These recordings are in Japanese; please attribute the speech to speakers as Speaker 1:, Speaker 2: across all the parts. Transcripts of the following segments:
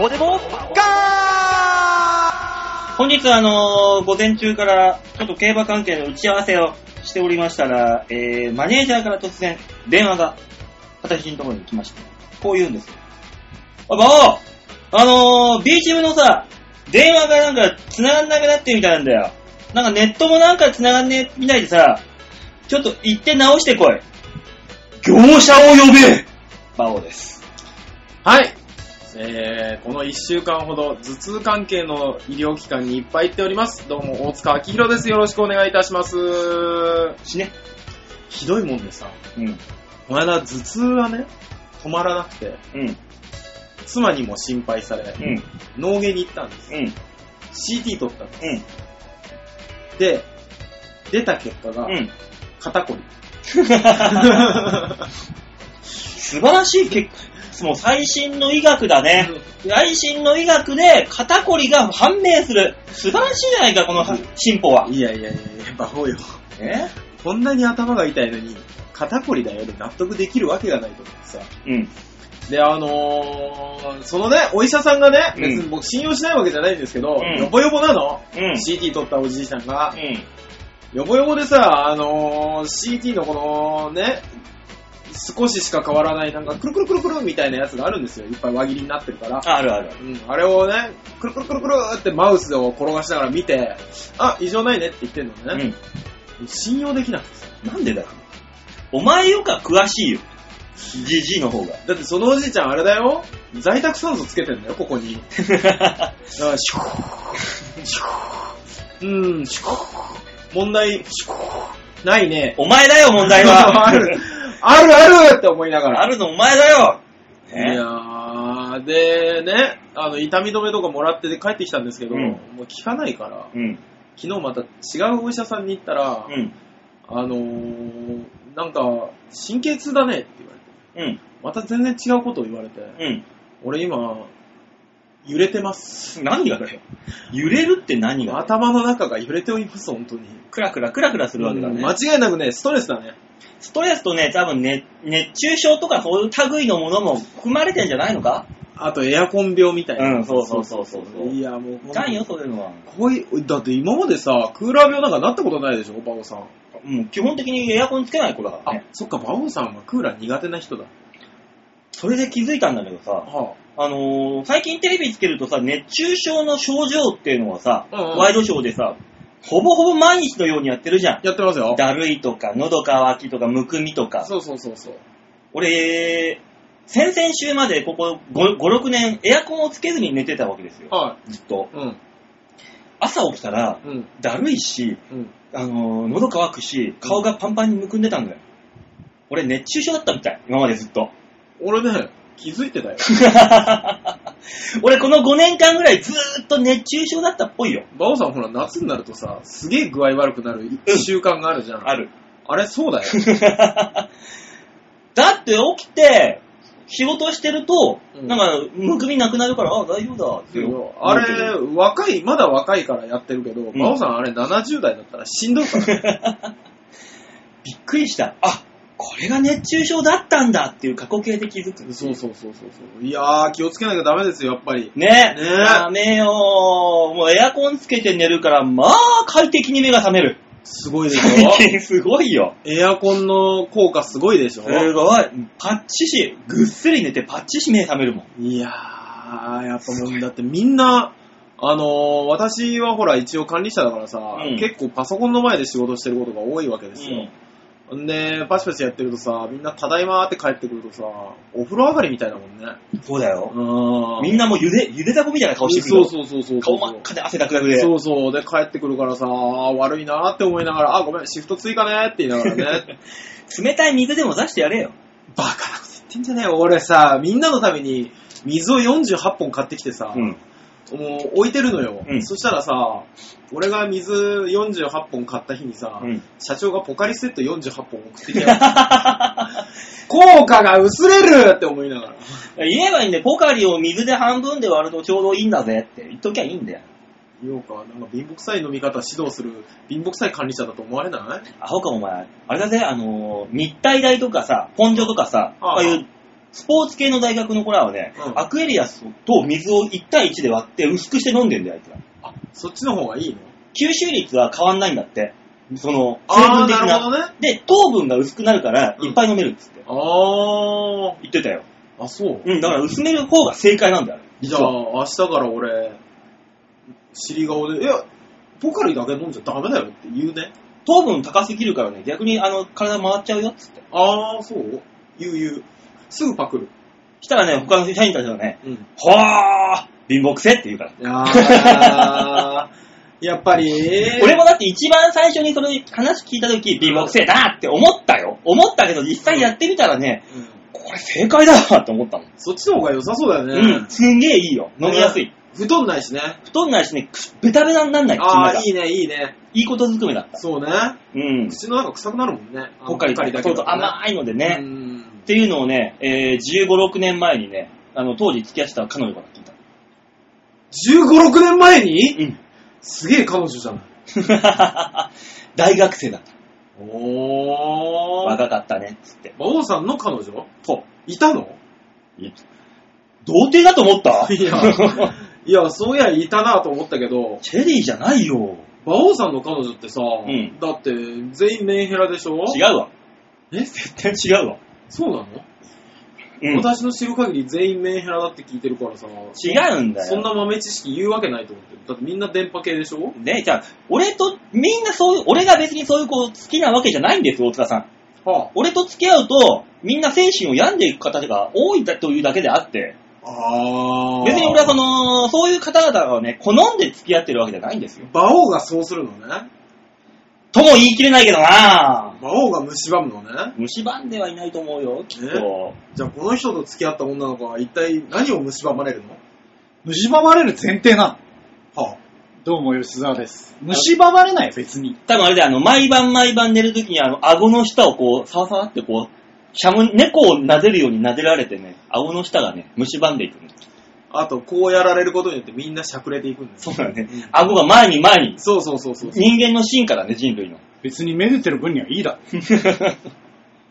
Speaker 1: オデボガ
Speaker 2: 本日あのー午前中からちょっと競馬関係の打ち合わせをしておりましたら、えー、マネージャーから突然電話が私のところに来ました。こう言うんですよ。あ、ばあのー、B チームのさ、電話がなんか繋がんなくなってるみたいなんだよ。なんかネットもなんか繋がんねえみたいでさ、ちょっと行って直してこい。業者を呼べ馬王です。
Speaker 3: はい。えー、この1週間ほど頭痛関係の医療機関にいっぱい行っております。どうも、大塚明宏です。よろしくお願いいたします。
Speaker 2: 死ね。
Speaker 3: ひどいもんでさ、
Speaker 2: うん。
Speaker 3: この間頭痛がね、止まらなくて、
Speaker 2: うん。
Speaker 3: 妻にも心配され、
Speaker 2: うん。
Speaker 3: 脳外に行ったんです。
Speaker 2: うん。
Speaker 3: CT 取ったんで
Speaker 2: うん。
Speaker 3: す。で、出た結果が、
Speaker 2: うん。
Speaker 3: 肩こり。
Speaker 2: 素晴らしい結果、もう最新の医学だね。最新の医学で肩こりが判明する。素晴らしいじゃないか、この進歩は。
Speaker 3: いやいやいやいや、バオよ。
Speaker 2: え
Speaker 3: こんなに頭が痛いのに、肩こりだよで納得できるわけがないと思ってさ。
Speaker 2: うん。
Speaker 3: で、あのー、そのね、お医者さんがね、
Speaker 2: うん
Speaker 3: 別に僕信用しないわけじゃないんですけど、
Speaker 2: うん
Speaker 3: ヨボヨボなの、
Speaker 2: うん
Speaker 3: ?CT 取ったおじいさんが
Speaker 2: う、ん。
Speaker 3: ヨボヨボでさ、あのー、CT のこのね、少ししか変わらない、なんか、くるくるくるくるみたいなやつがあるんですよ。いっぱい輪切りになってるから。
Speaker 2: あるある。
Speaker 3: うん、あれをね、くるくるくるくるってマウスを転がしながら見て、あ、異常ないねって言ってんのね。信用できなくてさ。
Speaker 2: うん。なんでだよ。お前よか詳しいよ。じじいの方が。
Speaker 3: だってそのおじいちゃんあれだよ、在宅酸素つけてんだよ、ここに。だからシュコー、シュコー、うん、シュコー、問題、シュコー、ないね。
Speaker 2: お前だよ、問題は。
Speaker 3: ある、あるあるって思いなが
Speaker 2: あ
Speaker 3: ら。
Speaker 2: るのお前だよ。
Speaker 3: い
Speaker 2: ね
Speaker 3: やー、でね、あの、痛み止めとかもらって帰ってきたんですけど、
Speaker 2: うん
Speaker 3: もう効かないから、
Speaker 2: うん。
Speaker 3: 昨日また違うお医者さんに行ったら、
Speaker 2: うん。
Speaker 3: あのー、なんか、神経痛だねって言わ
Speaker 2: う
Speaker 3: れて、
Speaker 2: ん。
Speaker 3: また全然違うことを言われて、
Speaker 2: うん。
Speaker 3: 俺今、揺れてます。
Speaker 2: 何がだよ。揺れるって何が
Speaker 3: 頭の中が揺れております、本当に。
Speaker 2: クラクラクラクラするわけだ
Speaker 3: うん
Speaker 2: ね。
Speaker 3: 間違いなくね、ストレスだね。
Speaker 2: ストレスとね、多分ね、熱中症とかそういう類のものも含まれてんじゃないのか
Speaker 3: あとエアコン病みたいな。
Speaker 2: うんそうそうそうそうそう
Speaker 3: いや、もうほんと
Speaker 2: いかんよ、そういうのは。
Speaker 3: こういう、だって今までさ、クーラー病なんかなったことないでしょ、バオさん。
Speaker 2: もう基本的にエアコンつけない子だから
Speaker 3: あ
Speaker 2: ね。、
Speaker 3: そっか、バオさんはクーラー苦手な人だ。
Speaker 2: それで気づいたんだけどさ、
Speaker 3: は
Speaker 2: あのー最近テレビつけるとさ、熱中症の症状っていうのはさ、
Speaker 3: うんうん
Speaker 2: ワイドショーでさ、ほぼほぼ毎日のようにやってるじゃん。
Speaker 3: やってますよ。
Speaker 2: だるいとか、喉乾きとか、むくみとか。
Speaker 3: そうそうそうそう。
Speaker 2: 俺、先々週までここ5、5 6年エアコンをつけずに寝てたわけですよ。
Speaker 3: は
Speaker 2: ずっと。
Speaker 3: い。うん。
Speaker 2: 朝起きたら、
Speaker 3: うん。
Speaker 2: だるいし、
Speaker 3: うん。
Speaker 2: あのー喉乾くし、顔がパンパンにむくんでたんだよ。俺、熱中症だったみたい。今までずっと。
Speaker 3: 俺ね、気づいてた よ。
Speaker 2: 俺、この5年間ぐらいずーっと熱中症だったっぽいよ。
Speaker 3: バオさんほら、夏になるとさ、すげえ具合悪くなる習慣があるじゃん。
Speaker 2: ある。
Speaker 3: あれ、そうだ よ。
Speaker 2: だって起きて、仕事してると、
Speaker 3: うん
Speaker 2: なんか、むくみなくなるから、あ、大丈夫だって思うけど。
Speaker 3: あれ、若い、まだ若いからやってるけど、
Speaker 2: ん
Speaker 3: バオさんあれ70代だったらしんどいからね。
Speaker 2: びっくりした。あ、これが熱中症だったんだっていう過去形で気づく。
Speaker 3: そうそうそうそうそう。いやー、気をつけなきゃダメですよ、やっぱり。
Speaker 2: ね
Speaker 3: ね
Speaker 2: え。ダメよもうエアコンつけて寝るから、まあ快適に目が覚める。
Speaker 3: すごいでし
Speaker 2: 最
Speaker 3: ょ
Speaker 2: 近 すごいよ。
Speaker 3: エアコンの効果すごいでしょ、
Speaker 2: すごい。パッチし、ぐっすり寝てパッチし目覚めるもん。
Speaker 3: いやー、やっぱもう、だってみんな、あのー、私はほら一応管理者だからさ、
Speaker 2: うん
Speaker 3: 結構パソコンの前で仕事してることが多いわけですよ。ん、で、パチパチやってるとさ、みんなただいまーって帰ってくるとさ、お風呂上がりみたいだもんね。
Speaker 2: そうだよ。
Speaker 3: う
Speaker 2: みんなもうゆで、ゆでだこみたいな顔してくる
Speaker 3: そ
Speaker 2: よ。
Speaker 3: うそうそうそうそ
Speaker 2: 顔
Speaker 3: う。
Speaker 2: 真っ赤で汗だくだくで。
Speaker 3: そうそう。で、帰ってくるからさ、あー悪いなーって思いながら、あ、ごめん、シフト追加ねーって言いながらね、
Speaker 2: 冷たい水でも出してやれよ。
Speaker 3: バカなこと言ってんじゃねえよ。俺さ、みんなのために水を48本買ってきてさ、
Speaker 2: うん。
Speaker 3: もう置いてるのよ、
Speaker 2: うん
Speaker 3: そしたらさ、俺が水48本買った日にさ、
Speaker 2: うん
Speaker 3: 社長がポカリスエット48本送って きたよ。効果が薄れるって思いながら。
Speaker 2: 言えばいいんだよ。ポカリを水で半分で割るとちょうどいいんだぜって言っときゃいいんだよ。
Speaker 3: ようか、なんか貧乏くさい飲み方指導する貧乏くさい管理者だと思われない
Speaker 2: アホかお前。あれだぜ、あのー日体大とかさ、本所とかさ、
Speaker 3: ああ
Speaker 2: ああいうスポーツ系の大学の子らはね、
Speaker 3: うん
Speaker 2: アクエリアスと水を1対1で割って薄くして飲んでんだよ、あいつら。
Speaker 3: あ、そっちの方がいいの
Speaker 2: 吸収率は変わんないんだって。その、成分
Speaker 3: あー、
Speaker 2: 的
Speaker 3: なるほ
Speaker 2: な。
Speaker 3: どね。
Speaker 2: で、糖分が薄くなるから、
Speaker 3: うん
Speaker 2: いっぱい飲めるっつって。
Speaker 3: あ
Speaker 2: 言ってたよ。
Speaker 3: ー、あ、そう。
Speaker 2: うん、だから薄める方が正解なんだよ。
Speaker 3: じゃあ、明日から俺、尻顔で、いや、ポカリだけ飲んじゃダメだよって言うね。
Speaker 2: 糖分高すぎるからね、逆にあの、体回っちゃうよっつって。
Speaker 3: あー、そう言う言う。すぐパクる。
Speaker 2: したらね、他の社員たちはね、
Speaker 3: うん。
Speaker 2: ほー貧乏くせって言うから。
Speaker 3: いやー やっぱり、
Speaker 2: 俺もだって一番最初にそれ話聞いた時、貧乏くせえなって思ったよ。思ったけど実際やってみたらね、
Speaker 3: うん
Speaker 2: これ正解だなって思ったもん。
Speaker 3: そっちの方が良さそうだよ
Speaker 2: う
Speaker 3: ね
Speaker 2: ん、。すんげえいいよ。飲みやすい。
Speaker 3: 太んないしね。
Speaker 2: 太んないしね、くベタベタになんない口の
Speaker 3: あ
Speaker 2: 中。
Speaker 3: ー、
Speaker 2: い
Speaker 3: いいね、いいね。
Speaker 2: いことずくめだった。
Speaker 3: そうね。
Speaker 2: うん。
Speaker 3: 口の中臭くなるもんね。あの
Speaker 2: ポカリとか、
Speaker 3: だけ
Speaker 2: そう
Speaker 3: だ
Speaker 2: そう
Speaker 3: とね。
Speaker 2: 甘いのでね、
Speaker 3: う
Speaker 2: っ
Speaker 3: ん
Speaker 2: ていうのをね、えー、15、6年前にね、あの、当時付き合ってた彼女から聞いた。
Speaker 3: 15、6年前に
Speaker 2: うん。
Speaker 3: すげえ彼女じゃない。
Speaker 2: 大学生だった。
Speaker 3: おー。
Speaker 2: 若かったね、つって。
Speaker 3: 馬王さんの彼女
Speaker 2: そう。
Speaker 3: いたの
Speaker 2: 童貞だと思った
Speaker 3: いやいや、そういや、いたなと思ったけど、
Speaker 2: チェリーじゃないよ。
Speaker 3: 馬王さんの彼女ってさ、
Speaker 2: ん
Speaker 3: だって全員メンヘラでしょ
Speaker 2: 違うわ。
Speaker 3: え
Speaker 2: 絶対違うわ。
Speaker 3: そうなの
Speaker 2: うん、
Speaker 3: 私の知る限り全員メンヘラだって聞いてるからさ、違
Speaker 2: 違うんだよ。
Speaker 3: そんな豆知識言うわけないと思ってる。だってみんな電波系でしょ
Speaker 2: ねじゃあ、俺と、みんなそういう、俺が別にそういう子好きなわけじゃないんですよ、大塚さん。
Speaker 3: は
Speaker 2: 俺と付き合うと、みんな精神を病んでいく方が多いだというだけであって、
Speaker 3: あ。あ
Speaker 2: 別に俺はその、そういう方々をね、好んで付き合ってるわけじゃないんですよ。
Speaker 3: 馬王がそうするのね。
Speaker 2: とも言い切れないけどなぁ。
Speaker 3: 馬王が蝕むのね。
Speaker 2: 蝕んではいないと思うよ、きっ
Speaker 3: え
Speaker 2: と。
Speaker 3: じゃあこの人と付き合った女の子は一体何を蝕まれるの
Speaker 1: 蝕まれる前提な
Speaker 3: は
Speaker 1: の。どうも、吉沢です。蝕まれないよ、別に。
Speaker 2: 多分あれで、あの、毎晩毎晩寝るときに、あの、顎の下をこう、サワサワってこう、シャム、猫を撫でるように撫でられてね、顎の下がね、蝕んでいくの。
Speaker 3: あ。あと、こうやられることによってみんなしゃくれていくんで
Speaker 2: そ
Speaker 3: す
Speaker 2: うだね
Speaker 3: うん。
Speaker 2: 顎が前に前に。
Speaker 3: そうそうそうそう。
Speaker 2: 人間の進化だね、人類の。
Speaker 1: 別にめでてる分にはいいだろ。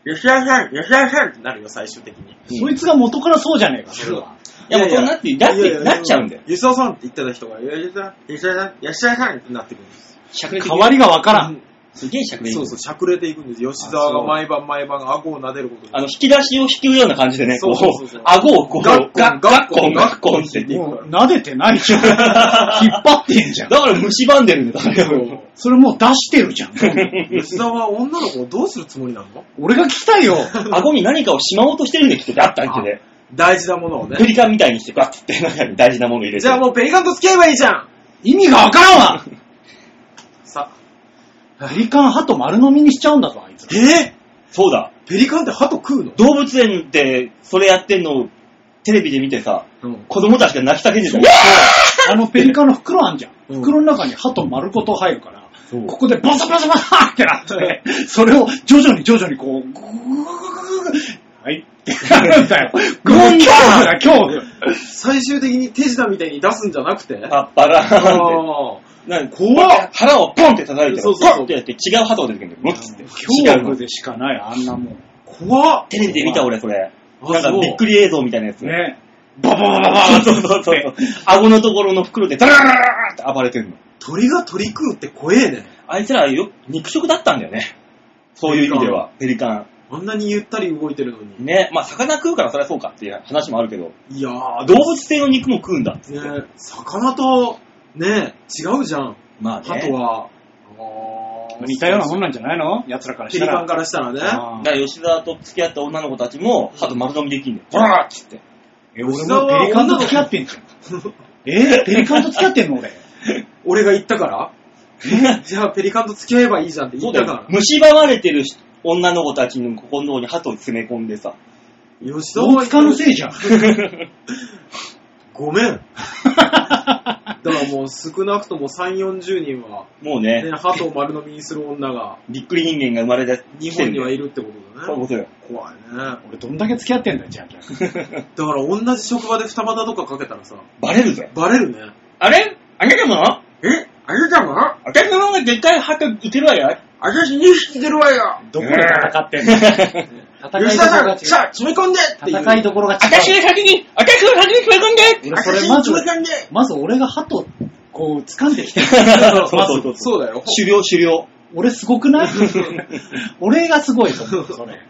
Speaker 3: よしゃしゃん、よしゃしゃんってなるよ、最終的に。
Speaker 1: そいつが元からそうじゃねえか、それは。
Speaker 2: いや、もうそうなって、だって、なっちゃうんだよ。。
Speaker 3: ゆささんって言ってた人が、よしゃしゃん、よしゃしゃんってなってくるんです。
Speaker 2: しゃくれて
Speaker 1: 代わりがわから。
Speaker 3: うんん
Speaker 2: すげえしゃくれて
Speaker 3: そ
Speaker 2: く
Speaker 3: う
Speaker 2: る
Speaker 3: そう、しゃくれていくんです。吉沢が毎晩毎晩顎を撫でることに
Speaker 2: あの、引き出しを引きるような感じでね、こ
Speaker 3: そうそうそうそう
Speaker 2: う、顎をこう、
Speaker 3: ガッコン
Speaker 2: ガッコン、
Speaker 3: ガ
Speaker 2: ガ
Speaker 3: ッ
Speaker 2: ッ
Speaker 3: コ
Speaker 2: コ
Speaker 3: ン
Speaker 2: ンしてっていう。
Speaker 1: もう、撫でてないじゃん。引っ張ってんじゃん。
Speaker 2: だから蝕んでるんだよ、多分
Speaker 1: それもう出してるじゃん。
Speaker 3: 吉沢は女の子をどうするつもりなの
Speaker 1: 俺が聞きたいよ。
Speaker 2: 顎に何かをしまおうとしてるんで、きっと、ガッタンってね。
Speaker 3: 大事なものをね
Speaker 2: ペ。リカンみたいにして、ガッって中に大事なもの入れて。
Speaker 3: じゃあもうペリカンと付き合えばいいじゃん
Speaker 1: 意味がわからんわ
Speaker 3: さ、
Speaker 1: ペリカンハト丸飲みにしちゃうんだぞ、あいつ。
Speaker 3: え
Speaker 2: そうだ。
Speaker 3: ペリカンって鳩食うの
Speaker 2: 動物園で、それやってんのを、テレビで見てさ、
Speaker 3: うん。
Speaker 2: 子供たちが泣き叫んでたよ。
Speaker 1: あのペリカンの袋あんじゃん。
Speaker 3: うん
Speaker 1: 袋の中にハト丸ごと入るから、
Speaker 2: そう
Speaker 1: ここでバサバサバサってなって、それを徐々に徐々にこう、グーグーグーグーグーはいってなるんだよ。グー恐怖だ、恐怖。
Speaker 3: 最終的に手品みたいに出すんじゃなくて
Speaker 2: パッパラーンって。
Speaker 3: あ
Speaker 2: なんか
Speaker 3: 怖っ
Speaker 2: 腹をポンって叩いて、ポ
Speaker 3: そうそうそう
Speaker 2: ンってやって違う鳩が出てくるんだよ。つって。違
Speaker 1: 恐
Speaker 2: う
Speaker 1: 怖
Speaker 2: の。
Speaker 1: でしかない、あんなもん。
Speaker 3: 怖っ
Speaker 2: テレビで見た俺、それ。
Speaker 3: あ
Speaker 2: なんか
Speaker 3: そう
Speaker 2: びっくり映像みたいなやつ。
Speaker 1: ね。ババババババ
Speaker 2: そうそうそうそう。顎のところの袋でダララララって暴れてるの。
Speaker 3: 鳥が鳥食うって怖えね。
Speaker 2: あいつらよ、肉食だったんだよね。そういう意味では。ペリカン。
Speaker 3: あんなにゆったり動いてるのに。
Speaker 2: ね。まあ、魚食うからそりゃそうかっていう話もあるけど、
Speaker 3: いやー、
Speaker 2: 動物性の肉も食うんだっつって。
Speaker 3: ね、魚と、ね、違うじゃん。
Speaker 2: まあね。
Speaker 3: 鳩は。
Speaker 1: 似たようなもんなんじゃないの奴らから
Speaker 3: ペ
Speaker 1: し
Speaker 3: リ
Speaker 1: た
Speaker 3: カン
Speaker 1: ら。
Speaker 3: からしたらね。
Speaker 1: あ
Speaker 2: だ
Speaker 1: ー
Speaker 2: から吉沢と付き合った女の子たちも、鳩丸飲みできんだよ。ほらっつって。
Speaker 1: え、俺もペリカンと付き合ってんじゃん。えー、ペリカンと付き合ってんの俺。
Speaker 3: 俺が言ったからじゃあペリカンと付き合えばいいじゃんって
Speaker 2: そ
Speaker 3: 言
Speaker 2: うだ
Speaker 3: った
Speaker 2: よ
Speaker 3: か。ら。
Speaker 2: 蝕まれてる人女の子たちの心の方に鳩を詰め込んでさ。
Speaker 3: 吉田
Speaker 1: 大塚のせいじゃん。
Speaker 3: ごめん。 だからもう少なくとも3、40人は、
Speaker 2: もうね、
Speaker 3: ね、鳩を丸飲みにする女が
Speaker 2: びっくり人間が生まれて
Speaker 3: 日本にはいいるってことだ
Speaker 2: そういう
Speaker 3: ね
Speaker 2: こ。とよ。
Speaker 3: 怖いね。だか
Speaker 1: 俺どんだけ付き合ってんだよ、じゃあ。
Speaker 3: ら同じ職場で二股とかかけたらさ、
Speaker 2: バレるぜ。
Speaker 3: バレるね。
Speaker 2: あれあげたもの
Speaker 3: えあれだもん
Speaker 2: 私の方がでっかい鳩いけるわよ。
Speaker 3: 私2匹出るわよ
Speaker 4: どこで戦ってんの戦い
Speaker 3: 吉
Speaker 4: ど
Speaker 3: 田
Speaker 4: ころ
Speaker 3: さ
Speaker 4: が違
Speaker 3: ん、さあ、詰め込んでっていう。
Speaker 4: う。戦いどころが違う。
Speaker 2: 先に、私が先に詰め込んで
Speaker 4: 俺そ
Speaker 3: 私
Speaker 4: れ
Speaker 3: に
Speaker 4: まず、
Speaker 3: 詰め込んで
Speaker 4: まず俺が鳩、こう、掴んできて
Speaker 2: そうそう
Speaker 4: ま
Speaker 2: そう
Speaker 4: ず
Speaker 2: そう、
Speaker 3: そうだよ。
Speaker 2: 狩猟、狩猟。
Speaker 4: 俺すごくない俺がすごいと思う、それ。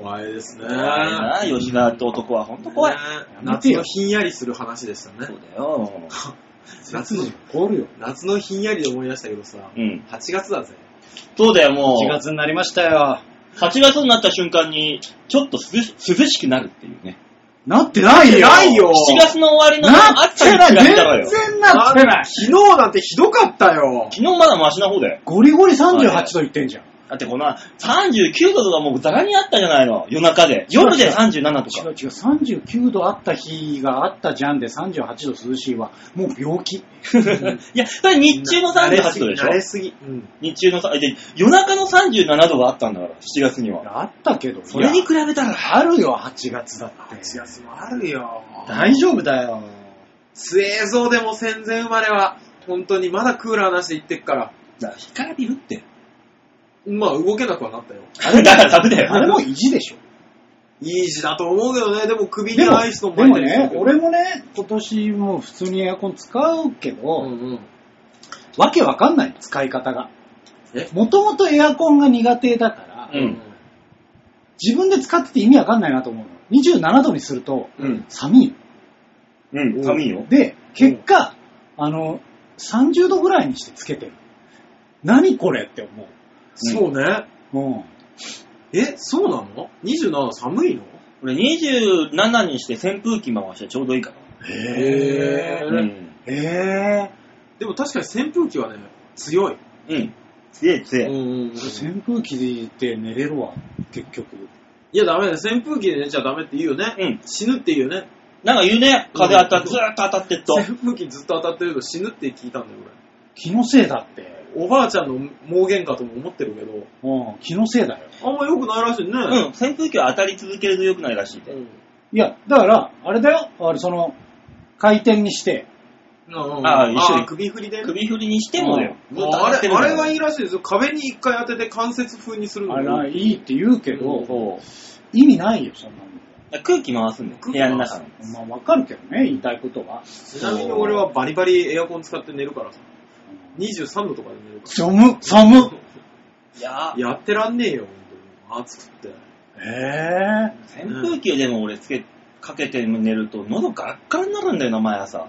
Speaker 3: 怖いですね。
Speaker 2: 怖いな、吉田って男は本当怖い。
Speaker 3: ね夏のひんやりする話でした
Speaker 2: そう
Speaker 3: ね。
Speaker 2: だよ。
Speaker 3: 夏の、
Speaker 4: 凍るよ。
Speaker 3: 夏のひんやりで思い出したけどさ、
Speaker 2: うん。
Speaker 3: 8月だぜ。
Speaker 2: そうだよ、も
Speaker 4: 4
Speaker 2: う。
Speaker 4: 月になりましたよ。
Speaker 2: 8月になった瞬間に、ちょっと涼し涼しくなるっていうね。
Speaker 1: なってないよ
Speaker 3: ないよ
Speaker 2: 7月の終わりの
Speaker 1: なっ
Speaker 2: 暑
Speaker 1: て
Speaker 2: さに
Speaker 1: ない
Speaker 2: 違
Speaker 1: 全
Speaker 2: ったわよ。
Speaker 1: 然なってない
Speaker 3: 昨日なんてひどかったよ。
Speaker 2: 昨日まだマシな方だよ。
Speaker 1: ゴリゴリ38度いってんじゃん。
Speaker 2: だってこの39度とかもうザラにあったじゃないの。夜中で。夜で37と
Speaker 1: 違
Speaker 2: か
Speaker 1: う。違う、39度あった日があったじゃんで38度涼しいは、もう病 気。
Speaker 2: いや、それ日中の38度でしょ
Speaker 3: 慣れすぎ。うん。
Speaker 2: 日中のさ、で、夜中の37度があったんだから、7月には。
Speaker 1: あったけど、
Speaker 2: それに
Speaker 1: い
Speaker 2: 比べたら、
Speaker 1: やあるよ、8月だって。
Speaker 3: 8月もあるよ。
Speaker 4: 大丈夫だよ。
Speaker 3: 末蔵でも戦前生まれは、本当にまだクーラーなしで行ってっから、
Speaker 2: だから干からびるって。
Speaker 3: まあ動けなくはなったよ。
Speaker 2: あれだからダメだ
Speaker 1: あれ
Speaker 2: よ。
Speaker 1: も意地でしょ。
Speaker 3: いい字だと思うけどね、でも首に
Speaker 1: でも、
Speaker 3: アイスの
Speaker 1: で
Speaker 3: 巻い
Speaker 1: も
Speaker 3: てる
Speaker 1: ね、
Speaker 3: ね、
Speaker 1: 俺もね、今年もう普通にエアコン使うけど、
Speaker 3: うんうん。
Speaker 1: わけわかんない、使い方が
Speaker 3: え。
Speaker 1: もともとエアコンが苦手だから、
Speaker 2: うん。
Speaker 1: 自分で使ってて意味わかんないなと思うの。27度にすると、
Speaker 3: うん。
Speaker 1: 寒い。
Speaker 2: うん、寒いよ。
Speaker 1: で、結果、あの、30度ぐらいにしてつけてる。何これって思う。
Speaker 3: そうね。
Speaker 1: うん。
Speaker 3: え、そうなの ?27 寒いの
Speaker 2: 俺27にして扇風機回してちょうどいいか
Speaker 3: へ
Speaker 2: ら。
Speaker 3: ー
Speaker 2: ん。
Speaker 1: ええ
Speaker 3: でも確かに扇風機はね、強い。
Speaker 2: うん。強い強い。
Speaker 3: ん
Speaker 1: 扇風機で寝れるわ、結局。
Speaker 3: いや、ダメだよ。扇風機で寝ちゃダメって言うよね。
Speaker 2: うん。
Speaker 3: 死ぬって言うよね。
Speaker 2: なんか言うね。風当たっずーっと当たってっと。
Speaker 3: 扇風機ずっと当たってると死ぬって聞いたんだよ、
Speaker 1: 気のせいだって。
Speaker 3: 俺。おばあちゃんの盲言かとも思ってるけど、
Speaker 1: うん、気のせいだよ。
Speaker 3: あんま良くないらしいね。
Speaker 2: うん。扇風機は当たり続けると良くないらしいで。
Speaker 1: いや、だから、あれだよ、あれその、回転にして、
Speaker 3: うん。
Speaker 2: ああ一緒に
Speaker 3: あ首振りで。
Speaker 2: 首振りにしてもだよ。ず
Speaker 3: も
Speaker 2: っ
Speaker 3: う
Speaker 2: と当
Speaker 3: あ
Speaker 2: たって
Speaker 3: れ、
Speaker 2: るか
Speaker 3: あ
Speaker 2: ら
Speaker 3: れはいいらしいですよ。壁に一回当てて関節風にするの
Speaker 1: あれ
Speaker 3: も
Speaker 1: はいいって言うけ
Speaker 3: う
Speaker 1: ど、
Speaker 2: そう
Speaker 1: 意味ないよ、そんなの。
Speaker 2: だから空気回すんだよ。部
Speaker 3: 空気回
Speaker 2: 屋の中
Speaker 3: す
Speaker 2: の。
Speaker 1: まあ、わかるけどね、言いたいことは。
Speaker 3: ちなみに俺はバリバリエアコン使って寝るからさ。23度とかで寝るか
Speaker 1: 寒っ、寒っ。
Speaker 2: いや
Speaker 3: ら。やってらんねえよ、本当に。暑くって。
Speaker 1: ええ
Speaker 2: ー、扇風機でも俺つけ、かけて寝ると喉ガッカラになるんだよな、毎朝。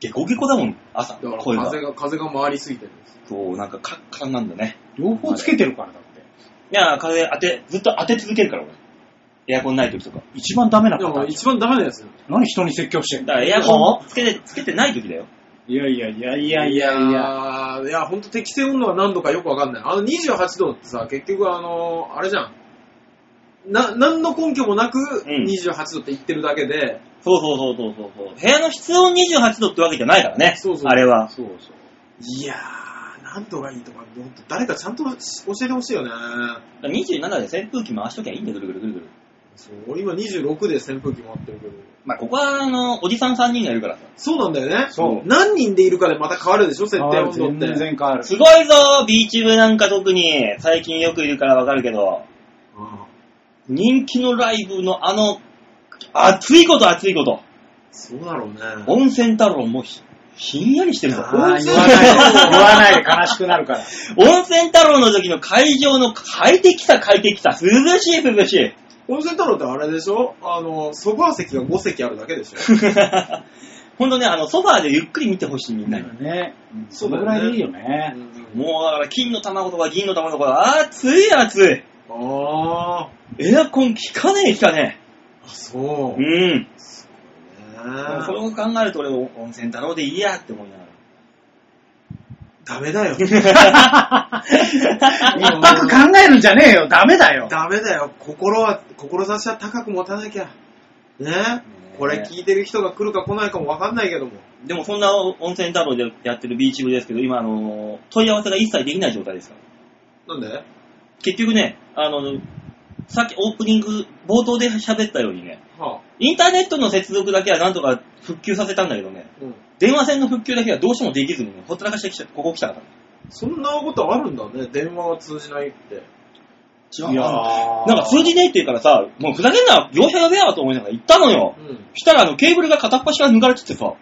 Speaker 2: ゲコゲコだもん、朝。
Speaker 3: だから
Speaker 2: 声が
Speaker 3: 風。が、風が回りすぎてるんです。
Speaker 2: こう、なんかカッカラなんだね。
Speaker 1: 両方つけてるからだって。
Speaker 2: いや、風当て、ずっと当て続けるから、俺。エアコンない時とか。
Speaker 1: 一番ダメな
Speaker 3: で
Speaker 1: パタ
Speaker 3: も
Speaker 1: ーンじ
Speaker 3: 一番ダメなやつよ。
Speaker 1: ゃん。何人に説教してん
Speaker 2: だ
Speaker 1: だ
Speaker 2: からエアコンつけて、つけてない時だよ。
Speaker 1: いやいやいやいやい
Speaker 3: い
Speaker 1: やいや。
Speaker 3: やーいや、ほんと適正温度は何度かよくわかんない。あの28度ってさ、結局あのーあれじゃん。な、何の根拠もなく
Speaker 2: うん
Speaker 3: 28度って言ってるだけで、
Speaker 2: そうそうそうそうそうそう。部屋の室温28度ってわけじゃないからね。
Speaker 3: そうそう
Speaker 2: あれは。
Speaker 1: そうそう。
Speaker 3: いやー、何度がいいとか、ほんと誰かちゃんと教えてほしいよね。
Speaker 2: 27で扇風機回しときゃいいんだよ、ぐるぐるぐるぐる。
Speaker 3: そう、俺今26で扇風機回ってるけど。
Speaker 2: まあ、ここは、あの、おじさん3人がいるからさ。
Speaker 3: そうなんだよね。
Speaker 1: そう
Speaker 3: 何人でいるかでまた変わるでしょ、設定
Speaker 1: あー
Speaker 3: 温度って。
Speaker 1: 全然変わる。
Speaker 2: すごいぞビーチ部なんか特に、最近よくいるからわかるけど、
Speaker 3: うん
Speaker 2: 人気のライブのあの、暑いこと暑いこと、
Speaker 3: そうだろうね。
Speaker 2: 温泉太郎もひひんやりしてるぞ。
Speaker 3: あ
Speaker 1: あー
Speaker 3: 温
Speaker 1: 言
Speaker 3: 泉
Speaker 1: わないで、言わないで悲しくなるから。
Speaker 2: 温泉太郎の時の会場の快適さ快適さ、涼しい涼しい。
Speaker 3: 温泉太郎ってあれでしょあの、ソファー席が5席あるだけでしょ
Speaker 2: ほんとね、あの、ソファーでゆっくり見てほしいみんなに。
Speaker 1: ね。
Speaker 3: そだ
Speaker 1: そうの
Speaker 3: よね
Speaker 1: ぐらいでいいよね。
Speaker 2: もうだから金の卵とか銀の卵とか、暑い暑い。
Speaker 3: ああ、
Speaker 2: エアコン効かねえ効かね
Speaker 3: そ
Speaker 2: え。うん。それ
Speaker 3: ね。
Speaker 2: を考えると俺、温泉太郎でいいやって思いながら。
Speaker 3: ダメ だよ。
Speaker 1: 一泊考えるんじゃねえよ、ダメだよ。
Speaker 3: ダメだよ。心は、志は高く持たなきゃ。
Speaker 2: え
Speaker 3: ねこれ聞いてる人が来るか来ないかもわかんないけども。
Speaker 2: でもそんな温泉太郎でやってるビーチ部ですけど、今、あの、問い合わせが一切できない状態ですから。
Speaker 3: なんで
Speaker 2: 結局ね、あの、さっきオープニング、冒頭で喋ったようにね、
Speaker 3: はあ、
Speaker 2: インターネットの接続だけはなんとか復旧させたんだけどね、
Speaker 3: うん。
Speaker 2: 電話線の復旧だけはどうしてもできずにね、ほったらかしてきちゃここ来たから。
Speaker 3: そんなことあるんだね、電話が通じないって。
Speaker 1: いや
Speaker 2: なんか通
Speaker 1: じ
Speaker 2: じねえって言うからさ、もうふざけんな、業者やべえわと思いながら行ったのよ。
Speaker 3: うん。
Speaker 2: したらあのケーブルが片っ端から抜かれててさ、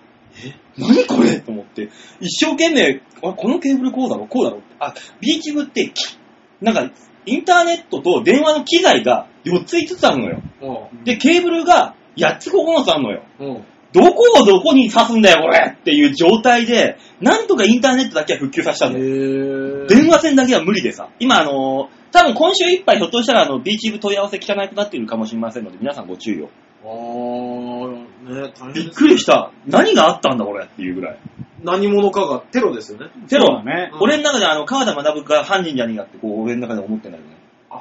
Speaker 2: え何これと思って、一生懸命、あこのケーブルこうだろ、こうだろって。あ、ビーチ部ってき、なんか、インターネットと電話の機材が4つ5つあるのよ。
Speaker 3: う
Speaker 2: で、ケーブルが8つ9つあるのよ。
Speaker 3: ん。うん。
Speaker 2: どこをどこに刺すんだよ、これっていう状態で、なんとかインターネットだけは復旧させたのよ。
Speaker 3: へ
Speaker 2: 電話線だけは無理でさ、今あのー多分今週いっぱいひょっとしたらあの、ビーチ部問い合わせ聞かなくなっているかもしれませんので、皆さんご注意を。
Speaker 3: あー、ね、大変
Speaker 2: びっ
Speaker 3: です
Speaker 2: くりした。何があったんだこれっていうぐらい。
Speaker 3: 何者かがテロですよね。
Speaker 2: テロ、
Speaker 1: ね。
Speaker 3: うん
Speaker 2: 俺の中であの、川田学が犯人じゃねえかって、こう、俺の中で思ってんだけどね。
Speaker 3: あ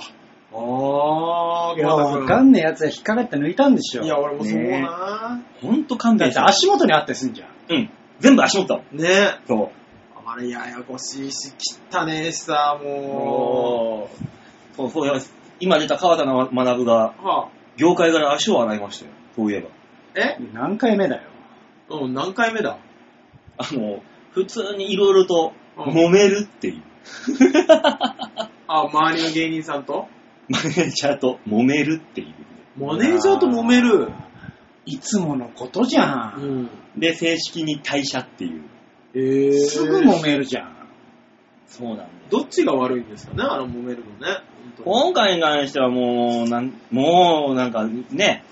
Speaker 3: ー、
Speaker 4: いや、わかんねえやつが引っかかって抜いたんでしょ。
Speaker 3: いや、俺もそう
Speaker 2: ね
Speaker 3: な
Speaker 2: ほんと勘
Speaker 4: だ
Speaker 2: 弁
Speaker 4: っ
Speaker 2: してて。
Speaker 4: 足元にあったりすんじゃん。
Speaker 2: うん。全部足元だもん。
Speaker 3: ー。ね
Speaker 2: そ
Speaker 3: あれややこしいし、汚ねえしさ、
Speaker 2: う。
Speaker 3: も
Speaker 2: おーそうそうや、今出た川田学が、
Speaker 3: う。はあ、
Speaker 2: 業界から足を洗いましたよ。そういえば。
Speaker 3: え
Speaker 4: 何回目だよ。
Speaker 3: うん、何回目だ
Speaker 2: あの、普通に色々と、
Speaker 3: うん
Speaker 2: 揉めるっていう。
Speaker 3: あ、周りの芸人さんと
Speaker 2: マネージャーと揉めるっていう。
Speaker 3: マネージャーと揉める。
Speaker 4: いつものことじゃん。
Speaker 3: ん。
Speaker 2: で、正式に退社っていう。
Speaker 3: えー。
Speaker 4: すぐ揉めるじゃん。
Speaker 2: そうなんだよ。
Speaker 3: どっちが悪いんですかね、あの揉めるのね。
Speaker 2: 今回に関してはもう、なんもう、なんかね、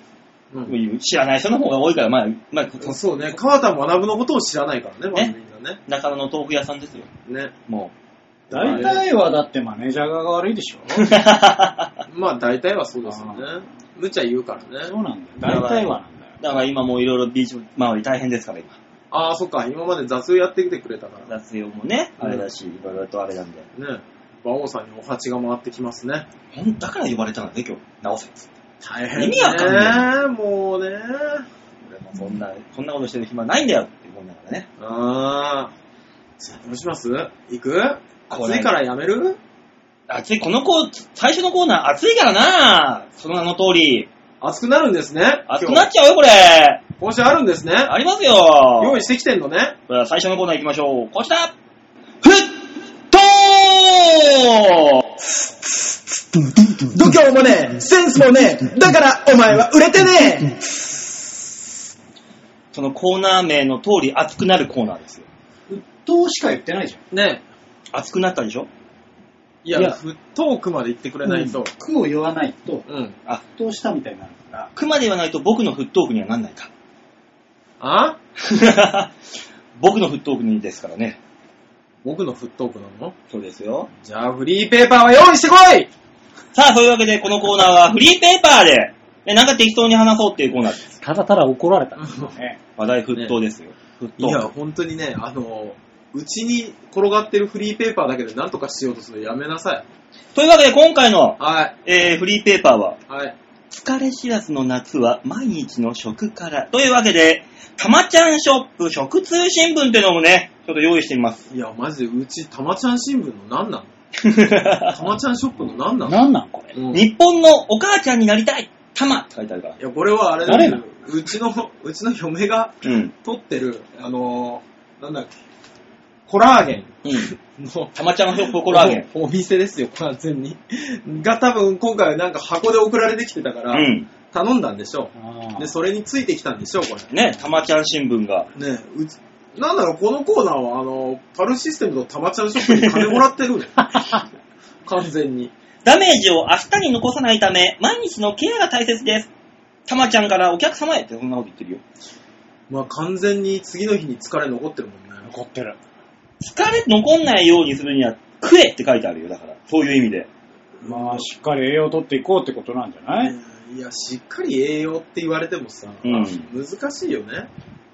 Speaker 3: 本当に
Speaker 2: 知らない人の方が多いから、まあ、まあ、
Speaker 3: うんそうね、川田学のことを知らないからね、まずみんなね。
Speaker 2: 中野の豆腐屋さんですよ。
Speaker 3: ね。
Speaker 2: も
Speaker 4: 大体はだってマネージャー側が悪いでしょ。
Speaker 3: まあ大体はそうですよね。無茶言うから
Speaker 4: そう
Speaker 3: ね。
Speaker 4: なんだよ。大体はなんだよ。
Speaker 2: う。だから今もういろいろビーチ周り大変ですから、今。
Speaker 3: ああ、そっか、今まで雑用やってきてくれたから。
Speaker 2: 雑用もね、
Speaker 3: うん
Speaker 2: あれだし、いろいろとあれなんで。
Speaker 3: ね。馬王さんにお鉢が回ってきますね。
Speaker 2: ほんだから呼ばれたんだね、今日。直せっつって。
Speaker 3: 大
Speaker 2: 意味わかんな
Speaker 3: ね。もうね。
Speaker 2: 俺もそんな、こんなことしてる暇ないんだよって思いながらね。
Speaker 3: ああ。さあどうします行く
Speaker 2: こ
Speaker 3: 暑
Speaker 2: れ
Speaker 3: いからやめる
Speaker 2: 暑い、このコー、最初のコーナー暑いからなその名の通り。
Speaker 3: 暑くなるんですね。
Speaker 2: 暑くな
Speaker 3: 今
Speaker 2: っちゃうよ、これ。
Speaker 3: 日今週あるんですね。
Speaker 2: ありますよ。
Speaker 3: 用意してきてんのね。
Speaker 2: では最初のコーナー行きましょう。こちらふっと
Speaker 3: 度胸もねえ、センスもねえ、だからお前は売れてね
Speaker 2: そのコーナー名の通り熱くなるコーナーですよ。
Speaker 4: どうしか言ってないじゃん。
Speaker 3: えね
Speaker 2: 熱くなったでしょ
Speaker 3: いや、
Speaker 4: いや
Speaker 3: ふ遠くまで行ってくれないと。
Speaker 4: 苦を言わないと、
Speaker 3: うん。
Speaker 4: 沸騰したみたいになるから。
Speaker 2: 熊ではないと僕のフットークにはなんない
Speaker 3: あ
Speaker 2: か。 僕のフットークにですからね。
Speaker 3: 僕のフットークなの
Speaker 2: そうですよ。
Speaker 3: じゃあ、フリーペーパーは用意してこい
Speaker 2: さあ、そういうわけでこのコーナーはフリーペーパーで、ね、なんか適当に話そうっていうコーナーです。
Speaker 4: ただただ怒られた。ね。
Speaker 2: 話題沸騰ですよ。沸
Speaker 3: いや、
Speaker 2: 騰。
Speaker 3: 本当にね、あの、うちに転がってるフリーペーパーだけで何とかしようとするのやめなさい。
Speaker 2: というわけで今回の、
Speaker 3: はい、
Speaker 2: えーフリーペーパーは、
Speaker 3: はい。
Speaker 2: 疲れ知らずの夏は毎日の食から。というわけで、たまちゃんショップ食通新聞ってのもね、ちょっと用意してみ ます。
Speaker 3: いや、マジで、うち、たまちゃん新聞の何なの
Speaker 2: 日
Speaker 3: たまちゃんショップの何なの
Speaker 4: なんなんこれ。
Speaker 3: うんい
Speaker 2: 本のお母ちゃんになりたいたまって書いてあるから。
Speaker 3: や、これはあれだけ
Speaker 4: 誰な
Speaker 3: ど、うちの、うちの嫁が
Speaker 2: うん。
Speaker 3: 撮ってる、あの、なんだっけ、コラーゲ
Speaker 2: うん。
Speaker 3: ンの、
Speaker 2: たまちゃんショップコラーゲン。
Speaker 3: おお店ですよ、完全に。が多分今回なんか箱で送られてきてたか
Speaker 2: う
Speaker 3: ら、
Speaker 2: ん。
Speaker 3: 頼んだんでしょ
Speaker 4: あ
Speaker 3: う。で、
Speaker 4: ー
Speaker 3: それについてきたんでしょう、こ
Speaker 2: ね、たまちゃん新聞が。
Speaker 3: れ。ねえうちなんだろう、このコーナーは、あの、パルシステムとたまちゃんショップに金もらっ てるね。完全に。
Speaker 2: ダメージを明日に残さないため、毎日のケアが大切です。たまちゃんからお客様へってそんなこと言ってるよ。
Speaker 3: まあ完全に次の日に疲れ残ってるもんね。
Speaker 4: 怒ってる。
Speaker 2: 疲れ残んないようにするには、食えって書いてあるよ。だから、そういう意味で。
Speaker 4: まあ、しっかり栄養を取っていこうってことなんじゃない
Speaker 3: いや、しっかり栄養って言われてもさ、
Speaker 2: うん
Speaker 3: 難しいよね。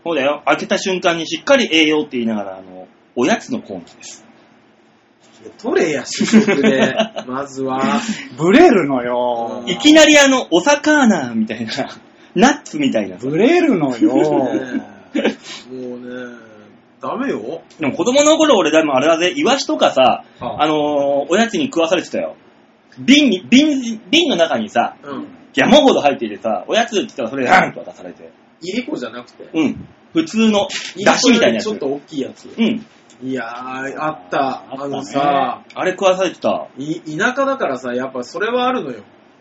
Speaker 2: そうだよ。開けた瞬間にしっかり栄養って言いながら、あの、おやつのコーナーです。
Speaker 3: いや取れや、主食 で。まずは。
Speaker 4: ブレるのよ
Speaker 3: うん。
Speaker 2: いきなりあの、お魚みたいな、 ナッツみたいな。
Speaker 4: ブレるのよ。
Speaker 3: ねえもうね、ダメよ。
Speaker 2: でも子供の頃俺でもあれだぜ、イワシとかさ、
Speaker 3: は
Speaker 2: あのーおやつに食わされてたよ。瓶に、瓶、瓶の中にさ、
Speaker 3: うん。
Speaker 2: 山ほど入っていてさ、おやつって言ったらそれ、ガンと渡されて。
Speaker 3: いりこじゃなくて。
Speaker 2: うん。普通の、
Speaker 3: いり
Speaker 2: だし
Speaker 3: こ
Speaker 2: みたい
Speaker 3: よ
Speaker 2: な
Speaker 3: り
Speaker 2: やつ。
Speaker 3: ちょっと大きいやつ。
Speaker 2: うん。
Speaker 3: いやー、あった。
Speaker 1: あったね
Speaker 3: あのさ、
Speaker 2: あれ食わされてた。
Speaker 3: い、田舎だからさ、やっぱそれはあるのよ。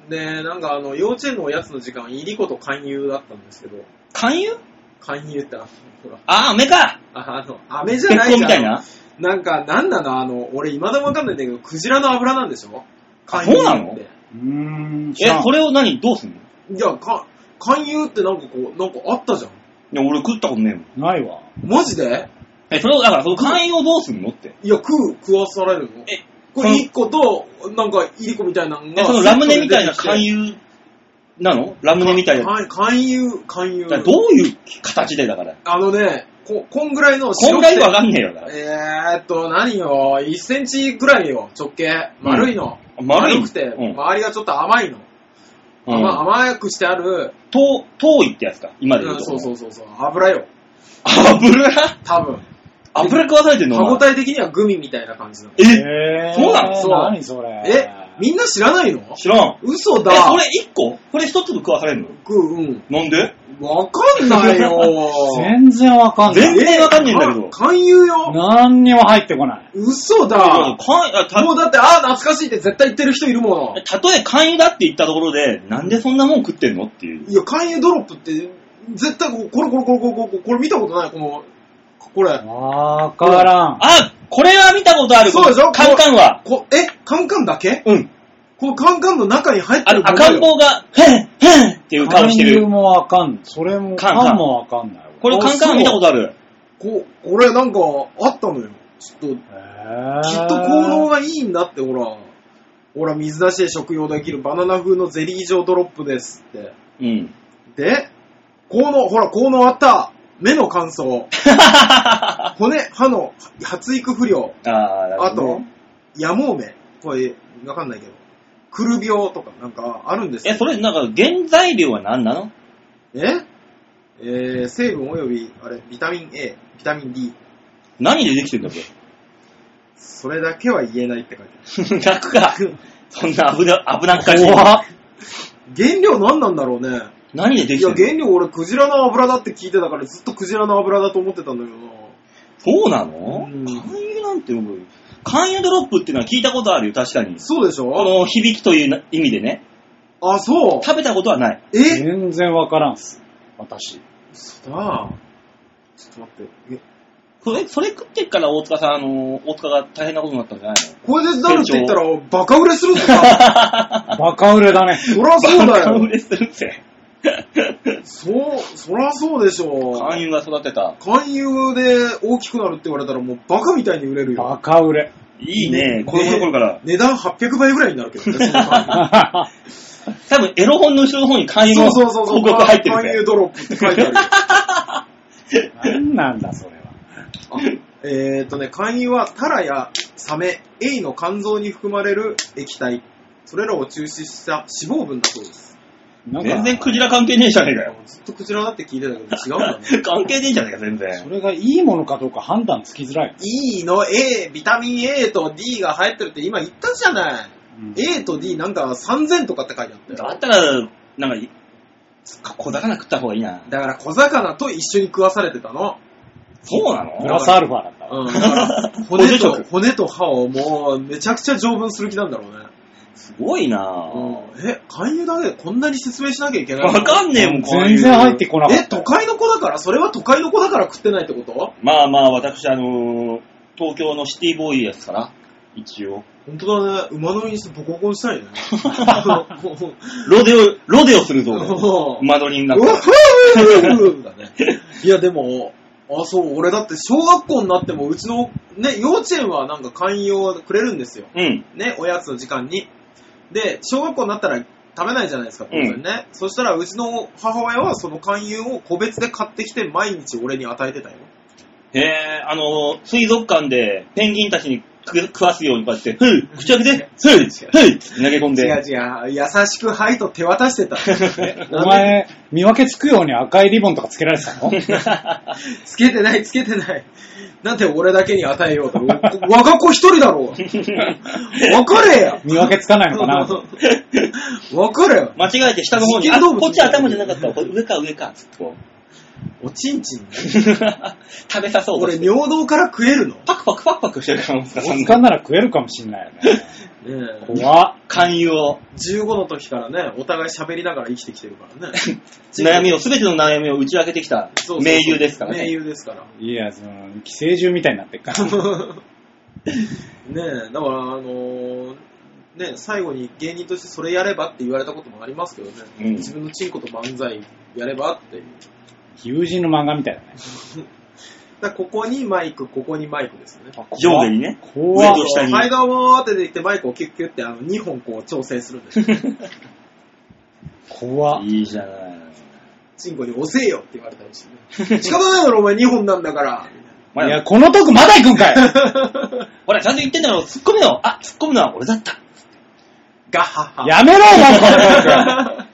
Speaker 3: で、なんかあの、幼稚園のおやつの時間、いりこと勧誘だったんですけど、
Speaker 2: 勧誘
Speaker 3: 勧誘ってあの、ほら、
Speaker 2: あ、飴か
Speaker 3: ああの、飴じゃ
Speaker 2: 結
Speaker 3: ないじゃ
Speaker 2: 婚
Speaker 3: ん。
Speaker 2: みたいな
Speaker 3: なんか、なんなのあの、俺、未だわかんないんだけど、クジラの油なんでしょ
Speaker 2: あそうなの
Speaker 3: 勧誘って
Speaker 1: うーん、知ら
Speaker 2: え、
Speaker 1: ん
Speaker 2: それを何どうすんのい
Speaker 3: いや、か、勧誘ってなんかこう、なんかあったじゃん。
Speaker 2: や、俺食ったことねえもん。
Speaker 1: ないわ。
Speaker 3: マジで
Speaker 2: え、それを、だから、その勧誘をどうすんのって。
Speaker 3: いや、食う、食わされるの
Speaker 2: え
Speaker 3: これ1個と、なんか、いりこみたいなの
Speaker 2: え、
Speaker 3: が。
Speaker 2: そのラムネみたいな勧
Speaker 3: 誘。
Speaker 2: 誘なのラムネみたいな。
Speaker 3: 勧勧誘、勧誘
Speaker 2: だか。らどういう形でだから。
Speaker 3: あのね、こ、こんぐらいの
Speaker 2: こんぐらいわかんねえよ、だから。
Speaker 3: えーっと、何よ、1センチぐらいよ、直径。丸いの。
Speaker 2: 丸い
Speaker 3: くて、
Speaker 2: うん
Speaker 3: 周りがちょっと甘いの。
Speaker 2: うん
Speaker 3: 甘甘くしてある、
Speaker 2: 遠、遠いってやつか、今で言う
Speaker 3: う
Speaker 2: んと。
Speaker 3: そうそうそうそう、油よ。
Speaker 2: 油
Speaker 3: 多分。
Speaker 2: 油食わされてんの
Speaker 3: 歯
Speaker 2: お前
Speaker 3: 応え的にはグミみたいな感じなの。
Speaker 2: え
Speaker 1: え
Speaker 2: そうなの
Speaker 3: そう
Speaker 1: 何それ。
Speaker 3: え、みんな知らないの
Speaker 2: 知らん。
Speaker 3: 嘘
Speaker 2: え、
Speaker 3: だ
Speaker 2: そ。れ1個これ1粒食わされんの
Speaker 3: く、うん。
Speaker 2: なんで
Speaker 3: わかんないよ。
Speaker 1: 全然わかんな
Speaker 2: 全
Speaker 1: い。
Speaker 2: 然わかんねえんだけど。
Speaker 3: か勧誘よ。
Speaker 1: 何にも入ってこない。
Speaker 3: 嘘
Speaker 2: か
Speaker 3: だ。
Speaker 2: あた
Speaker 3: もうだって、ああ、懐かしいって絶対言ってる人いるもの。
Speaker 2: たとえ勧誘だって言ったところで、なんでそんなもん食ってんのっていう。
Speaker 3: いや、勧誘ドロップって、絶対こう、これこれこれこれこれ、これ見たことない、この、これ。
Speaker 1: わからん。
Speaker 2: あ、これは見たことある。
Speaker 3: そうでしょ
Speaker 2: カンカンは。
Speaker 3: こえ、カンカンだけ
Speaker 2: うん。
Speaker 3: このカンカンの中に入って
Speaker 2: あ
Speaker 3: るものよ
Speaker 2: 赤ん坊が、へんへんっていう顔して
Speaker 1: 勧誘
Speaker 2: る。
Speaker 1: もわかんない。それも、
Speaker 2: カンカン
Speaker 1: 缶もわかんない。
Speaker 2: これカンカンは見たことある。
Speaker 3: ここれなんか、あったのよ。ちょっと、
Speaker 1: き
Speaker 3: きっ
Speaker 1: っ
Speaker 3: と効能がいいんだって、ほら。ほら、水出しで食用できるバナナ風のゼリー状ドロップですって。
Speaker 2: うん。
Speaker 3: で、効能、ほら、効能あった目の乾 燥。骨、歯の発育不良。
Speaker 2: あー、なる
Speaker 3: あ
Speaker 2: ほど
Speaker 3: と
Speaker 2: ね、
Speaker 3: ヤモウメ。これ、わかんないけど。クル病とかなんかあるんです
Speaker 2: え、
Speaker 3: よ
Speaker 2: それなんか原材料は何なの
Speaker 3: ええー、成分及び、あれ、ビタミン A、ビタミン D。
Speaker 2: 何でできてんだっけ
Speaker 3: それだけは言えないって書いてあ
Speaker 2: 泣くか。そんな危な、危なっかしい。
Speaker 1: 怖っ
Speaker 3: る。原料何なんだろうね。
Speaker 2: 何でで
Speaker 3: い
Speaker 2: きて
Speaker 3: や、
Speaker 2: んの
Speaker 3: 原料俺、クジラの油だって聞いてたから、ずっとクジラの油だと思ってたんだけどな。
Speaker 2: そうなの
Speaker 3: うん
Speaker 2: 勧誘なんて僕、勧誘ドロップっていうのは聞いたことあるよ、確かに。
Speaker 3: そうでし
Speaker 2: こ
Speaker 3: ょ
Speaker 2: の響きというな意味でね。
Speaker 3: あ、そう。
Speaker 2: 食べたことはない。
Speaker 3: え
Speaker 1: 全然わからんっす。私。
Speaker 3: そうだ。ちょっと待って。え
Speaker 2: それ、それ食ってっから大塚さん、あの、大塚が大変なことになったんじゃない
Speaker 3: これでなるって言ったら、バカ売れするんだよ。
Speaker 1: バカ売れ だね。
Speaker 3: そらそう
Speaker 2: の
Speaker 3: だ
Speaker 2: バカ売
Speaker 3: よ。
Speaker 2: れするって。
Speaker 3: そう、そらそうでしょ
Speaker 2: 勧。誘が育てた。
Speaker 3: 勧誘で大きくなるって言われたら、もうバカみたいに売れるよ
Speaker 1: バ。カ 売れ。
Speaker 2: いいね
Speaker 3: ね、
Speaker 2: 子供の頃から。
Speaker 3: 値段800倍ぐらいになるけどね、 その勧誘
Speaker 2: 多分、エロ本の後ろの方に勧誘
Speaker 3: そ
Speaker 2: の
Speaker 3: うそうそうそう。
Speaker 2: 広告入って
Speaker 3: 勧誘
Speaker 2: る
Speaker 3: ドロップって書いてあるよ。
Speaker 1: 何なんだ、それは。
Speaker 3: えーっとね、勧誘はタラやサメ、エイの肝臓に含まれる液体、それらを抽出した脂肪分だそうです。
Speaker 1: な
Speaker 2: ぜ。
Speaker 1: んか
Speaker 2: 全然クジラ関係ねえじゃねえかよ。
Speaker 3: ずっとクジラだって聞いてたけど違うんだね。
Speaker 2: 関係ねえじゃねえか、全
Speaker 1: そ
Speaker 2: 然。
Speaker 1: れがいいものかどうか判断つきづらい。
Speaker 3: E の A、ビタミン A と D が入ってるって今言ったじゃない。A と D なんか3000とかって書いてあった
Speaker 2: だ
Speaker 3: よ。
Speaker 2: ったら、なんかい、小魚食った方がいいな。
Speaker 3: だから小魚と一緒に食わされてたの。
Speaker 2: そうな
Speaker 1: プ
Speaker 2: の
Speaker 1: ラスアルファだったわ。
Speaker 3: うん。だから骨
Speaker 2: 補助
Speaker 3: と、
Speaker 2: 食
Speaker 3: 骨と歯をもうめちゃくちゃ丈夫にする気なんだろうね。
Speaker 2: すごいなぁ。
Speaker 3: うん。え、勧誘だけでこんなに説明しなきゃいけないの
Speaker 2: わかんねえもん、こうい
Speaker 1: 全
Speaker 2: う
Speaker 1: 然入ってこなか
Speaker 3: え、
Speaker 1: っ
Speaker 3: 都
Speaker 1: たよ。
Speaker 3: 会の子だからそれは都会の子だから食ってないってこと
Speaker 2: まあまあ、私、あのー東京のシティボーイですから、一応。
Speaker 3: 本当だね。馬乗りにしてボコボコにした いね。
Speaker 2: ロデオ、ロデオするぞ、俺
Speaker 3: もう
Speaker 2: 間取りになっ
Speaker 3: うわ
Speaker 2: た。
Speaker 3: ふぅだね。いや、でも、あ、そう、俺だって小学校になっても、うちの、ね、幼稚園はなんか勧誘をくれるんですよ。
Speaker 2: うん。
Speaker 3: ね、おやつの時間に。で、小学校になったら食べないじゃないですか、当然ね。そしたら、うちの母親はその勧誘を個別で買ってきて、毎日俺に与えてたよ。
Speaker 2: へえ、あのー水族館でペンギンたちに食食わすようにこうやって、ふぅ、口開けて、ふぅ、ふぅ、投げ込ん
Speaker 3: 違
Speaker 2: で。
Speaker 3: う違う、優しくはいと手渡 してた。ね
Speaker 1: お前、見分けつくように赤いリボンとかつけられ てたの
Speaker 3: つけてない、つけてない。なんで俺だけに与えようと。我が子一人だ ろう。わかれや。
Speaker 1: 見分けつかないのかな
Speaker 3: わかれや。
Speaker 2: 間違えて下の方に、
Speaker 3: 実験
Speaker 2: あ、
Speaker 3: 動物
Speaker 2: こっち頭じゃなかったわ。これ上か上か、つってこう。
Speaker 3: おちんちんね。
Speaker 2: 食べさそう
Speaker 3: ことれ
Speaker 2: してる。
Speaker 3: 尿道から食えるのね
Speaker 2: パクパクパクパクしてるから、大塚さ
Speaker 1: お
Speaker 2: ん
Speaker 1: っ
Speaker 2: が
Speaker 1: かんなら食えるかもしんないよね。
Speaker 3: え
Speaker 1: 怖っ。
Speaker 2: 勧誘を。
Speaker 3: 15の時からね、お互い喋りながら生きてきてるからね。
Speaker 2: 悩みを、すべての悩みを打ち明けてきた
Speaker 3: そうそうそう
Speaker 2: 名優ですから
Speaker 3: 盟
Speaker 2: ね。
Speaker 3: 友ですから。
Speaker 1: いや、その、寄生獣みたいになってっから。
Speaker 3: ねえ、だから、あのーねえ最後に芸人としてそれやればって言われたこともありますけどね、
Speaker 2: うん
Speaker 3: 自分のチンコと漫才やればっていう。
Speaker 1: 友人の漫画みたいだね。
Speaker 3: だからここにマイク、ここにマイクですよね。
Speaker 2: 上下にね。
Speaker 1: 怖っ
Speaker 2: 上と下に
Speaker 3: はい、どうもーって言ってマイクをキュッキュッってあの2本こう調整するん ですよ。
Speaker 1: 怖っ。
Speaker 2: いいじゃない。
Speaker 3: チンコに押せよって言われたりし て、ね、仕方ないだろお前2本なんだから。
Speaker 2: ほ
Speaker 1: いや、
Speaker 2: ら、
Speaker 1: このトークまだ行くんかい
Speaker 2: ほら、ちゃんと言ってんだろ、突っ込めよ。あ、突っ込むのは俺だった。
Speaker 3: ガッハッハ。
Speaker 1: やめろ、お前、このトーク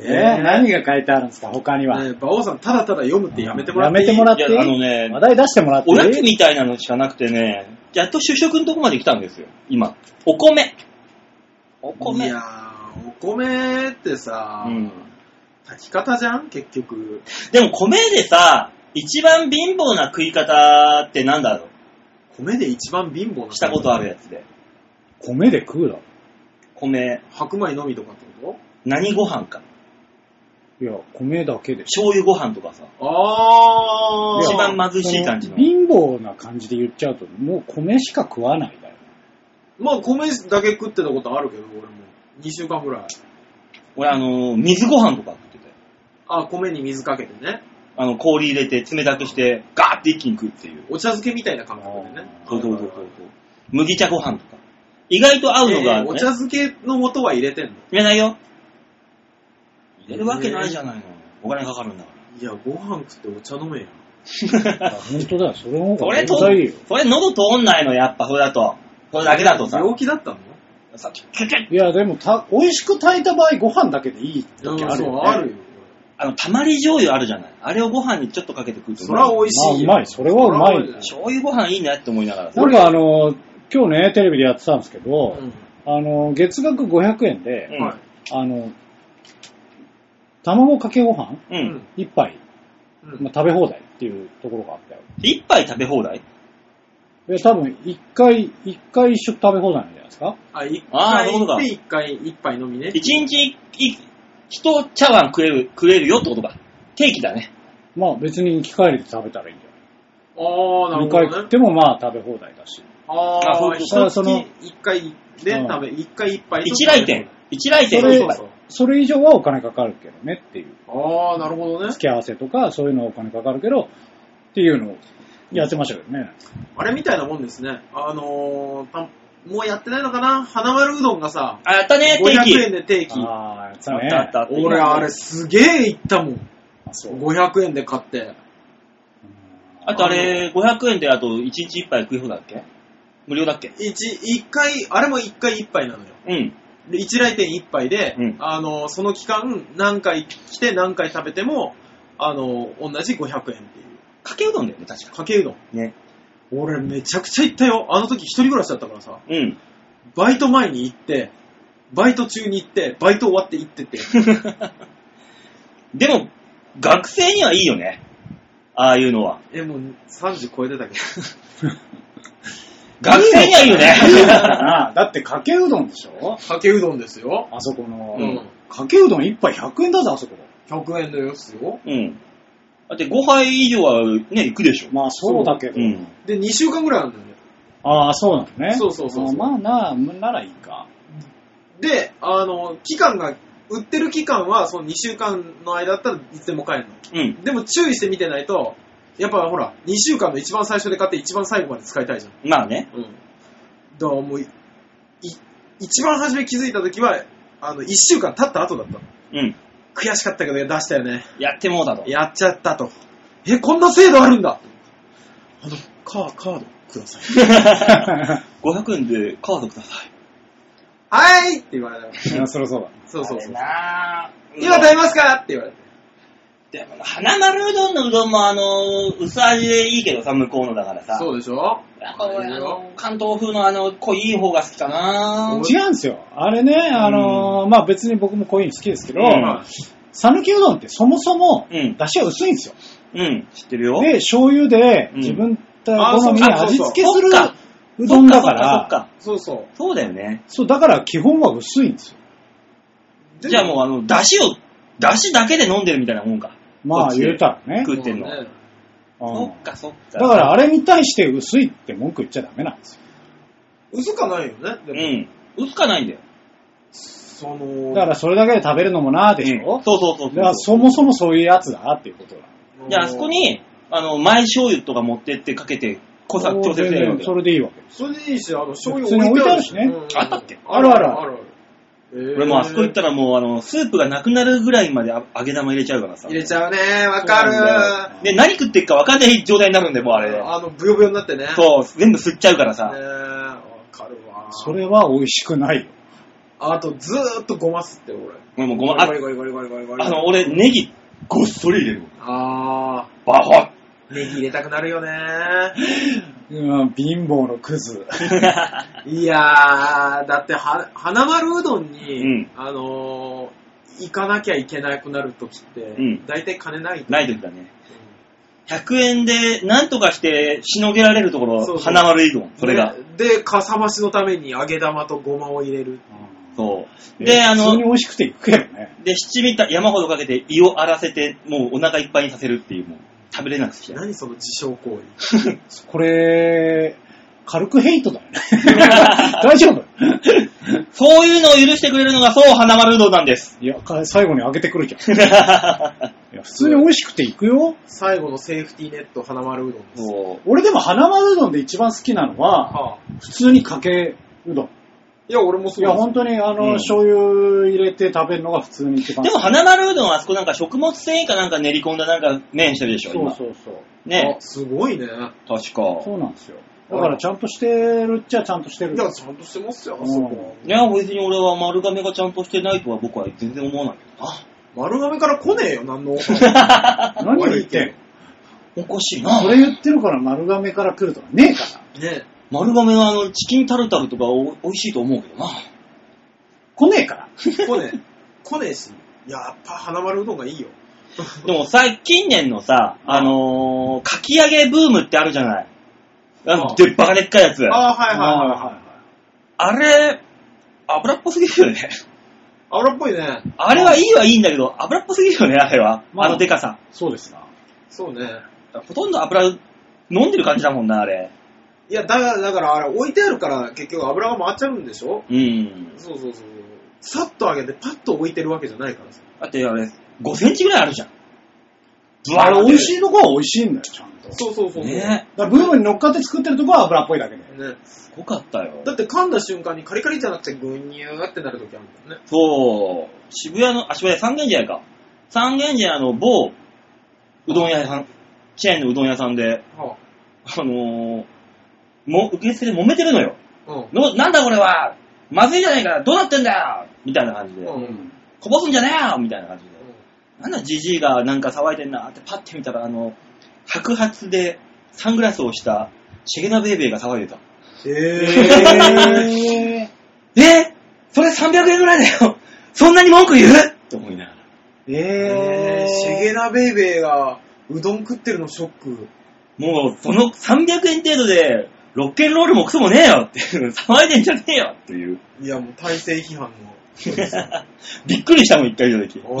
Speaker 1: え
Speaker 3: ね
Speaker 1: ー 何が書いてあるんですか、他には。
Speaker 3: ねえ馬王さんただただ読むってやめてもらっていい
Speaker 1: やめてもらっ
Speaker 2: いや、
Speaker 1: え
Speaker 2: あのね、
Speaker 1: 話題出してもらってい
Speaker 2: おやつ
Speaker 1: い
Speaker 2: みたいなのしかなくてね、やっと主食のとこまで来たんですよ、今。お米。お
Speaker 3: い
Speaker 2: 米。
Speaker 3: やー、お米ってさ、
Speaker 2: うん。
Speaker 3: 炊き方じゃん結局。
Speaker 2: でも米でさ、一番貧乏な食い方ってなんだろ
Speaker 3: 米で一番貧乏な。
Speaker 2: うしたことあるやつで。
Speaker 1: 米で食うだろ。
Speaker 2: 米、
Speaker 3: 白米のみとかってこ
Speaker 2: 何ご飯か。
Speaker 1: いや、米だけでし
Speaker 2: 醤油ご飯とかさ。
Speaker 3: とあー。
Speaker 2: 一番貧しい感じの。
Speaker 1: 貧乏な感じで言っちゃうと、もう米しか食わないだよ。
Speaker 3: まあ、米だけ食ってたことあるけど、俺も。2週間ぐらい。
Speaker 2: 俺、あの、水ご飯とか食ってたよ。
Speaker 3: あ、米に水かけてね。
Speaker 2: あの、氷入れて冷たくして、ガーって一気に食うっていう。
Speaker 3: お茶漬けみたいな感覚でね。
Speaker 2: そうそうそうそうそう。麦茶ご飯とか。意外と合うのが、
Speaker 3: え
Speaker 2: ね
Speaker 3: ーお茶漬けの素は入れてんの
Speaker 2: 入れないよ。入れるわけないじゃないの。お金かかるんだから。
Speaker 3: いや、ご飯食ってお茶飲めよ。
Speaker 1: あ本当だよ、それの方
Speaker 2: そ
Speaker 1: が
Speaker 2: れ
Speaker 1: 絶
Speaker 2: と、
Speaker 1: 対いいよ。
Speaker 2: それ喉通んないの、やっぱ、それだと。それだけだとさ。
Speaker 3: 病気だったの
Speaker 2: さ、キュキュキュッ
Speaker 1: いや、でもた、美味しく炊いた場合、ご飯だけでいい時あるよ、ね。
Speaker 3: そう、あるよ。
Speaker 2: あの、たまり醤油あるじゃない。あれをご飯にちょっとかけて食うとう
Speaker 3: そら
Speaker 2: まい
Speaker 3: 美味しいよ。
Speaker 1: まあうまいそれはうまい
Speaker 3: そら美味し
Speaker 2: 醤油ご飯いいなって思いながらさ。
Speaker 1: なんかあの、今日ね、テレビでやってたんですけど、
Speaker 3: うん
Speaker 1: あの、月額500円で、
Speaker 2: う
Speaker 3: は
Speaker 2: ん。
Speaker 1: あの、卵かけご飯
Speaker 2: う
Speaker 3: い。
Speaker 2: ん。
Speaker 1: 一杯、
Speaker 3: うん
Speaker 1: まあ、食べ放題っていうところがあったよ。
Speaker 2: 一杯食べ放題
Speaker 1: で、多分、一回、一回一食食べ放題なんじゃないですか
Speaker 3: あ、一
Speaker 2: あーなる
Speaker 3: 回
Speaker 2: ほど
Speaker 3: 行っ
Speaker 2: か
Speaker 3: て一回一杯飲みね。
Speaker 2: 一日一、一茶碗食える、食えるよってことか。ケーキだね。
Speaker 1: まあ別に行き帰りで食べたらいいんじゃない
Speaker 3: ああ、なる
Speaker 1: 二回
Speaker 3: ほど
Speaker 1: 食っ
Speaker 3: ね。
Speaker 1: てもまあ食べ放題だし。
Speaker 2: あそ
Speaker 3: あ
Speaker 2: う
Speaker 3: あ、
Speaker 2: そう
Speaker 3: 一
Speaker 1: だからその
Speaker 3: 月一回で
Speaker 1: うん
Speaker 3: 食べ、一回一杯。
Speaker 2: 一来店。。一来
Speaker 1: そ
Speaker 2: 店
Speaker 1: れ
Speaker 2: 一
Speaker 3: そう
Speaker 2: 杯
Speaker 3: そう。
Speaker 1: それ以上はお金かかるけどねっていう。
Speaker 3: ああ、なるほどね。
Speaker 1: 付き合わせとかそういうのはお金かかるけど、っていうのをやってましたけどね。
Speaker 3: あれみたいなもんですね。あのー、たもうやってないのかな花丸うどんがさ、
Speaker 2: あ、やったね、定
Speaker 3: 500
Speaker 2: 期。
Speaker 3: 円で定期。
Speaker 1: ああ、やった
Speaker 2: あっ
Speaker 1: ね。
Speaker 2: たあったあった。
Speaker 3: 俺、あれすげえ行ったもん。
Speaker 1: あそう。
Speaker 3: 500円で買って。
Speaker 2: あとあれ、500円であと1日1杯食い放題だっけ無料だっけ
Speaker 3: 一、一回、あれも一回一杯なのよ。
Speaker 2: うん。
Speaker 3: で、一来店一杯で、
Speaker 2: うん
Speaker 3: あの、その期間、何回来て何回食べても、あの、同じ500円っていう。
Speaker 2: かけうどんだよね、確か。
Speaker 3: かけうどん。
Speaker 2: ね。
Speaker 3: 俺めちゃくちゃ行ったよ。あの時一人暮らしだったからさ、
Speaker 2: うん。
Speaker 3: バイト前に行って、バイト中に行って、バイト終わって行ってって。
Speaker 2: でも、学生にはいいよね。ああいうのは。
Speaker 3: え、もう30超えてたけど。
Speaker 2: 学生にはいいよね。
Speaker 1: ああだってかけうどんでしょ
Speaker 3: かけうどんですよ。
Speaker 1: あそこの、
Speaker 3: うん
Speaker 1: かけうどん1杯100円だぞ、あそこ。
Speaker 3: 100円のやつよ。
Speaker 2: うん。だって5杯以上はね、行くでしょ。
Speaker 1: まあそうだけど。
Speaker 2: うん。
Speaker 3: で、2週間ぐらいあるんだよね。
Speaker 1: ああ、そうなのね。
Speaker 3: そうそうそうそう
Speaker 1: あーまあなあ、ならいい か。
Speaker 3: で、あの、期間が、売ってる期間は、その2週間の間だったらいつでも買えるの。
Speaker 2: うん。
Speaker 3: でも注意して見てないと、やっぱほら、2週間の一番最初で買って一番最後まで使いたいじゃん。
Speaker 2: まあね。
Speaker 3: うん。だからもう、い、い一番初め気づいた時は、あの、1週間経った後だったの。
Speaker 2: うん。
Speaker 3: 悔しかったけど出したよね。
Speaker 2: やってもうだろ。
Speaker 3: やっちゃったと。え、こんな制度あるんだあの、カー、カードください。
Speaker 2: 500円でカードください。
Speaker 3: はーいって言われたから。
Speaker 1: いやそりゃそうだ。
Speaker 3: そうそう
Speaker 2: あれ
Speaker 3: そう。
Speaker 2: なあ
Speaker 3: 今食べますかって言われて。
Speaker 2: でも、花丸うどんのうどんもあの、薄味でいいけどさ、向こうのだからさ。
Speaker 3: そうでしょ
Speaker 2: やっぱ俺、あの、関東風のあの、濃い方が好きかな
Speaker 3: うん
Speaker 1: 違うんですよ。あれね、あのーまあ別に僕もこういうの好きですけど、
Speaker 2: うん
Speaker 1: 讃岐うどんってそもそも、
Speaker 2: うん
Speaker 1: 出汁が薄いんですよ。
Speaker 2: うん、知ってるよ。
Speaker 1: で、醤油で
Speaker 2: うん
Speaker 1: 自分た好みに
Speaker 3: あそう
Speaker 1: 味付けする
Speaker 2: そっか
Speaker 1: うどんだから、
Speaker 2: そっか、
Speaker 3: そうそう。
Speaker 2: そっかそうだよね。
Speaker 1: そう、だから基本は薄いんですよ。
Speaker 3: で
Speaker 2: じゃあもう、あの、だしを、だしだけで飲んでるみたいなもんか。
Speaker 1: まあ言うたらね。
Speaker 2: 食ってんの。
Speaker 3: そうね
Speaker 1: うん
Speaker 2: そっか、そっか。
Speaker 1: だからあれに対して薄いって文句言っちゃダメなんですよ。
Speaker 3: 嘘かないよね。で
Speaker 2: う
Speaker 3: も、
Speaker 2: ん。薄かないんだよ。
Speaker 3: その、
Speaker 1: だからそれだけで食べるのもなーでし
Speaker 2: う
Speaker 1: ょ
Speaker 2: ん、そうそうそう
Speaker 1: だから
Speaker 2: そ。
Speaker 1: そうもそもそういうやつだっていうことだ。
Speaker 2: じゃあ、あそこ、に、あの、前醤油とか持ってってかけて、濃さ調節すればいいわけ
Speaker 1: そ
Speaker 2: よ。
Speaker 1: れでいいわけです。
Speaker 3: それでいいし、あの、醤油
Speaker 1: 普通に置いてあるしね
Speaker 3: うん
Speaker 2: あったっけ
Speaker 1: あるある
Speaker 3: あるある。
Speaker 2: 俺もうあそこ行った
Speaker 3: ら。
Speaker 2: らもう、あの、スープがなくなるぐらいまであ揚げ玉入れちゃうからさ。
Speaker 3: 入れちゃうね、わか
Speaker 2: そうなん
Speaker 3: る。
Speaker 2: で、何食ってっか分かんない状態になるんで、もうあれ。
Speaker 3: あの、ブヨブヨになってね。う。
Speaker 2: そう、全部吸っちゃうからさ。
Speaker 3: ねわかるわ。
Speaker 1: そ。れは美味しくないよ。
Speaker 3: あと、ずーっとごますって、俺。
Speaker 2: 俺もうごま、あ
Speaker 3: ゴ、リゴリゴリゴリゴリゴリ。
Speaker 2: あの、俺、ネギ、ごっそり入れるもん。
Speaker 3: あ
Speaker 2: バホ ッ
Speaker 3: ー、ネギ入れたくな るよね。
Speaker 1: うん、貧乏のクズ。
Speaker 3: いやー、だっては、花丸うどんに、
Speaker 2: うん
Speaker 3: あのー、行かなきゃいけなくなるときって、
Speaker 2: ん
Speaker 3: 大体金ないと。
Speaker 2: ない時だね。100円で、なんとかして、しのげられるとこ
Speaker 3: そうそう
Speaker 2: ろ、花丸いどん、それが。
Speaker 3: で。で、かさ増しのために揚げ玉とごまを入れる。
Speaker 2: そう。
Speaker 1: え
Speaker 2: で、あ
Speaker 1: 普通に
Speaker 2: の、
Speaker 1: 美味しくていくけどね。
Speaker 2: で、七味た山ほどかけて胃を荒らせて、もうお腹いっぱいにさせるっていう、もう、食べれなくてきちゃう。
Speaker 3: 何その自傷行為。
Speaker 1: これ、軽くヘイトだよ ね。大丈夫
Speaker 2: そういうのを許してくれるのが、そう、花丸うどんなんです。
Speaker 1: いや、か最後に上げてくるじゃ ん。
Speaker 2: そ
Speaker 1: いや普通に美味しくていくよ。
Speaker 3: 最後のセーフティーネット花丸うどんです。
Speaker 2: う。
Speaker 1: 俺でも花丸うどんで一番好きなのは、
Speaker 3: はあ、
Speaker 1: 普通にかけうどん。
Speaker 3: いや、俺もそ
Speaker 1: いうや、
Speaker 3: です
Speaker 1: 本当にあの、
Speaker 2: うん
Speaker 1: 醤油入れて食べるのが普通に一番
Speaker 2: でも、
Speaker 1: 好き
Speaker 2: 花丸うどんはあそこなんか食物繊維かなんか練り込んだなんか麺してるでしょ、今。
Speaker 1: そうそうそう。
Speaker 2: ね
Speaker 3: あ、すごいね。い
Speaker 2: 確か。
Speaker 1: そうなんですよ。だからちゃんとしてるっちゃちゃんとしてる。
Speaker 3: や、ちゃんとしてますよ、
Speaker 1: うん
Speaker 3: あそこ。
Speaker 2: ね別に俺は丸亀がちゃんとしてないとは僕は全然思わないけどな。
Speaker 3: 丸亀から来ねえよ、何のオファー
Speaker 1: 何を言ってんの
Speaker 2: おかしいな。
Speaker 1: それ言ってるから丸亀から来るとかねえから。
Speaker 3: ね
Speaker 2: 丸亀はあの、チキンタルタルとかお美味しいと思うけどな。
Speaker 1: 来ねえから。
Speaker 3: 来ねえ。来ねえし。いややっぱ花丸うどんがいいよ。
Speaker 2: でもさ、近年のさ、あのー、かき揚げブームってあるじゃない。あ
Speaker 3: あ
Speaker 2: の、でっばかでっかいやつ。あ
Speaker 3: あー、はいはいはい。
Speaker 1: いはい。
Speaker 2: れ、油っぽすぎるよね。
Speaker 3: 油っぽいね。
Speaker 2: あれはいいはいいんだけど、油っぽすぎるよね、あれは。
Speaker 1: まあ
Speaker 2: あのでかさ。
Speaker 1: そうですな。
Speaker 3: そうね。
Speaker 2: ほとんど油、飲んでる感じだもんな、あれ。
Speaker 3: いや、だから、だからあれ置いてあるから結局油が回っちゃうんでしょ
Speaker 2: うん。
Speaker 3: そうそうそうそう。さっと揚げてパッと置いてるわけじゃないからさ。
Speaker 2: だってあれ、5センチぐらいあるじゃん。
Speaker 1: あれ美味しいとこは美味しいんだよ、ちゃんと。だか
Speaker 3: そうそうそうそう。
Speaker 2: ね
Speaker 1: らブームに乗っかって作ってるとこは油っぽいだけで。
Speaker 3: ね
Speaker 2: すごかったよ
Speaker 3: だ。って噛んだ瞬間にカリカリじゃなくてグニューってなるときあるんだよね。
Speaker 2: そう、渋谷の、あ、渋谷三軒茶屋か。三軒茶屋の某うどん屋さん、チェーンのうどん屋さんで、
Speaker 3: は
Speaker 2: あのー、も、受付で揉めてるのよ。
Speaker 3: あ、うん。
Speaker 2: の、なんだこれはまずいじゃないかどうなってんだよみたいな感じで。
Speaker 3: うん
Speaker 2: こぼすんじゃねえよみたいな感じで。なんだじじいがなんか騒いでんなってパッて見たら、あの、白髪でサングラスをしたシェゲナベーベーが騒いでた。
Speaker 3: えー。
Speaker 2: えそれ300円ぐらいだよそんなに文句言うって思いながら。
Speaker 1: えー、え
Speaker 3: えー、
Speaker 1: ー、
Speaker 3: シェゲラベイベーがうどん食ってるのショック。
Speaker 2: もう、その300円程度で、ロッケンロールもクソもねえよっていう、騒いでんじゃねえよっていう。
Speaker 3: いや、もう体制批判の。
Speaker 2: びっくりしたもん、一回見た時。わあ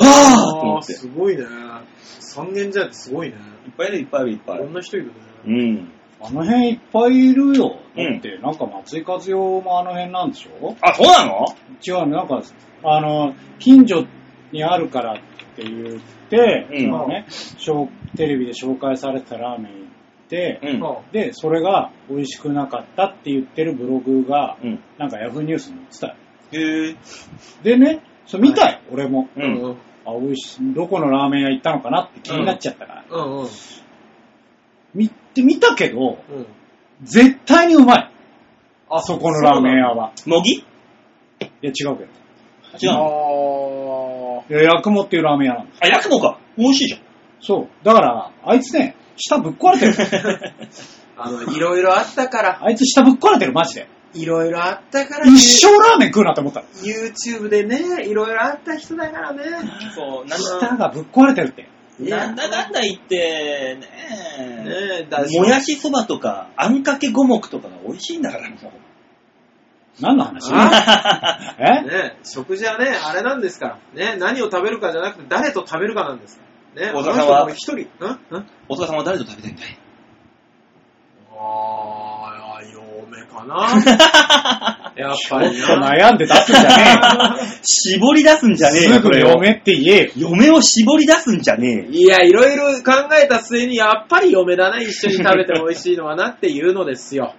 Speaker 2: と思
Speaker 3: あー
Speaker 2: って。い
Speaker 3: すごいね。三軒茶屋ってすごいね。
Speaker 2: っぱいいる、いっぱいいる、いっぱいい
Speaker 3: こ
Speaker 2: る
Speaker 3: ん。な人いるね。
Speaker 2: うん。
Speaker 1: あの辺いっぱいいるよ。
Speaker 2: う
Speaker 1: だ
Speaker 2: ん
Speaker 1: って、なんか松井和夫もあの辺なんでしょ
Speaker 2: あ、そうなの
Speaker 1: 違うの、なんか、あの、近所にあるからって言って、
Speaker 2: うん
Speaker 1: そのね、しょうテレビで紹介されてたラーメン行って、
Speaker 2: うん。
Speaker 3: はあ
Speaker 1: で、それが美味しくなかったって言ってるブログが、
Speaker 2: うん。
Speaker 1: なんかヤフーニュースに載ってたよ。
Speaker 2: へえ。
Speaker 1: でね、そう見たよ、俺も。
Speaker 2: う。
Speaker 3: うんん。
Speaker 1: あ、美味しい、どこのラーメン屋行ったのかなって気になっちゃったから。
Speaker 3: うんうん。
Speaker 1: 見て、見たけど、
Speaker 3: うん。
Speaker 1: 絶対にうまい。あそこのラーメン屋は。
Speaker 2: もぎ
Speaker 1: いや、違うけど。
Speaker 2: 違うの
Speaker 3: あ
Speaker 1: いや、ヤクモっていうラーメン屋なんだ。
Speaker 2: あ、ヤクモか。美味しいじゃん。
Speaker 1: そう。だから、あいつね、舌ぶっ壊れてる。
Speaker 3: あ。あの、いろいろあったから。
Speaker 1: あいつ下ぶっ壊れてる、マジで。
Speaker 3: いろいろあったから、
Speaker 1: 一生ラーメン食うなって思った。
Speaker 3: YouTube でね、いろいろあった人だからね。
Speaker 2: そう、なんだ、
Speaker 1: 舌がぶっ壊れてるって。
Speaker 2: なんだかんだ言って、ねえ、
Speaker 3: ねえ、だ
Speaker 2: もやしそばとか、あんかけ五目とかが美味しいんだから、もう。
Speaker 1: 何の話
Speaker 3: あ
Speaker 1: え
Speaker 3: ねえ、食事はね、あれなんですから。ね、何を食べるかじゃなくて、誰と食べるかなんですから。ね、
Speaker 2: 小田さんは
Speaker 3: あの人も一人。んん
Speaker 2: お父さんは誰と食べてんだい
Speaker 3: あー、嫁かな。 やっぱ
Speaker 1: もっ
Speaker 3: り
Speaker 1: と
Speaker 3: な。
Speaker 1: 悩んで出すんじゃね
Speaker 2: 絞り出すんじゃね
Speaker 1: え
Speaker 2: え
Speaker 1: よ。
Speaker 2: よ、
Speaker 1: すぐ
Speaker 2: これを
Speaker 1: 嫁って言えよ。
Speaker 2: 嫁を絞り出すんじゃねえよ。
Speaker 3: いや、いろいろ考えた末に、やっぱり嫁だね、一緒に食べて美味しいのはなっていうのですよ。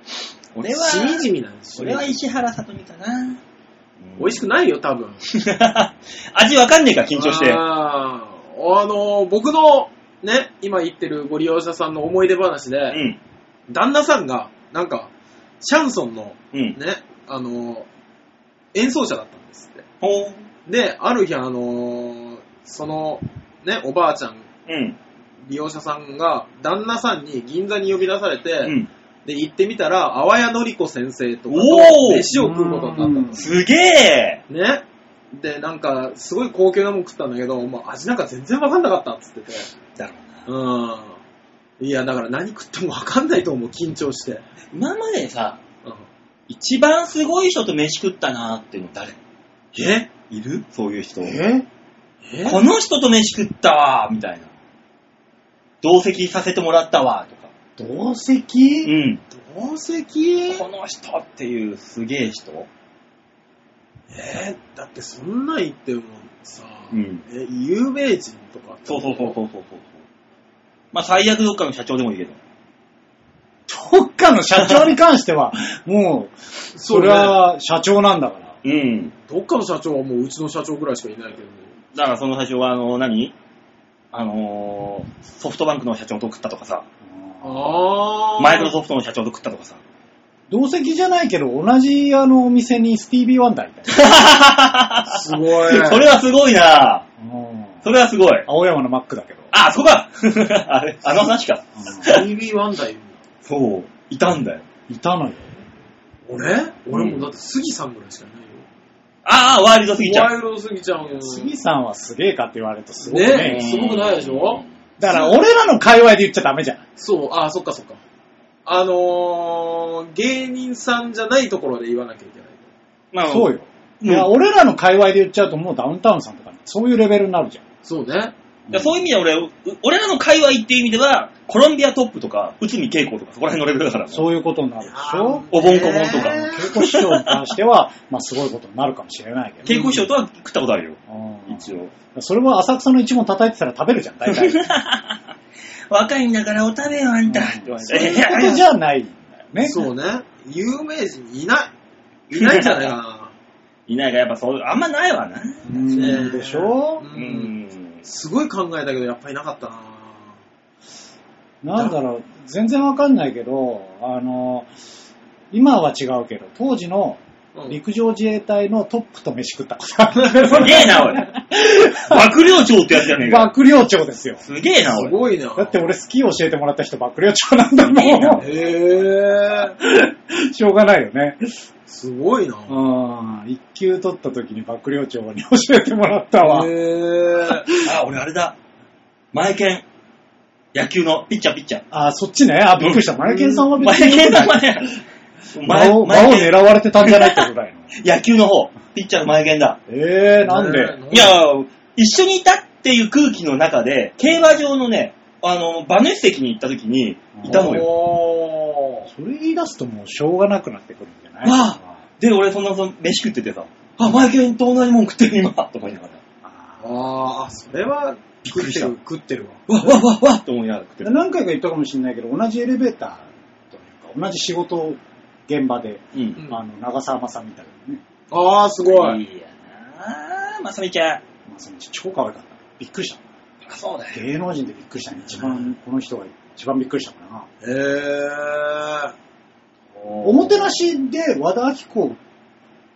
Speaker 2: 俺は、
Speaker 3: しみじみなんですよ。
Speaker 2: 俺は石原さとみかな。
Speaker 3: 美味しくないよ、多分。
Speaker 2: 味わかんねえか、緊張して。
Speaker 3: あーあの、僕の、ね、今言ってるご利用者さんの思い出話で、
Speaker 2: うん。
Speaker 3: 旦那さんが、なんか、シャンソンの、
Speaker 2: うん。
Speaker 3: ね、あの、演奏者だったんですって。
Speaker 2: ほう。
Speaker 3: で、ある日、あの、その、ね、おばあちゃん、
Speaker 2: うん。
Speaker 3: 利用者さんが、旦那さんに銀座に呼び出されて、
Speaker 2: うん。
Speaker 3: で、行ってみたら、阿波屋のり子先生とか
Speaker 2: お
Speaker 3: と
Speaker 2: ー
Speaker 3: 飯を食うことになったんです
Speaker 2: すげえ
Speaker 3: ね。で、なんか、すごい高級なもん食ったんだけど、もう味なんか全然わかんなかったっつってて。
Speaker 2: だろ
Speaker 3: うん。いや、だから何食ってもわかんないと思う、緊張して。
Speaker 2: 今までさ、
Speaker 3: うん、
Speaker 2: 一番すごい人と飯食ったなーっていうの誰
Speaker 3: え
Speaker 2: いるそういう人。
Speaker 1: え
Speaker 3: え
Speaker 2: この人と飯食ったわーみたいな。同席させてもらったわーとか。
Speaker 1: 同席
Speaker 2: うん。
Speaker 3: 同席
Speaker 2: この人っていうすげえ人
Speaker 3: えーだってそんなん言ってもさ、
Speaker 2: うん
Speaker 3: え、有名人とか。
Speaker 2: そうそうそうそうそうそう。まあ最悪どっかの社長でもいいけど。
Speaker 1: どっかの社長に関し ては、もう、
Speaker 3: そ
Speaker 1: そ
Speaker 3: れ
Speaker 1: れ
Speaker 3: は、
Speaker 1: は社長なんだから。
Speaker 2: うん。
Speaker 3: どっかの社長はもううちの社長ぐらいしかいないけどね。
Speaker 2: だからその社長は、あの、何あのー、ソフトバンクの社長と食ったとかさ、
Speaker 3: あー。
Speaker 2: マイクロソフトの社長と食ったとかさ。
Speaker 1: 同席じゃないけど、同じあのお店にスティービー・ワンダーいたよ。
Speaker 3: すごい。
Speaker 2: それはすごいな
Speaker 1: うん
Speaker 2: それはすごい。
Speaker 1: 青山のマックだけど。
Speaker 2: あ、そこか あれ、あの話か。
Speaker 3: TV1 だよ。
Speaker 2: そう。いたんだよ。
Speaker 1: うんいたのよ。
Speaker 3: 俺俺もだって杉さんぐらいしかいないよ。
Speaker 2: ああ、ワイルドすぎちゃ
Speaker 3: ワ
Speaker 2: う。
Speaker 3: イルド杉ちゃん。
Speaker 1: 杉さんはすげえかって言われるとすごい
Speaker 3: ね
Speaker 1: ね。
Speaker 3: すごくないでしょ
Speaker 1: だから俺らの界隈で言っちゃダメじゃん。
Speaker 3: そう、あー、そっかそっか。あのー、芸人さんじゃないところで言わなきゃいけない。
Speaker 2: まあ、
Speaker 1: そうよ。
Speaker 2: うん
Speaker 1: いや、俺らの界隈で言っちゃうともうダウンタウンさんとか、そういうレベルになるじゃん。
Speaker 3: そうね。
Speaker 2: いやそういう意味では俺、う俺らの界隈っていう意味では、コロンビアトップとか、内海恵子とか、そこら辺のレベルだからね。
Speaker 1: そういうことになるでしょ
Speaker 2: おぼんこぼんとか
Speaker 3: ね
Speaker 1: 稽古師匠に関しては、まあすごいことになるかもしれないけど。
Speaker 2: 稽古師匠とは食ったことあるよ。
Speaker 1: うん
Speaker 2: 一応。
Speaker 1: それは浅草の一問叩いてたら食べるじゃん、大体。 そう
Speaker 2: 若いんだからお食べよ、あんた。って言われて
Speaker 1: いうことじゃないんだよね。
Speaker 3: そうね。有名人いない。いないんじゃないかな。
Speaker 2: いないがやっぱそう、あんまないわな。
Speaker 1: うん
Speaker 3: ね
Speaker 1: でしょ
Speaker 3: う。
Speaker 2: うんん。
Speaker 3: すごい考えたけど、やっぱりなかったな
Speaker 1: なんだろう、全然わかんないけど、あの、今は違うけど、当時の
Speaker 3: うん
Speaker 1: 陸上自衛隊のトップと飯食ったことある。
Speaker 2: すげえな、おい。幕僚長ってやつじゃねえか。
Speaker 1: 幕僚長ですよ。
Speaker 2: すげえな、お
Speaker 3: す
Speaker 2: い。
Speaker 3: ごいな
Speaker 1: だって俺スキー教えてもらった人幕僚長なんだ
Speaker 2: いい
Speaker 1: も。
Speaker 2: なん
Speaker 3: へぇー。
Speaker 1: しょうがないよね。
Speaker 3: すごいな
Speaker 1: うん。一級取った時に幕僚長に教えてもらったわ。
Speaker 3: へぇ
Speaker 2: あ、俺あれだ。前剣。野球のピッチャーピッチャー。
Speaker 1: あ、そっちね。あ、びっくりした。マエケンさんは
Speaker 2: 前
Speaker 1: に
Speaker 2: 剣だ、
Speaker 1: 良くない
Speaker 2: 前剣。
Speaker 1: 場を場を
Speaker 2: 剣
Speaker 1: 狙われてたんじゃないってぐら いの。
Speaker 2: 野球の方。ピッチャーの前剣だ。
Speaker 1: えー、なんで、
Speaker 3: ね
Speaker 2: いや、一緒にいたっていう空気の中で、競馬場のね、あの、馬主席に行った時に、いたのよ。
Speaker 3: よ。
Speaker 1: それ言い出すともうしょうがなくなってくるんじゃない
Speaker 2: あで、俺そんなその飯食っててさ、あ、マイケルと同じもん食ってる今と思いながら、
Speaker 1: あ
Speaker 3: あー、それは、
Speaker 2: びっく
Speaker 3: 食っ
Speaker 2: りし
Speaker 3: て
Speaker 2: た。、
Speaker 3: る食ってるわ。
Speaker 2: わわわわと思いながら食って
Speaker 1: ー
Speaker 2: る。
Speaker 1: 何回か言ったかもしれないけど、同じエレベーターというか、同じ仕事現場で、
Speaker 2: うん。
Speaker 1: あの、長澤まさみみたいなね。
Speaker 3: あー、すごい。
Speaker 2: いやなぁ、まさみちゃん。
Speaker 1: まさみ超可愛かった。びっくりした。
Speaker 2: あ、そうだ。
Speaker 1: 芸能人でびっくりしたね。一
Speaker 2: うん
Speaker 1: 番、この人が一番びっくりしたかな。
Speaker 3: へぇ
Speaker 1: おもてなしで和田アキ子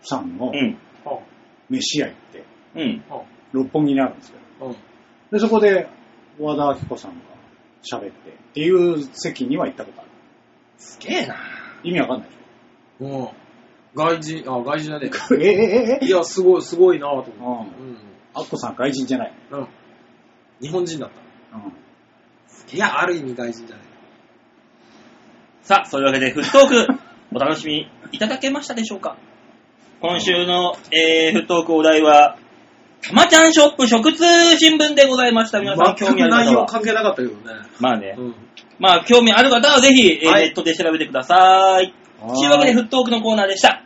Speaker 1: さんの
Speaker 2: うん。
Speaker 3: ー。
Speaker 1: 飯屋行って、
Speaker 2: うん。
Speaker 1: 六本木にあるんですけど、
Speaker 3: うん。
Speaker 1: で、そこで和田アキ子さんが喋ってっていう席には行ったことある。
Speaker 2: すげえな
Speaker 1: 意味わかんないでしょ。
Speaker 3: うん。外人、あ、外人だね。
Speaker 1: えええええ
Speaker 3: いや、すごい、すごいなぁと
Speaker 1: う
Speaker 3: 思って。
Speaker 1: ん。
Speaker 3: うん。
Speaker 1: アッコさん外人じゃない。
Speaker 3: うん。日本人だった。
Speaker 1: うん。
Speaker 3: いや、ある意味外人じゃない。
Speaker 2: さあ、そういうわけで、フット ーク、お楽しみいただけましたでしょうか今週の、えー、フットークお題は、たまちゃんショップ食通新聞でございました。皆さん、興
Speaker 3: 全
Speaker 2: 味
Speaker 3: く
Speaker 2: ある
Speaker 3: 内
Speaker 2: 方
Speaker 3: 容
Speaker 2: は。
Speaker 3: 関係なかったけどね。
Speaker 2: まあね
Speaker 3: う。ん。
Speaker 2: まあ、興味ある方はぜひ、えー
Speaker 3: はい
Speaker 2: ネットで調べてください。
Speaker 1: はい
Speaker 2: というわけで、フットークのコーナーでした。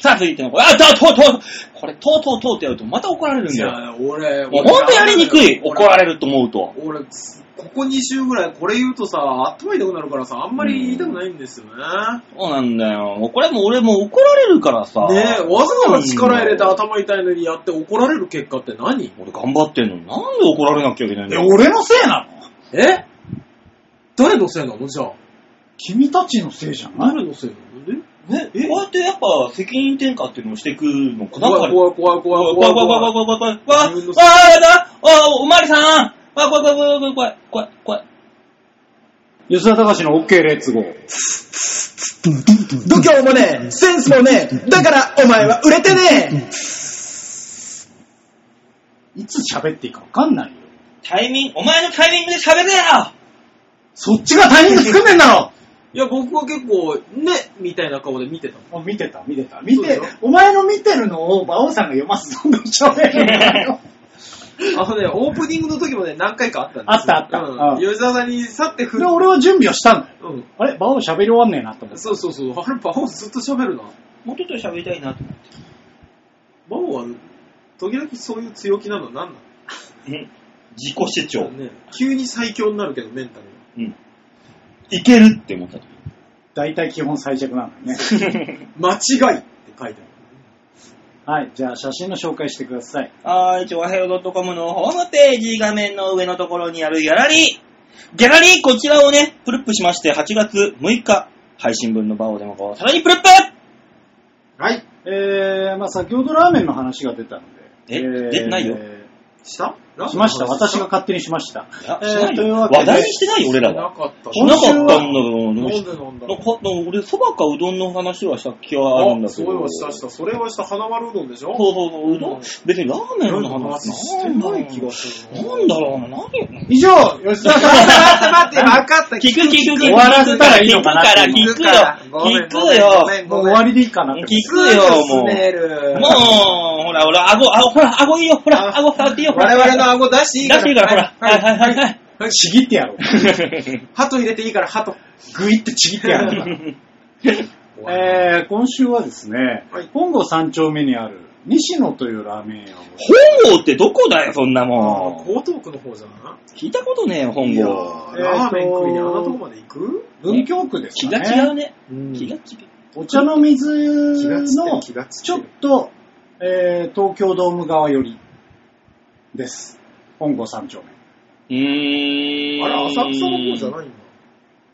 Speaker 2: さあ、続いてのコーナー。あ、とうとうとうこれ、とうとうとうってやるとまた怒られるん
Speaker 3: い
Speaker 2: だよ。
Speaker 3: や、俺、
Speaker 2: もうほんとやりにくい。
Speaker 3: 俺
Speaker 2: 怒られると思うと。
Speaker 3: 俺、ここ2週ぐらいこれ言うとさ、頭痛くなるからさ、あんまり言いたくないんですよね。
Speaker 2: そうなんだよ。もうこれもう俺もう怒られるからさ。
Speaker 3: ねえ、わざわざ力入れて頭痛いのにやって怒られる結果って何
Speaker 2: 俺頑張ってんのになんで怒られなきゃいけないん
Speaker 1: え、
Speaker 2: だよ。
Speaker 1: 俺のせいなの
Speaker 3: え誰のせいなのじゃあ。
Speaker 1: 君たちのせいじゃない
Speaker 3: 誰のせいなので
Speaker 2: ね、こうやってやっぱ責任転嫁っていうのをしていくのかな
Speaker 3: 怖い怖い怖い怖い
Speaker 2: 怖
Speaker 3: 怖
Speaker 2: い
Speaker 3: い
Speaker 2: 怖い怖
Speaker 3: 怖
Speaker 2: い
Speaker 3: い。
Speaker 2: 怖い怖い怖い怖い怖い怖い怖い怖いおまわりさんわあ怖い怖い怖い怖い怖い怖い
Speaker 1: 吉田隆の OK レッツゴー。
Speaker 5: 度胸もねえ、センスもねえ、だからお前は売れてね
Speaker 1: いつ喋っていいかわかんないよ。
Speaker 2: タイミング、お前のタイミングで喋れよ
Speaker 1: そっちがタイミング作んねんだろ
Speaker 3: いや、僕は結構、ね、みたいな顔で見てた。
Speaker 1: あ見てた、見てた。見
Speaker 3: そうだ
Speaker 1: て
Speaker 3: よ、
Speaker 1: お前の見てるのを馬王さんが読ますどんどん喋るんだよ。
Speaker 3: あのね、オープニングの時もね、何回かあったんですよ。
Speaker 1: あったあった
Speaker 3: うん。
Speaker 1: う
Speaker 3: 吉沢さんに去って振
Speaker 1: それ
Speaker 3: る。
Speaker 1: 俺は準備をしたんだよ。
Speaker 3: うん。
Speaker 1: あれ馬王喋り終わんねえなと思って。
Speaker 3: そうそうそう。あれ、バオずっと喋るな。
Speaker 2: もうちょっと喋りたいなと思って。
Speaker 3: バオは、時々そういう強気なのは何なの
Speaker 2: 自己主張。
Speaker 3: ね、急に最強になるけど、メンタル
Speaker 2: うん。いけるって思った。
Speaker 1: 大体基本最弱なんだよね。
Speaker 3: が。間違いって書いてある。
Speaker 1: はい、じゃあ写真の紹介してください。
Speaker 2: はーい、ちょわへよ .com のホームページ画面の上のところにあるギャラリー。ギャラリー、こちらをね、プルップしまして、8月6日、配信分の場をでもこう、さらにプルップ
Speaker 3: はい。
Speaker 1: えー、まあ先ほどラーメンの話が出たので。
Speaker 2: え出てないよ
Speaker 3: した
Speaker 1: しました。私が。勝手にしました。
Speaker 2: いや
Speaker 1: えー
Speaker 2: しない
Speaker 1: という
Speaker 2: よ
Speaker 1: わけで
Speaker 2: 話題にしてないよ、俺ら
Speaker 3: な
Speaker 2: は。
Speaker 3: かった。
Speaker 2: しなかったんだけど、
Speaker 3: なん
Speaker 2: な
Speaker 3: で
Speaker 2: んか
Speaker 3: なんだろう。
Speaker 2: 俺、そばかうどんの話はした気はあるんだ
Speaker 3: あ、
Speaker 2: け
Speaker 3: そ
Speaker 2: ど。
Speaker 3: ういえばしたした。それはした、花丸うどんでしょ
Speaker 2: そうそうそう、うど
Speaker 3: うん
Speaker 2: ん、別にラーメンの
Speaker 3: 話
Speaker 2: 話
Speaker 3: して
Speaker 2: んだ
Speaker 3: な
Speaker 2: ろ
Speaker 3: いう気がするな。
Speaker 2: なんだろうな、何よ。
Speaker 1: 以上、吉田さん。
Speaker 3: 待って、分かった。
Speaker 2: 聞く聞く聞く。
Speaker 1: 終わらせたらいいのかなって
Speaker 2: 聞
Speaker 1: 聞
Speaker 2: くから、
Speaker 3: ごめん
Speaker 2: 聞くよ。聞くよ。
Speaker 1: もう終わりでいいかなって。
Speaker 2: 聞くよ、もう。も
Speaker 3: う
Speaker 2: う、ほら、ほら、顎、顎、ほら、顎いいよ、ほら、
Speaker 3: あ
Speaker 2: 顎触っていいよ、ほら。
Speaker 3: 我々の顎出してい
Speaker 2: 出
Speaker 3: いから。
Speaker 2: していいから、ほら。はい、はい、はい、はい。
Speaker 1: ちぎってやろう。
Speaker 3: ハト入れていいから、ハト。
Speaker 1: ぐいってちぎってやろう。
Speaker 3: え
Speaker 1: えー、今週はですね、
Speaker 3: はい
Speaker 1: 本郷三丁目にある西野というラーメン屋を、
Speaker 2: 本郷ってどこだよ、そんな
Speaker 3: ー、
Speaker 2: もん。
Speaker 3: 江東区の方じゃな
Speaker 2: 聞いたことねえよ、本
Speaker 3: い
Speaker 2: 郷。
Speaker 3: ーラーメン食いにあんなとこまで行く
Speaker 1: 文京区です
Speaker 2: 気
Speaker 1: か
Speaker 2: が
Speaker 1: ね。
Speaker 2: 違うね。
Speaker 3: うん
Speaker 2: 気が違う。
Speaker 1: お茶の水
Speaker 3: 気がつって
Speaker 1: の
Speaker 3: る、気がつ
Speaker 1: ちょ
Speaker 3: っ
Speaker 1: って
Speaker 3: る。
Speaker 1: と、えー、東京ドーム側よりです。本郷三丁目。
Speaker 2: うーん。
Speaker 3: あれ、浅草の方じゃないんだ。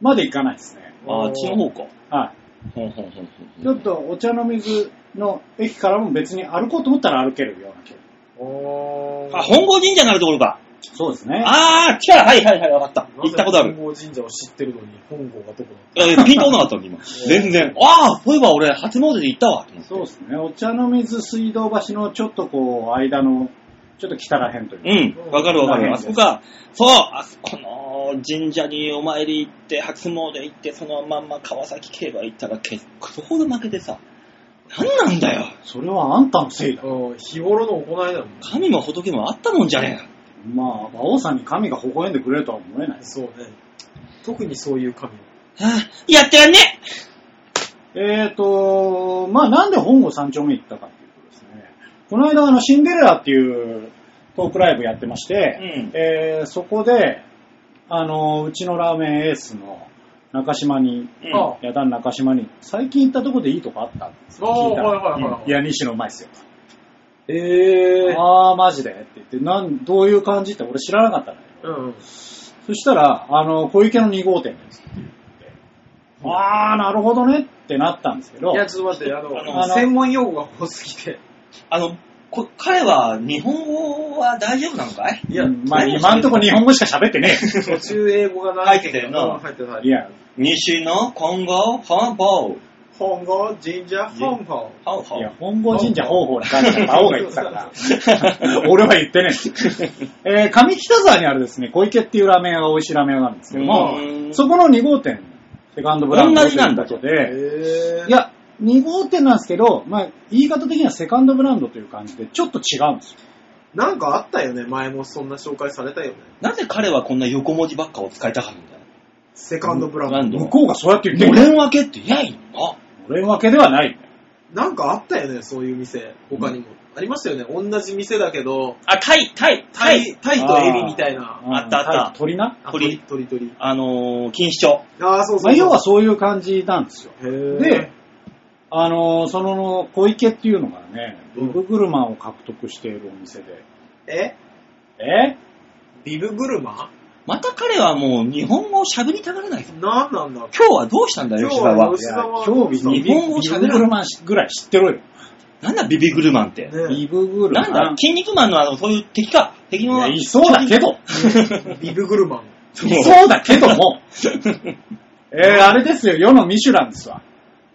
Speaker 1: まで行かないですね。
Speaker 2: あ、あっちの方か。
Speaker 1: は
Speaker 2: ほんほんほん
Speaker 1: い。ち
Speaker 2: ほ
Speaker 1: ょ
Speaker 2: ん
Speaker 1: っ。とお茶の水の駅からも別に歩こうと思ったら歩けるような距離。
Speaker 3: おー
Speaker 2: あ、本郷神社があるところか。
Speaker 1: そうですね。
Speaker 2: あー、来たはいはいはい、わかった。行ったことあ
Speaker 3: なぜ
Speaker 2: る。
Speaker 3: 本郷神社を知ってるのに、本郷がどこだ
Speaker 2: えーピンとこなかったんだ、今。全然。あー、そういえば俺、初詣で行ったわ。
Speaker 1: そうですね。お茶の水水道橋のちょっとこう、間の、ちょっと北ら辺というか
Speaker 2: うん、わかるわか
Speaker 1: う
Speaker 2: る。
Speaker 1: ん
Speaker 2: あそこか、そう、あそこの神社にお参り行って、初詣行って、そのまんま川崎競馬行ったら、結構ほど負けてさ、なんなんだよ。
Speaker 1: それはあんたのせいだ。
Speaker 3: うん日頃の行いだもん。
Speaker 2: 神も仏もあったもんじゃね
Speaker 1: まあ、馬王さんに神が微笑んでくれるとは思えないです。
Speaker 3: そうね。特にそういう神。
Speaker 2: え。はぁ、やってやんね
Speaker 1: えーと、まあなんで本郷三丁目行ったかっていうとですね、この間あのシンデレラっていうトークライブやってまして、
Speaker 2: うん。
Speaker 1: えーそこで、あの、うちのラーメンエースの中島に、
Speaker 2: うん
Speaker 3: あ
Speaker 1: 野団中島に、最近行ったとこでいいとこあったんですよ
Speaker 3: あー
Speaker 1: 聞いたら
Speaker 3: はいはいはいはい
Speaker 1: いや、西野うまいっすよ。
Speaker 3: ええ。
Speaker 1: あー、マジでって言って、なん、どういう感じって俺知らなかったのよ。
Speaker 3: うん。
Speaker 1: そしたら、あの、小池の2号店ですって言って、ああ、なるほどねってなったんですけど
Speaker 3: い、や、ちょっと待って、あ
Speaker 2: あ
Speaker 3: の、
Speaker 2: の
Speaker 3: 専門用語が多すぎて。
Speaker 2: あの、こ彼は日本語は大丈夫なのかい
Speaker 3: いや、
Speaker 1: まあ今んとこ日本語しか喋ってね
Speaker 3: 途中英語が
Speaker 2: 入ってたよな
Speaker 3: 入ってた
Speaker 1: え。いや、
Speaker 2: 西の今後、本坊。
Speaker 3: 本郷神社本郷。
Speaker 2: ハオハ
Speaker 1: いや、本郷神社方法に関しては、馬王が言ってた から。俺は言ってね え。えー上北沢にあるですね、小池っていうラーメン屋が美味しいラーメン屋なんですけども
Speaker 2: う、ん
Speaker 1: そこの2号店、セカンドブランド
Speaker 2: 同じなんだ
Speaker 1: というこ
Speaker 3: へ
Speaker 1: とで、
Speaker 3: ぇ
Speaker 1: いや、2号店なんですけど、まあ、言い方的にはセカンドブランドという感じで、ちょっと違うんですよ。
Speaker 3: なんかあったよね、前もそんな紹介されたよね。
Speaker 2: なぜ彼はこんな横文字ばっかを使いたがるんだよ。
Speaker 3: セカンドブランド。
Speaker 2: なん
Speaker 1: 向こうがそうやって言って
Speaker 2: の
Speaker 1: くれ
Speaker 2: れ
Speaker 1: る
Speaker 2: ん分けっていないの
Speaker 1: 俺わけではない。
Speaker 3: なんかあったよね、そういう店。他にも。ありましたよね、同じ店だけど、
Speaker 2: あ、タイ、タイ、
Speaker 3: タ
Speaker 2: タ
Speaker 3: イ、
Speaker 2: イ。
Speaker 3: タイとエビみたいな。
Speaker 2: あったあった
Speaker 1: 鳥な。
Speaker 3: あ
Speaker 2: 鳥
Speaker 3: 鳥、鳥。
Speaker 2: あのー、錦糸町。
Speaker 3: ああ、そうそ
Speaker 1: ま
Speaker 3: うそ
Speaker 1: あ、
Speaker 3: う。
Speaker 1: 要はそういう感じなんですよ。
Speaker 3: へー
Speaker 1: で、あのーその小池っていうのがね、
Speaker 3: うん
Speaker 1: ビブグルマンを獲得しているお店で。
Speaker 3: え
Speaker 1: え
Speaker 3: ビブグルマ
Speaker 2: また彼はもう日本語を喋りたがらないぞ。
Speaker 3: なんなんだ
Speaker 2: 今日はどうしたんだよ、吉田
Speaker 3: 今日は
Speaker 2: は
Speaker 3: 吉。田は
Speaker 1: 興味にビ
Speaker 2: 日本語を
Speaker 1: ビ
Speaker 2: 喋
Speaker 1: ブ
Speaker 2: らん
Speaker 1: グルマンぐらい知ってろよ。
Speaker 2: なんだビビグルマンって。
Speaker 1: ビ
Speaker 3: ね
Speaker 1: ブグルマ
Speaker 2: な
Speaker 1: ン。
Speaker 2: んだ、筋肉マンのあの、そういう敵か。敵の。
Speaker 1: いやいそう だけど、
Speaker 3: ビブグルマン。
Speaker 2: そう
Speaker 1: いそうだけど も、えー、あれですよ、世のミシュランですわ。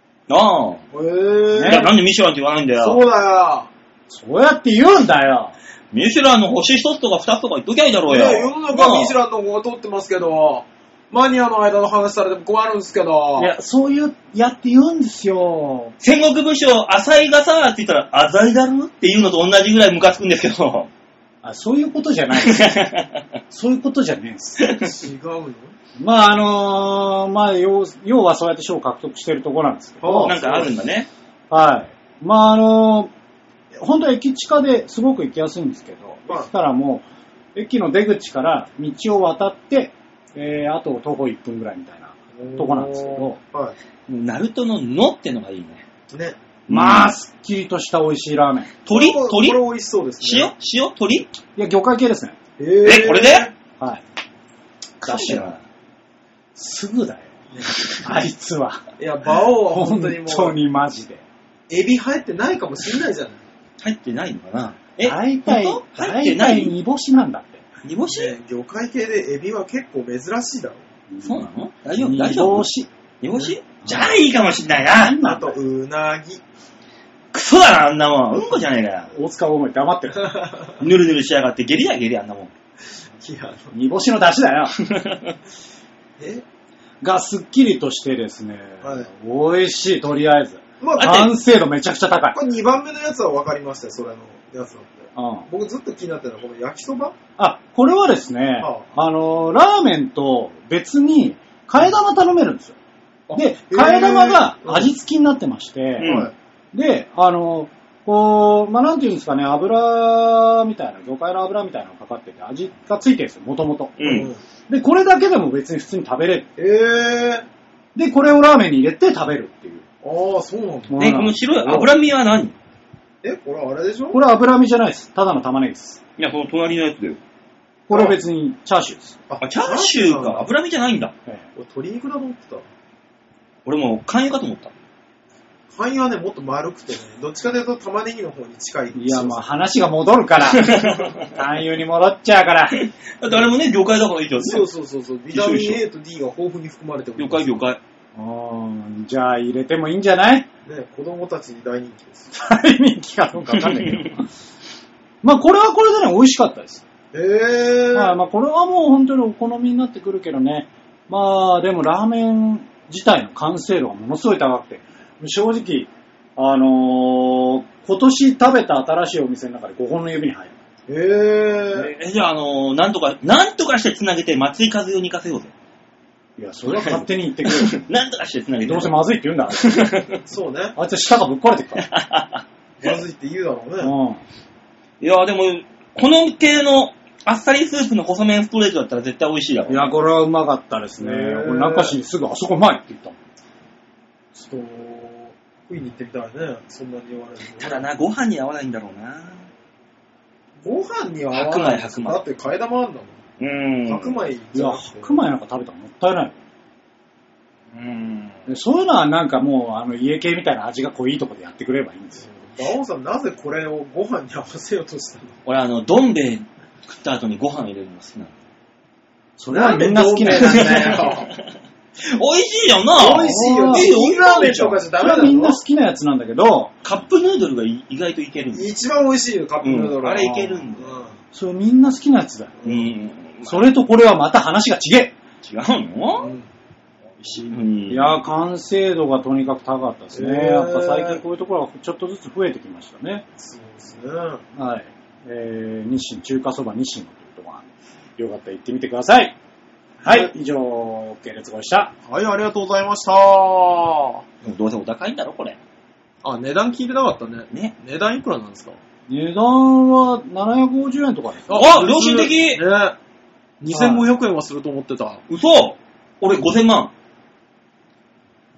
Speaker 2: あ
Speaker 3: へ
Speaker 2: あ。
Speaker 3: ぇ
Speaker 2: いや、なんでミシュランって言わないんだ
Speaker 3: そ
Speaker 2: よ
Speaker 3: う。だ
Speaker 1: そうやって言うんだよ。
Speaker 2: ミシュランの星一つとか二つとか言っときゃいいだろ
Speaker 3: よ。
Speaker 2: う
Speaker 3: ね
Speaker 2: よ。
Speaker 3: 世の中ミシュ
Speaker 2: ラ
Speaker 3: ランの方が通ってますけど、マニアの間の話されても困るんですけど
Speaker 1: い、や、そういう、やって言うんですよ。
Speaker 2: 戦国武将、浅井がさ、って言ったら、浅井だろっていうのと同じぐらいムカつくんですけど。
Speaker 1: あ、そういうことじゃ ない。そういうことじゃねえんです。
Speaker 3: 違うの
Speaker 1: まああのーまあ要要はそうやって賞を獲得してるところなんですけど、
Speaker 3: あ
Speaker 2: なんかあるんだね。
Speaker 1: はい。まああのー本当は駅地下ですごく行きやすいんですけど、
Speaker 3: まあ
Speaker 1: そしたらもう、駅の出口から道を渡って、えー、あと徒歩1分ぐらいみたいな。とこなんですけど。
Speaker 3: は
Speaker 2: ナルトののってのがいいね。
Speaker 3: い。ね。
Speaker 1: まあ、すっきりとした美味しいラーメン。い
Speaker 2: 鳥
Speaker 3: これ
Speaker 2: 鳥
Speaker 3: これ美味しそうです
Speaker 2: 塩
Speaker 3: ね。
Speaker 2: 塩鳥
Speaker 1: や、魚介系ですね。
Speaker 3: 塩
Speaker 2: え、これで
Speaker 1: はい。
Speaker 2: だし
Speaker 1: だすぐだよ。あいつは。
Speaker 3: いや、馬王は
Speaker 1: 本
Speaker 3: 本当にも
Speaker 1: 当
Speaker 3: う、
Speaker 1: にマジで。
Speaker 3: エビ入ってないかもしんないじゃない。
Speaker 2: 入ってないのかなえ、
Speaker 1: 大体
Speaker 2: 本、当入っ
Speaker 1: 大
Speaker 2: てな
Speaker 1: 体
Speaker 2: い
Speaker 1: 煮干しなんだって。
Speaker 2: 煮干し
Speaker 3: ね魚介系でエビは結構珍しいだろ。
Speaker 2: そうなの大丈夫
Speaker 1: 煮
Speaker 2: 大丈夫
Speaker 1: 干し。
Speaker 2: 煮干しじゃあいいかもしんないな。
Speaker 1: な
Speaker 3: あ
Speaker 1: んだ
Speaker 3: と、うなぎ。
Speaker 2: クソだな、あんなもん。うんこじゃねえかよ。
Speaker 1: 大塚大森黙ってる。
Speaker 2: ぬるぬるしやがって、ゲリだゲリ、あんなもん。
Speaker 3: いや、
Speaker 1: 煮干しの出汁だよ。
Speaker 3: え
Speaker 1: がすっきりとしてですね、
Speaker 3: は
Speaker 1: 美味しい、とりあえず。
Speaker 3: まあ、
Speaker 1: 完成度めちゃくちゃ高い。
Speaker 3: これ2番目のやつは分かりましたよ、それのやつだって。
Speaker 1: うん、
Speaker 3: 僕ずっと気になってるのは、この焼きそば
Speaker 1: あ、これはですね、
Speaker 3: は
Speaker 1: あの、ラーメンと別に、替え玉頼めるんですよ。
Speaker 3: へ
Speaker 1: で、
Speaker 3: ー
Speaker 1: 替え玉が味付きになってまして、
Speaker 2: うん
Speaker 3: はい
Speaker 1: で、あの、こう、まあ、なんていうんですかね、油みたいな、魚介の油みたいなのがかかってて、味がついてるんですよ、もともと。
Speaker 2: うん。
Speaker 1: で、これだけでも別に普通に食べれる。
Speaker 3: ええ
Speaker 1: で、これをラーメンに入れて食べるっていう
Speaker 3: ー、ああ、そうなんだ。
Speaker 1: もの
Speaker 2: え、
Speaker 1: な
Speaker 2: こ
Speaker 1: ん
Speaker 2: の
Speaker 1: です
Speaker 2: 白い脂身は何い
Speaker 3: え、これあれでしょ
Speaker 1: これは脂身じゃないです。ただの玉ねぎです。
Speaker 2: や、この隣のやつだよ。
Speaker 1: これは別にチャーシューです。
Speaker 2: あ、チャーシューか。。脂身じゃないんだ。
Speaker 1: ええ
Speaker 3: 俺鶏肉だと思ってた。
Speaker 2: 俺もう、勧誘かと思った。
Speaker 3: 範囲はね、もっと丸くてね、どっちかというと玉ねぎの方に近い。
Speaker 1: いや、まあ話が戻る から。勧誘に戻っちゃうか
Speaker 2: だ
Speaker 1: ら。
Speaker 2: ってあれもね、魚介だからいいじゃん。
Speaker 3: そうそうそうそう、ビタミン A と D が豊富に含まれており
Speaker 2: 魚
Speaker 3: ます
Speaker 2: 介、魚介。
Speaker 1: うーんじゃあ入れてもいいんじゃない
Speaker 3: ね、子供たちに大人気です。
Speaker 1: 大人気かどうかわかんないけど。 まあこれはこれでね、美味しかったです。
Speaker 3: ええー。
Speaker 1: はい、まあこれはもう本当にお好みになってくるけどね。まあでもラーメン自体の完成度がものすごい高くて、正直、あのー今年食べた新しいお店の中で5本の指に入る。
Speaker 3: ええ
Speaker 2: え、じゃあ、あのー、なんとか、なんとかして繋げて、松井和代に行かせようぜ。
Speaker 1: いや、それは勝手に言ってくれ る。
Speaker 2: なんとかして繋げて。
Speaker 1: どうせまずいって言うんだ。あいつ
Speaker 3: ー。そうね。
Speaker 1: あいつ舌がぶっ壊れてるから。
Speaker 3: まずいって言うだろうね。
Speaker 1: う
Speaker 2: い
Speaker 1: ん。
Speaker 2: や、でも、この系の、あっさりスープの細麺ストレートだったら絶対美味しいだろう。
Speaker 1: いや、これはうまかったですね。
Speaker 3: へー
Speaker 1: 俺、中市にすぐあそこうまいって言ったもん。
Speaker 3: ちょっと、食いに行ってみたいね。そんなに言われると
Speaker 2: ただな、ご飯に合わないんだろうな。
Speaker 3: ご飯には合わな
Speaker 2: 白米
Speaker 3: い。
Speaker 2: 白米
Speaker 3: だって替え玉あんだもん。
Speaker 2: うーん。
Speaker 3: 白米
Speaker 1: い
Speaker 3: じゃ
Speaker 1: や、
Speaker 3: なくて
Speaker 1: 白米なんか食べたらもったいない。
Speaker 2: うーん。
Speaker 1: でそういうのはなんかもう、あの、家系みたいな味が濃いとこでやってくれればいいんですよ。
Speaker 3: 馬王さん、なぜこれをご飯に合わせようとしたの
Speaker 2: 俺、あの、どん兵衛食った後にご飯入れるのが好きなの。
Speaker 1: それはみんな好きなやつ
Speaker 3: だよ。
Speaker 2: 美味しいよな
Speaker 3: 美味しいよ。
Speaker 1: あー
Speaker 3: チキンラーメンとかじゃダメ
Speaker 1: これ
Speaker 3: だ
Speaker 1: は
Speaker 3: ろ
Speaker 1: みんな好きなやつなんだけど、
Speaker 2: カップヌードルがい意外といけるんです。
Speaker 3: 一番美味しいよ、カップヌードルは。
Speaker 2: あれいけるんだ。
Speaker 1: それみんな好きなやつだよ。
Speaker 2: うん。違
Speaker 1: それとこれはまた話が違え。
Speaker 2: う
Speaker 3: う
Speaker 2: の
Speaker 3: ん。
Speaker 2: 美味しいのに。
Speaker 1: いやー、完成度がとにかく高かったですね。
Speaker 3: へー
Speaker 1: やっぱ最近こういうところがちょっとずつ増えてきましたね。
Speaker 3: そうですね。
Speaker 1: はい。えー、日清、中華そば日清というところがあるよかったら行ってみてください。はい、以上、系列語でした。
Speaker 3: はい、ありがとうございました。あ、
Speaker 2: どうせお高いんだろ、これ。
Speaker 3: 値段聞いてなかったね。
Speaker 2: ね。
Speaker 3: 値段いくらなんですか
Speaker 1: 値段は750円とかですね。
Speaker 2: あ良心的
Speaker 3: ね。2500円はすると思ってた。
Speaker 2: 嘘俺5000万。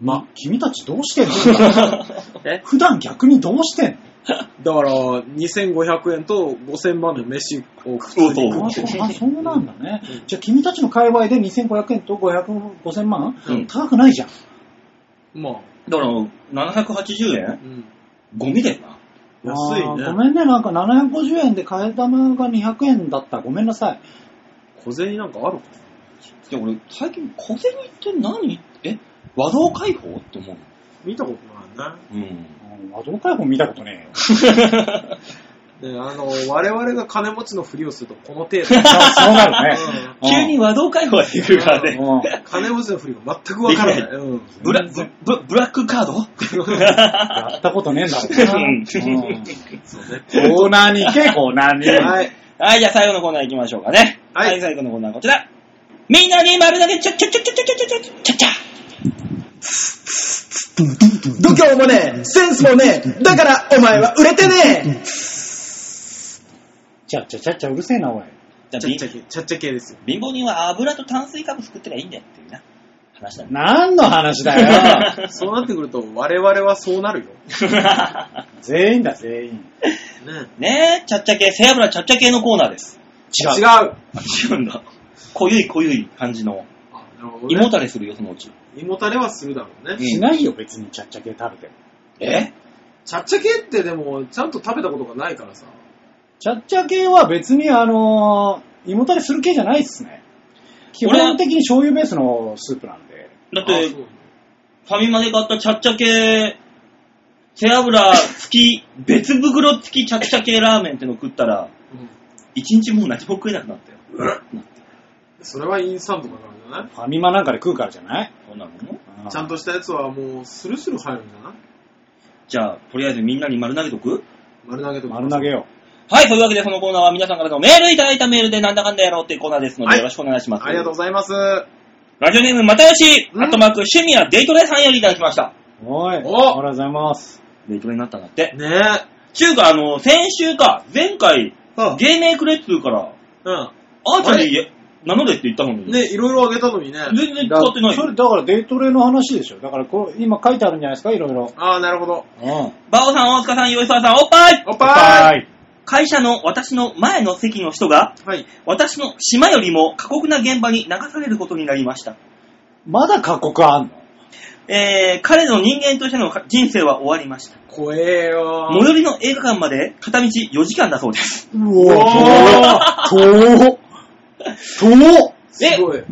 Speaker 1: ま、君たちどうしてん の
Speaker 3: え
Speaker 1: 普段逆にどうしてんの
Speaker 3: だから、2500円と5000万の飯を食
Speaker 2: そう そう
Speaker 1: あそうあそうなんだね。じゃあ君たちの界隈で2500円と500 5000万、
Speaker 2: うん
Speaker 1: 高くないじゃん。
Speaker 3: まあ、
Speaker 2: だから、780円
Speaker 3: うん。
Speaker 2: ゴミだよな。
Speaker 3: 安い
Speaker 1: あーご
Speaker 3: ね。
Speaker 1: めんね、なんか750円で替え玉が200円だった。ごめんなさい。
Speaker 3: 小銭なんかあるか
Speaker 2: で、俺、最近小銭って何え和道開放って思う。
Speaker 3: 見たことないね。
Speaker 2: うん。
Speaker 1: うん和道開放見たこと ね
Speaker 3: で、あの、我々が金持ちのふりをするとこの程 度。
Speaker 1: えよ。そうなるね。
Speaker 3: う
Speaker 2: 急に和道開放が出てくるからね。
Speaker 1: うん
Speaker 3: ん金持ちのふりが全くわからな
Speaker 2: で
Speaker 3: い。
Speaker 2: きな
Speaker 3: うん。
Speaker 2: ブラ、ブ、ブブラックカード
Speaker 1: やったことねえんだ
Speaker 2: う
Speaker 1: ろ
Speaker 2: ん
Speaker 1: うな。うんコーナーに行け、コーナーに。
Speaker 3: はい。
Speaker 2: はい、じゃあ最後のコーナー行きましょうかね。
Speaker 3: はい
Speaker 2: はい、最後のコーナーはこちら。みんなに丸投げ、ちゃちゃちゃちゃちゃちゃちゃちゃちゃ。
Speaker 5: 度胸もねえ、センスもねえ、だからお前は売れてね
Speaker 1: ちゃっちゃちゃっちゃうるせえな、おい。
Speaker 2: じゃあ
Speaker 3: ちゃっ
Speaker 2: 貧
Speaker 3: ちゃけ、ちゃっちゃ系ですよ。
Speaker 2: 貧乏人は油と炭水化物食ってりゃいいんだよっていうな、話なんだ。
Speaker 1: 何の話だ よ。
Speaker 3: そうなってくると、我々はそうなるよ。
Speaker 1: 全員だ、全員。
Speaker 3: ね。
Speaker 2: ねえ、ちゃっちゃ系、背脂ちゃっちゃ系のコーナーです。
Speaker 1: 違う。
Speaker 3: 違う。
Speaker 2: あ違うんだ。濃ゆい濃ゆい感じの。
Speaker 3: あなるほど
Speaker 2: 胃も
Speaker 3: ね
Speaker 2: たれするよ、そのうち。
Speaker 3: 胃もたれはするだろうね。
Speaker 1: しないよ、別にちゃっちゃ系食べても。
Speaker 2: え
Speaker 3: ちゃっちゃ系ってでも、ちゃんと食べたことがないからさ。
Speaker 1: ちゃっちゃ系は別に、あのー、胃もたれする系じゃないっすね。基本的に醤油ベースのスープなんで。
Speaker 2: だっ
Speaker 3: あ
Speaker 2: て、
Speaker 3: そ
Speaker 2: フ
Speaker 3: う
Speaker 2: ァミマで買ったちゃっちゃ系、背脂付き、別袋付きちゃっちゃ系ラーメンっての食ったら、
Speaker 3: うん
Speaker 2: 一日もう何も食えなくなったよ。
Speaker 3: それはインスタントだからじゃない
Speaker 1: ファミマなんかで食うからじゃない
Speaker 2: そうなの
Speaker 3: ちゃんとしたやつはもう、スルスル入るんじゃない
Speaker 2: じゃあ、とりあえずみんなに丸投げとく
Speaker 3: 丸投げとか。
Speaker 1: 丸投げよ
Speaker 2: はい、というわけでこのコーナーは皆さんからのメールいただいたメールでなんだかんだやろうっていうコーナーですの
Speaker 3: は
Speaker 2: で
Speaker 3: い
Speaker 2: よろしくお願いします。
Speaker 3: ありがとうございます。お
Speaker 2: ラジオネーム、またよし、
Speaker 3: うん
Speaker 2: アットマーク、趣味やデイトレさんよりいただきました。
Speaker 1: う。おい。ありが
Speaker 3: お
Speaker 1: とうございます。
Speaker 2: デイトレになったんだって。
Speaker 3: ねえ。
Speaker 2: ちゅうか、あの、先週か、前回、
Speaker 3: あ
Speaker 2: 芸名くれっつうから、
Speaker 3: う
Speaker 2: アーチャリー名乗れって言ったの
Speaker 3: ん。
Speaker 2: に、
Speaker 3: ねいろいろあげたのにね。
Speaker 2: 全然使ってない
Speaker 1: それ
Speaker 2: よ。
Speaker 1: だからデイトレの話でしょ。だからこう今書いてあるんじゃないですか、いろいろ。
Speaker 3: ああ、なるほど。
Speaker 1: うん。
Speaker 2: バオさん、大塚さん、吉沢さん、おっぱい
Speaker 3: おっぱい
Speaker 1: い。
Speaker 2: 会社の私の前の席の人が、
Speaker 3: はい。
Speaker 2: 私の島よりも過酷な現場に流されることになりました。
Speaker 1: まだ過酷あんの
Speaker 2: えー、彼の人間としての人生は終わりました。
Speaker 3: 怖えよ
Speaker 2: 最寄りの映画館まで片道4時間だそうです。
Speaker 1: う
Speaker 3: わ
Speaker 1: ぉ、遠っ遠っ
Speaker 3: すごい。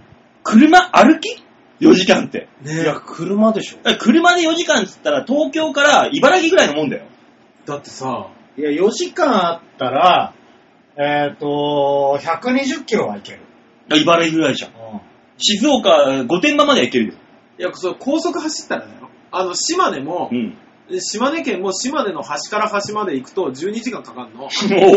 Speaker 2: 車歩き ?4 時間って。
Speaker 1: いや、
Speaker 3: ね
Speaker 1: 車でしょ。
Speaker 2: え車で4時間っつったら東京から茨城ぐらいのもんだよ。
Speaker 3: だってさ、
Speaker 4: え。いや、4時間あったら、えっ、と、120キロはいける。
Speaker 2: 茨城ぐらいじゃん。
Speaker 4: うん
Speaker 2: 静岡御殿場までは行けるよ。
Speaker 3: いや、そう、高速走ったらだよ。あの、島根も
Speaker 2: う、ん。
Speaker 3: 島根県も島根の端から端まで行くと12時間かかるの。
Speaker 2: お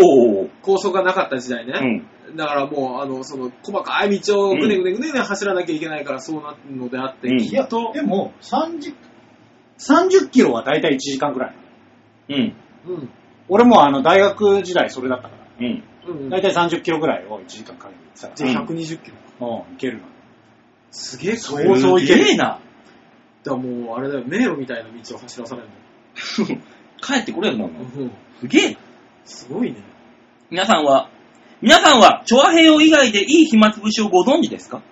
Speaker 2: ー。
Speaker 3: 高速がなかった時代ね。
Speaker 2: うん。
Speaker 3: だからもう、あの、その、細かい道をぐねぐねぐねぐね走らなきゃいけないからそうなるのであって、
Speaker 2: うん
Speaker 4: い
Speaker 3: き
Speaker 4: や、
Speaker 3: っと
Speaker 4: で、も、30、
Speaker 1: 30キロはだいたい1時間くらい。
Speaker 2: うん。
Speaker 3: うん、
Speaker 1: 俺もあの、大学時代それだったから。
Speaker 2: うん。
Speaker 3: うん、
Speaker 1: だいたい30キロくらいを1時間かけてさ、
Speaker 3: で120キロ。
Speaker 1: うん、いけるの。
Speaker 3: すげえ、そ
Speaker 1: そうそういける
Speaker 2: すげえな。
Speaker 3: だもう、あれだよ、迷路みたいな道を走らされる
Speaker 2: 帰ってこれよな、お前
Speaker 3: の。うん、
Speaker 2: すげえな。
Speaker 3: すごいね。
Speaker 2: 皆さんは、皆さんは、チョアヘヨ以外でいい暇つぶしをご存知ですか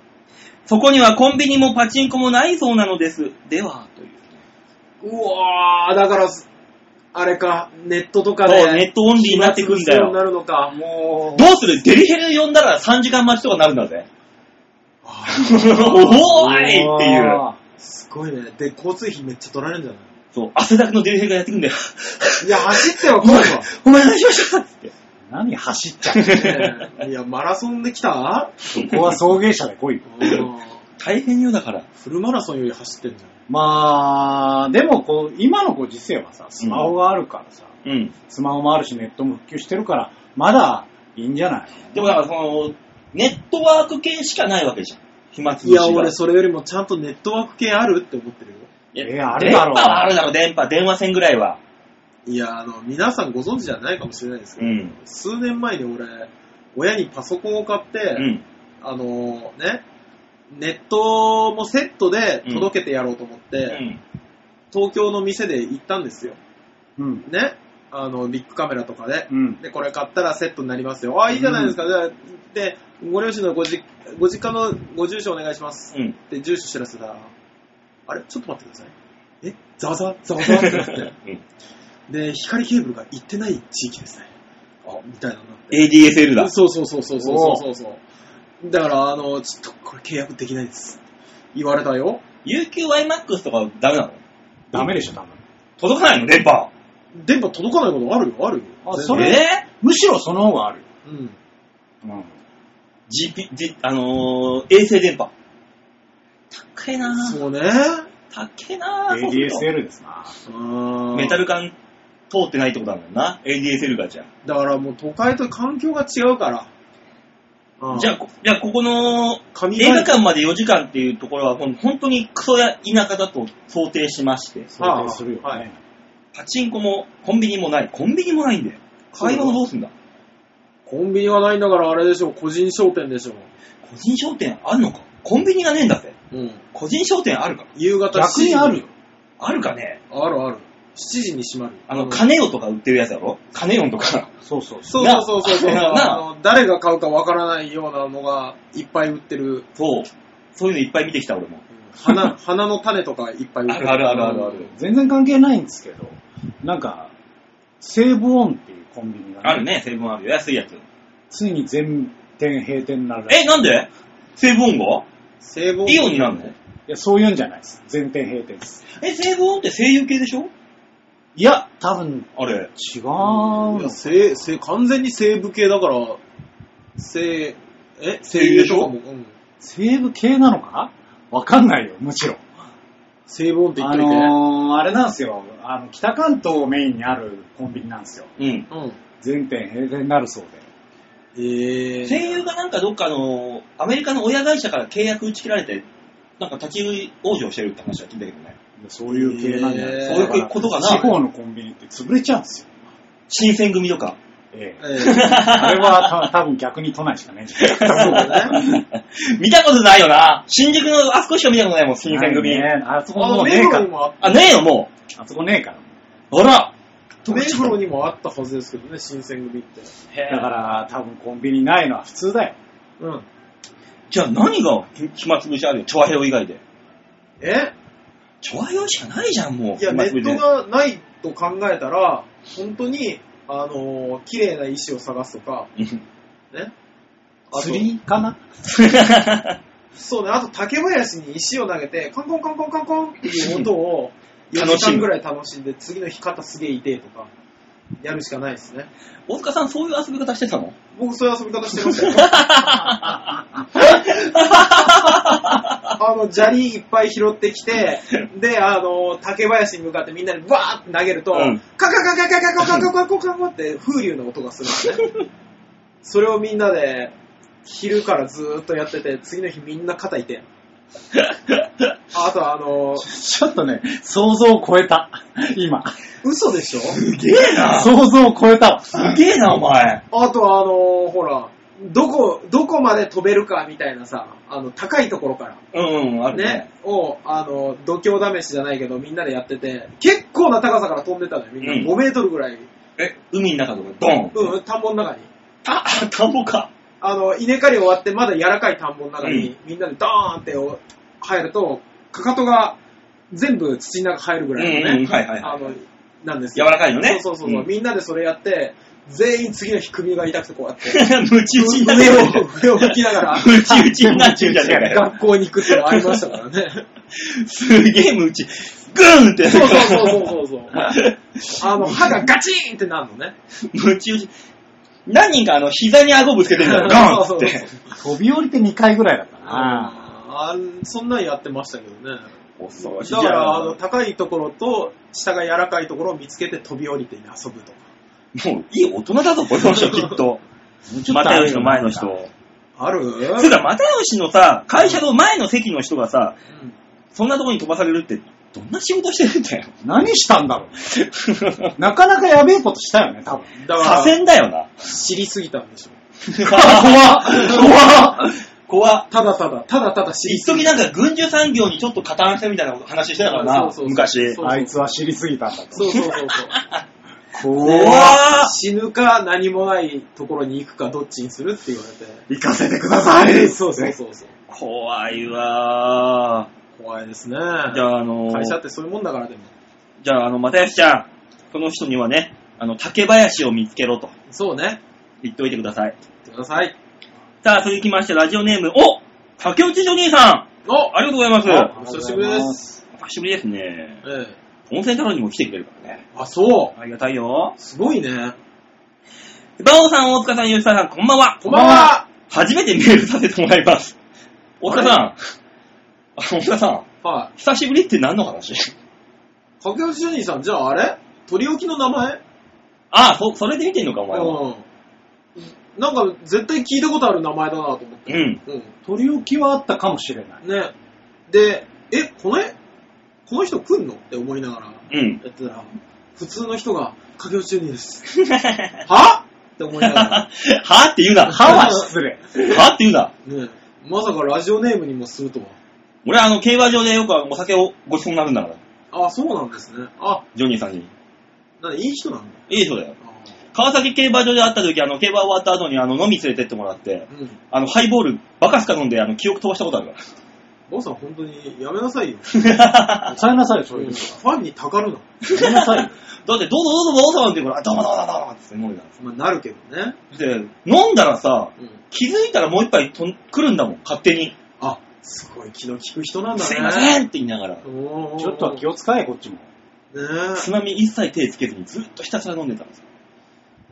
Speaker 2: そこにはコンビニもパチンコもないそうなのです。では、という。
Speaker 3: うわー、だから、あれか、ネットとか
Speaker 2: そ
Speaker 3: で、
Speaker 2: うネットオンリーになってくんだよ
Speaker 3: 暇つぶしになるのか。
Speaker 4: もう、
Speaker 2: どうするデリヘル呼んだら3時間待ちとかなるんだぜ。
Speaker 3: あ
Speaker 2: おーいっていう。
Speaker 1: あ
Speaker 3: すごいね。で、交通費めっちゃ取られるんじゃない
Speaker 2: そう、汗だくのデリヘルがやってくんだよ。
Speaker 3: いや、走っては来い
Speaker 2: お前何しましたって。
Speaker 1: ー何走っちゃう
Speaker 3: わ。ねえいや、マラソンで来た
Speaker 1: ここは送迎車で来いよ。
Speaker 3: うん
Speaker 2: 大変よ、だから。
Speaker 3: フルマラソンより走ってんじゃん。
Speaker 1: まあ、でもこう、今のご時世はさ、スマホがあるからさ、
Speaker 2: うん。
Speaker 1: スマホもあるしネットも普及してるから、まだいいんじゃない
Speaker 2: でもだから、その、ネットワーク系しかないわけじゃん。暇つぶし
Speaker 3: い
Speaker 2: が。
Speaker 3: や、俺それよりもちゃんとネットワーク系あるって思ってるよ。
Speaker 2: いや
Speaker 1: いやあるだろう
Speaker 2: 電波はあるだろう、電波。電話線ぐらいは。
Speaker 3: いや、あの、皆さんご存知じゃないかもしれないですけ
Speaker 2: う
Speaker 3: ど、
Speaker 2: ん。
Speaker 3: 数年前に俺、親にパソコンを買って、
Speaker 2: うん。
Speaker 3: あのね、ネットもセットで届けてやろうと思って、
Speaker 2: うん。
Speaker 3: 東京の店で行ったんですよ。
Speaker 1: うん。
Speaker 3: ね。あの、ビッグカメラとかで。
Speaker 1: うん。
Speaker 3: で、これ買ったらセットになりますよ。あ、いいじゃないですか。じゃあ、で、ご両親のごじご実家のご住所お願いします。
Speaker 2: うん。
Speaker 3: って住所知らせたら、あれちょっと待ってください。えざわざわざわざわってなって。で、光ケーブルが行ってない地域ですね。あ、みたいなのになって。
Speaker 2: ADSL だ。
Speaker 3: そうそうそうそうそうそうそう。だから、あの、ちょっとこれ契約できないです。言われたよ。
Speaker 2: UQYMAX とかダメなの
Speaker 1: ダメでしょ、多分。
Speaker 2: 届かないの電波。
Speaker 3: 電波届かないことあるよ、あるよ。
Speaker 1: あ
Speaker 3: 全然
Speaker 1: それ
Speaker 2: え
Speaker 1: むしろその方があるよ。
Speaker 3: うん。
Speaker 1: うん。
Speaker 2: ー、?GP、G、あのー、衛星電波。高いなぁ。
Speaker 3: そうね。
Speaker 2: 高いなぁ。そうすると
Speaker 1: ADSL ですな。
Speaker 3: うん
Speaker 2: メタル管通ってないってことだもんな。ADSL がじゃ
Speaker 3: だからもう都会と環境が違うから。う
Speaker 2: あ。
Speaker 3: ん
Speaker 2: じゃあ、こじゃあここの
Speaker 3: 紙
Speaker 2: 映
Speaker 3: 媒
Speaker 2: 画館まで4時間っていうところは、ほん本当にクソや田舎だと想定しまして、
Speaker 1: 想定するよね。
Speaker 3: はい
Speaker 2: パチンコもコンビニもない。コンビニもないんだよ。買い物どうすんだ
Speaker 3: コンビニはないんだからあれでしょ、個人商店でしょ。
Speaker 2: 個人商店あるのかコンビニがねえんだぜ。
Speaker 3: うん。
Speaker 2: 個人商店あるか
Speaker 3: 夕方7
Speaker 1: 逆
Speaker 3: 時
Speaker 1: にあるよ。
Speaker 2: あるかね
Speaker 3: あるある。7時に閉まる。
Speaker 2: あの、
Speaker 3: うん
Speaker 2: カネオとか売ってるやつだろカネオンとか。
Speaker 1: そうそうそ
Speaker 3: そう
Speaker 1: う。
Speaker 3: そうそうそう。
Speaker 2: なな
Speaker 3: あの誰が買うかわからないようなのがいっぱい売ってる。
Speaker 2: そう。そういうのいっぱい見てきた俺も。
Speaker 3: 花、花の種とかいっぱい売ってる。
Speaker 2: あるあるあるある
Speaker 1: 全然関係ないんですけど、なんか、セーブオンっていうコンビニが、
Speaker 2: ある。ね、成分あるよ。安いやつ。
Speaker 1: ついに全店閉店になるらしい
Speaker 2: え、なんでセーブオンが
Speaker 3: 聖望
Speaker 2: イオンになるの
Speaker 1: いや、そういうんじゃないです。全店閉店です。
Speaker 2: え、セーブオンって声優系でしょ
Speaker 1: いや、多分、
Speaker 2: あれ。
Speaker 1: 違うの
Speaker 3: いや、西、西、完全に西部系だから、西、え
Speaker 2: 西
Speaker 3: 西
Speaker 2: 部でしょ
Speaker 3: とかもうん。
Speaker 1: 西部系なのかわかんないよ、むしろ。
Speaker 3: 西部音って言っ
Speaker 1: あ
Speaker 3: といて。
Speaker 1: のー、あれなんですよ。あの、北関東をメインにあるコンビニなんですよ。
Speaker 2: うん。
Speaker 3: うん。
Speaker 1: 全店閉店になるそうで。
Speaker 3: えー。
Speaker 2: 声優がなんかどっかの、アメリカの親会社から契約打ち切られて、なんか立ち往生してるって話は聞いたけどね。
Speaker 1: そういう系なんじゃないですか。
Speaker 3: へー
Speaker 1: だから
Speaker 2: そういうことかな
Speaker 1: 地方のコンビニって潰れちゃうんですよ。
Speaker 2: 新選組とか。
Speaker 1: え え
Speaker 3: えー
Speaker 1: あれはた多分逆に都内しかないんじゃないです
Speaker 3: そうだね。
Speaker 2: 見たことないよな。新宿のあそこしか見たことないもん、新選組。
Speaker 1: ね、あそこ
Speaker 3: あ
Speaker 1: も
Speaker 3: の、
Speaker 1: うね
Speaker 3: 目
Speaker 1: え
Speaker 3: 黒
Speaker 1: か
Speaker 3: に
Speaker 1: ら。
Speaker 3: もあっ
Speaker 2: あ、ねえよ、も
Speaker 1: あそこねえから。
Speaker 2: う。あら。
Speaker 3: た、目黒にもあったはずですけどね、新選組って。
Speaker 2: へ
Speaker 1: だから多分コンビニないのは普通だよ。
Speaker 3: うん。
Speaker 2: じゃあ何が暇つぶしあるよ、チョアヘヨ以外で。
Speaker 3: え
Speaker 2: チョアヘヨしかないじゃん、もう。
Speaker 3: いや、
Speaker 2: 暇
Speaker 3: ネ
Speaker 2: つぶ
Speaker 3: ッ
Speaker 2: しで
Speaker 3: トがないと考えたら、本当に、あのー、綺麗な石を探すとか、ね。あと
Speaker 1: 釣りかな
Speaker 3: そうね、あと竹林に石を投げて、カンコンカンコンカンコンっていう音を4
Speaker 2: 楽し
Speaker 3: 時
Speaker 2: む
Speaker 3: 間ぐらい楽しんで、次の日肩すげえ痛えとか、やるしかないですね。
Speaker 2: 大塚さん、そういう遊び方してたの
Speaker 3: 僕そういう遊び方してましたよ。あの、砂利いっぱい拾ってきて、で、あの、竹林に向かってみんなにバーって投げると、
Speaker 2: うん
Speaker 3: カカカカカカカカカカカカカって風流の音がするんですね。それをみんなで、昼からずーっとやってて、次の日みんな肩いて。あとあの、
Speaker 1: ちょっとね、想像を超えた。今。
Speaker 3: 嘘でしょ
Speaker 2: すげえな
Speaker 1: 想像を超えたわ。
Speaker 2: すげえな、お前。
Speaker 3: あとはあのほら、どこ、どこまで飛べるかみたいなさ、あの、高いところから。
Speaker 2: うん、うん、あるね。
Speaker 3: ね、を、あの、度胸試しじゃないけど、みんなでやってて、結構な高さから飛んでたのよ、みんな。
Speaker 2: うん
Speaker 3: 5メートルぐらい。
Speaker 2: え、海の中とか、ドン。
Speaker 3: うん、田んぼの中に。
Speaker 2: た、あ田んぼか。
Speaker 3: あの、稲刈り終わって、まだ柔らかい田んぼの中に、
Speaker 2: うん
Speaker 3: みんなでドーンって入ると、かかとが全部土の中入るぐ
Speaker 2: うん、
Speaker 3: らいの
Speaker 2: うん、
Speaker 3: ね、
Speaker 2: はいはい
Speaker 3: あ
Speaker 2: はい。
Speaker 3: の、なんです
Speaker 2: 柔らかいのね
Speaker 3: そうそうそうそう、
Speaker 2: うん
Speaker 3: みんなでそれやって、全員次の日首が痛くてこうやって、
Speaker 2: ムチ打ちになっち
Speaker 3: 上
Speaker 2: ゃう
Speaker 3: を、上を吹きながら、
Speaker 2: ムチ打ちになっちゃうんじゃねえかよ。
Speaker 3: 学校に行くっていうのありましたからね。
Speaker 2: すげえムチ、グーンって
Speaker 3: そうそうそうそうそう。あの、歯がガチンってなるのね。
Speaker 2: ムチ打ち。何人かあの、膝に顎ぶつけてるんだよ。ガーン
Speaker 3: そ
Speaker 2: っ
Speaker 3: うそう
Speaker 2: て
Speaker 3: そう。
Speaker 1: 飛び降りて2回ぐらいだったな。
Speaker 3: あーそんなんやってましたけどね。
Speaker 2: 恐ろしい。
Speaker 3: だから、あの、高いところと、下が柔らかいところを見つけて飛び降りて遊ぶとか。
Speaker 2: もういい大人だぞ、この人、きっと。
Speaker 1: もう
Speaker 2: 又吉の前の
Speaker 1: う
Speaker 2: 人。
Speaker 3: あるう
Speaker 2: そうだ、又吉のさ、会社の前の席の人がさ、
Speaker 3: ん
Speaker 2: そんなとこに飛ばされるって、どんな仕事してるんだよ。
Speaker 1: 何したんだろう。なかなかやべえことしたよね、多分。
Speaker 3: だ
Speaker 2: 左
Speaker 3: から、
Speaker 2: 遷だよな。
Speaker 3: 知りすぎたんでしょ。
Speaker 1: 怖っ
Speaker 2: 怖っ。
Speaker 3: ただただ、ただただ知り
Speaker 2: 一
Speaker 3: すぎ
Speaker 2: 時なんか軍需産業にちょっと加担したみたいな話してたからな、
Speaker 3: そうそうそう
Speaker 2: 昔。
Speaker 3: そう
Speaker 1: あいつは知りすぎたんだと。
Speaker 3: そうそうそうそう。
Speaker 1: 怖
Speaker 2: 怖
Speaker 1: っ
Speaker 3: 死ぬか何もないところに行くかどっちにするって言われて。
Speaker 1: 行かせてください
Speaker 3: そうそうそうそう。
Speaker 2: 怖いわ
Speaker 3: 怖いですね。
Speaker 2: ー。じゃあ、あのー
Speaker 3: 会社ってそういうもんだからでも。
Speaker 2: じゃあ、あの、又吉ちゃん、この人にはね、あの、竹林を見つけろと
Speaker 3: そうね。
Speaker 2: 言っておいてください。
Speaker 3: 言ってください。
Speaker 2: さあ、続きまして、ラジオネーム、お竹内ジョニーさん
Speaker 3: お
Speaker 2: ありがとうございます
Speaker 1: あ
Speaker 3: お久しぶりです。
Speaker 2: お久しぶりですね。
Speaker 3: ええ。
Speaker 2: 温泉太郎にも来てくれるからね。
Speaker 3: あ、そう。
Speaker 2: ありがたいよ。
Speaker 3: すごいね。
Speaker 2: バオさん、大塚さん、吉田さん、こんばんは。
Speaker 3: こんばんは
Speaker 2: 初めてメールさせてもらいます。大塚さん。あ大塚さん、
Speaker 3: は
Speaker 2: 久しぶりって何の話
Speaker 3: い。かけおしジョニーさん、じゃああれ取り置きの名前
Speaker 2: ああ、そ、それで見てんのか、お前は。
Speaker 3: うん。なんか絶対聞いたことある名前だなと思っ
Speaker 2: う
Speaker 3: て。
Speaker 2: ん。
Speaker 3: うん。
Speaker 1: 取り置きはあったかもしれない。
Speaker 3: ね。で、え、これこの人来んのって思いながら
Speaker 2: うん。
Speaker 3: やってたら、普通の人が、かけおしジョニーです。はって思いなが ら。
Speaker 2: はって言うな。
Speaker 1: 歯は失礼。
Speaker 2: はって言うな。
Speaker 3: ねえまさかラジオネームにもするとは。
Speaker 2: 俺、あの、競馬場でよくお酒をご馳走になるんだから、
Speaker 3: あ、そうなんですね。あ、
Speaker 2: ジョニーさんに。
Speaker 3: なんでいい人なんだ。
Speaker 2: いい人だよ。
Speaker 3: あ
Speaker 2: 川崎競馬場で会った時、あの、競馬終わった後に、あの、飲み連れてってもらって、
Speaker 3: ーうん。
Speaker 2: あの、ハイボール、バカスカ飲んで、あの、記憶飛ばしたことあるか
Speaker 3: 坊さん本当にやめなさいよ。
Speaker 2: ら。
Speaker 1: さえなさい、そ
Speaker 3: そうう
Speaker 1: い
Speaker 3: いうう
Speaker 1: の
Speaker 3: の。。ファンにたかるな。
Speaker 1: やめなさい
Speaker 2: だ
Speaker 1: よ。
Speaker 2: って、どうぞどうぞどうぞって言うから、あどうもどうもどうもって飲んで
Speaker 3: まあ、なるけどね。
Speaker 2: たで、飲んだらさ、
Speaker 3: うん。
Speaker 2: 気づいたらもう一杯とん来るんだもん、勝手に。
Speaker 3: あ、すごい気の利く人なんだね。
Speaker 2: すいませんって言いながら、
Speaker 3: おー
Speaker 1: ちょっとは気を使え、こっちも。
Speaker 3: ね
Speaker 2: つ
Speaker 3: え。
Speaker 2: まみ一切手つけずにずっとひたすら飲んでたんですよ。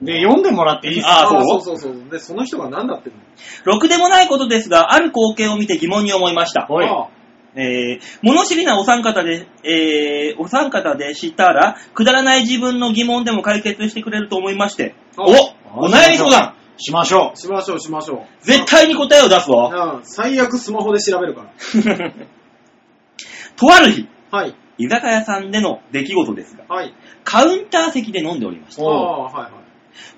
Speaker 1: で、読んでもらっていいっすか
Speaker 2: あそう
Speaker 3: そうそうそう。で、その人が何だってんの
Speaker 2: ろくでもないことですが、ある光景を見て疑問に思いました。
Speaker 1: おい。
Speaker 3: あ
Speaker 2: えー、物知りなお三方で、えー、お三方でしたら、くだらない自分の疑問でも解決してくれると思いまして、
Speaker 3: あ
Speaker 2: おお悩み相談
Speaker 1: しましょ
Speaker 3: しましょうしましょう。
Speaker 2: 絶対に答えを出すわ
Speaker 3: あうん最悪スマホで調べるから。
Speaker 2: とある日、
Speaker 3: はい。
Speaker 2: 居酒屋さんでの出来事ですが、
Speaker 3: はい。
Speaker 2: カウンター席で飲んでおりまし
Speaker 3: あ
Speaker 2: た。
Speaker 3: あ、はいはい。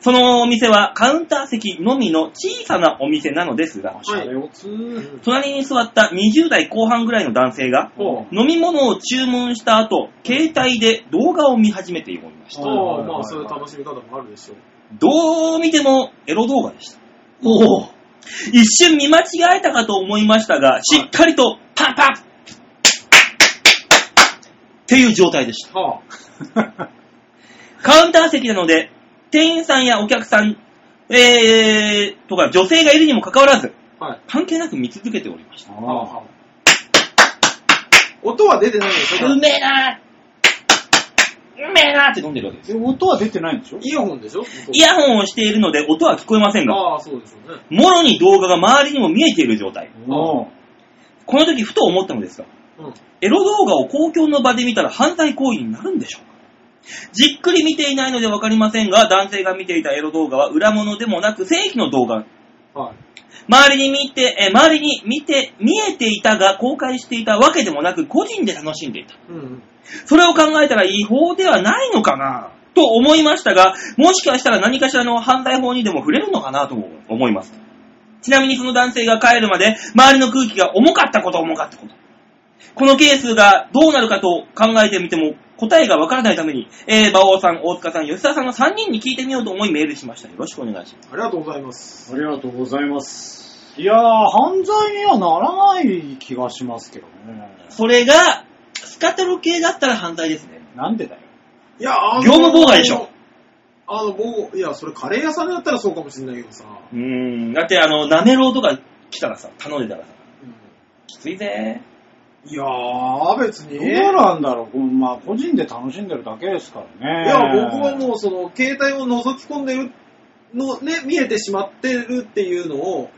Speaker 2: そのお店はカウンター席のみの小さなお店なのですが
Speaker 1: う。、しゃれをつー。
Speaker 2: 隣に座った20代後半ぐらいの男性が、
Speaker 1: おう
Speaker 2: 飲み物を注文した後、携帯で動画を見始めておりました。
Speaker 1: はいはいはい
Speaker 3: あ
Speaker 1: は
Speaker 3: あ、
Speaker 1: い
Speaker 3: まあ、そういう楽しみ方もあるでしょう。
Speaker 2: どう見てもエロ動画でした。
Speaker 1: おぉ。
Speaker 2: 一瞬見間違えたかと思いましたが、しっかりとパンパンっていう状態でした。
Speaker 3: はあ。
Speaker 2: カウンター席なので、店員さんやお客さん、えー、とか女性がいるにもかかわらず、
Speaker 3: はい
Speaker 2: 関係なく見続けておりました。
Speaker 1: ああ
Speaker 3: 音は出てないでしょ
Speaker 2: うめえなうめえなって飲んでるわけです。
Speaker 1: え音は出てないんでしょ
Speaker 3: イヤホンでしょ
Speaker 2: イヤホンをしているので音は聞こえませんが、
Speaker 3: ああ、そうでしょうね。
Speaker 2: もろに動画が周りにも見えている状態。
Speaker 1: おぉ。
Speaker 2: この時ふと思ったのですが、
Speaker 3: うん。
Speaker 2: エロ動画を公共の場で見たら犯罪行為になるんでしょうかじっくり見ていないのでわかりませんが、男性が見ていたエロ動画は裏物でもなく正規の動画。
Speaker 3: はい。
Speaker 2: 周りに見て、えー周りに見て、見えていたが公開していたわけでもなく個人で楽しんでいた。
Speaker 3: うんうん。
Speaker 2: それを考えたら違法ではないのかなと思いましたが、もしかしたら何かしらの犯罪法にでも触れるのかなと思います。ちなみにその男性が帰るまで、周りの空気が重かったこと重かったこと。このケースがどうなるかと考えてみても答えがわからないために、えー、馬王さん、大塚さん、吉田さんの3人に聞いてみようと思いメールしました。よろしくお願いします。
Speaker 3: ありがとうございます。
Speaker 1: ありがとうございます。いやー、犯罪にはならない気がしますけどね。
Speaker 2: それが、スカトロ系だったら犯罪ですね。
Speaker 1: なんでだよ。
Speaker 3: いや、あの
Speaker 2: 業務妨害でしょ。
Speaker 3: ああの、僕、いや、それカレー屋さんだったらそうかもしれないけどさ。
Speaker 2: うーん。だって、あの、なめろうとか来たらさ、頼んでたらさ、きついぜ。
Speaker 3: いやー、別に。
Speaker 1: どうなんだろう、まあ、個人で楽しんでるだけですから
Speaker 3: い
Speaker 1: ね。
Speaker 3: や、僕はもうその、携帯を覗き込んでるの、ね、見えてしまってるっていうのを、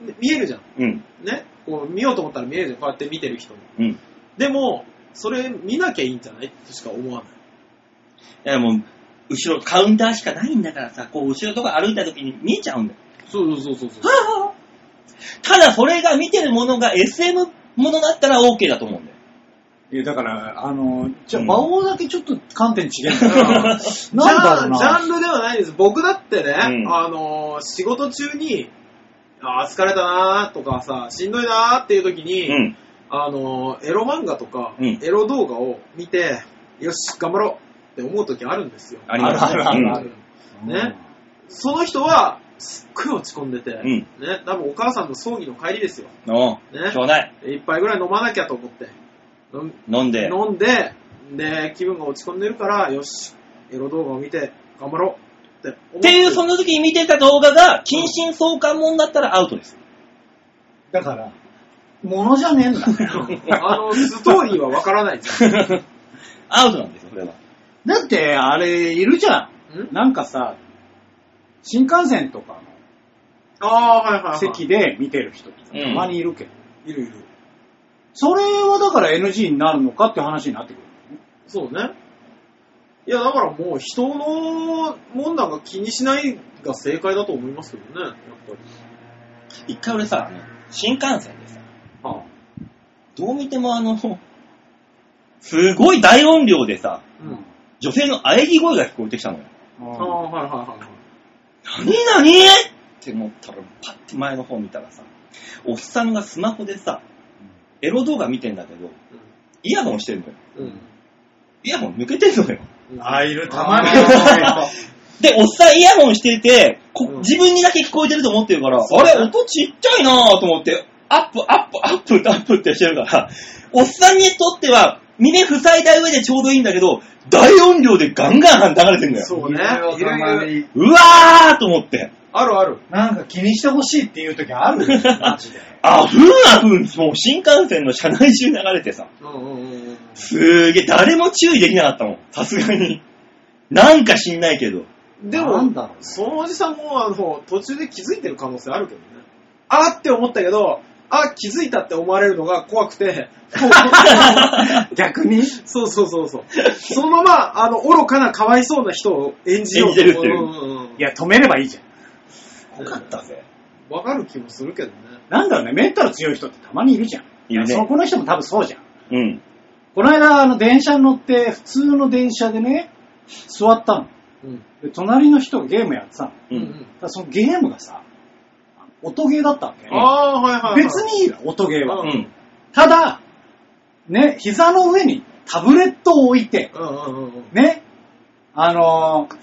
Speaker 3: ね見えるじゃん。
Speaker 2: うん。
Speaker 3: ね。こう、見ようと思ったら見えるじゃん。こうやって見てる人も。
Speaker 2: うん。い
Speaker 3: でも、それ見なきゃいいんじゃないとしか思わない。
Speaker 2: や、もう、後ろ、カウンターしかないんだからさ、こう、後ろとか歩いた時に見えちゃうんだよ。
Speaker 3: そうそう そうそう。
Speaker 2: ただ、それが見てるものが SM ものだったら OK だと思うんだよ。
Speaker 1: いやだから、あの、じゃあ、
Speaker 2: うん
Speaker 1: 馬王だけちょっと観点違 うから、なんだろうな。
Speaker 3: ジャンジャンルではないです。僕だってね、
Speaker 2: うん
Speaker 3: あのー仕事中に、あー疲れたなーとかさ、しんどいなーっていう時に、
Speaker 2: うん。
Speaker 3: あのーエロ漫画とか、
Speaker 2: うん
Speaker 3: エロ動画を見て、よし、頑張ろうって思う時あるんですよ。
Speaker 2: あります
Speaker 1: あるある
Speaker 2: ね
Speaker 1: ある
Speaker 3: うんねその人は、すっごい落ち込んでて、
Speaker 2: うん。うん。
Speaker 3: ね、多分お母さんの葬儀の帰りですよ。
Speaker 2: おう
Speaker 3: ね
Speaker 2: しょうがない。
Speaker 3: 一杯ぐらい飲まなきゃと思って、飲ん
Speaker 2: 飲んで。
Speaker 3: 飲んで、で、気分が落ち込んでるから、よし、エロ動画を見て、頑張ろうって思
Speaker 2: っていう、そ
Speaker 3: の、
Speaker 2: の時に見てた動画が、近親相関もんだったらアウト です。
Speaker 4: だから、
Speaker 1: ものじゃねえんだよ。
Speaker 3: あの、ストーリーはわからないじゃん。
Speaker 2: アウトなんですよ、それは。
Speaker 1: だって、あれ、いるじゃん。
Speaker 3: ん
Speaker 1: なんかさ、新幹線とか
Speaker 3: ああ、はいはいは
Speaker 1: の
Speaker 3: い。
Speaker 1: 席で見てる人とか、
Speaker 2: うん
Speaker 1: たまにいるけど、
Speaker 3: いるいる。
Speaker 1: それはだから NG になるのかって話になってくる。
Speaker 3: そうね。いや、だからもう人のもんなんか気にしないが正解だと思いますけどね、やっぱり。
Speaker 2: 一回俺さ、あの新幹線でさ、
Speaker 1: ああ
Speaker 2: どう見てもあの、すごい大音量でさ、
Speaker 3: うん。
Speaker 2: 女性の喘ぎ声が聞こえてきたのよ。
Speaker 3: あ
Speaker 1: う
Speaker 3: あ、は
Speaker 1: ん
Speaker 3: いはいはいはい。
Speaker 2: 何何って思ったら、パッて前の方見たらさ、おっさんがスマホでさ、エロ動画見てんだけど、イヤホンしてんのよ。
Speaker 3: うん。
Speaker 2: イヤホン抜けてんのよ。
Speaker 3: うん。
Speaker 4: ああいる、たまにいる
Speaker 3: あー
Speaker 2: で、おっさんイヤホンしてて、こ
Speaker 3: うん
Speaker 2: 自分にだけ聞こえてると思ってるから、
Speaker 3: そう
Speaker 2: あれ、音ちっちゃいなぁと思って、アップ、アップ、アップ、アップってしてるから、おっさんにとっては、耳塞いだ上でちょうどいいんだけど、大音量でガンガン流れてんだよ。
Speaker 3: そうね。い
Speaker 4: たま
Speaker 3: るいる
Speaker 4: に。
Speaker 2: うわーと思って、
Speaker 3: あるある。
Speaker 4: なんか気にしてほしいっていう時あるよマジで。
Speaker 2: あふんあふん、もう新幹線の車内中流れてさ、
Speaker 3: うんうんうんうん。
Speaker 2: すーげえ、誰も注意できなかったもん、さすがに。なんか知んないけど。
Speaker 3: で
Speaker 1: なん
Speaker 3: も、
Speaker 1: だろうね
Speaker 3: そのおじさんも、あの、途中で気づいてる可能性あるけどね。あーって思ったけど、あ、気づいたって思われるのが怖くて、
Speaker 1: 逆に
Speaker 3: そうそうそうそう。そのまま、あの、愚かなかわいそうな人を演じようと
Speaker 2: 演じてるっていう
Speaker 3: うんうんうん
Speaker 1: いや、止めればいいじゃん。
Speaker 2: よかったぜ。
Speaker 3: わかる気もするけどね。
Speaker 1: なんだろうね、メンタル強い人ってたまにいるじゃん。
Speaker 2: いるね
Speaker 1: やそうこの人も多分そうじゃん。
Speaker 2: うん。
Speaker 1: この間、あの、電車に乗って、普通の電車でね、座ったの。
Speaker 3: うん。
Speaker 1: で、隣の人がゲームやってたの。だ
Speaker 2: う。
Speaker 3: うんん。
Speaker 1: からそのゲームがさ、音ゲーだったわけ。
Speaker 3: ああ、はいはいはい。
Speaker 1: 別にいいよ、音ゲーは。
Speaker 2: うん。
Speaker 1: ただ、ね、膝の上にタブレットを置いて、
Speaker 3: うんうんうんうん。
Speaker 1: ね、あのー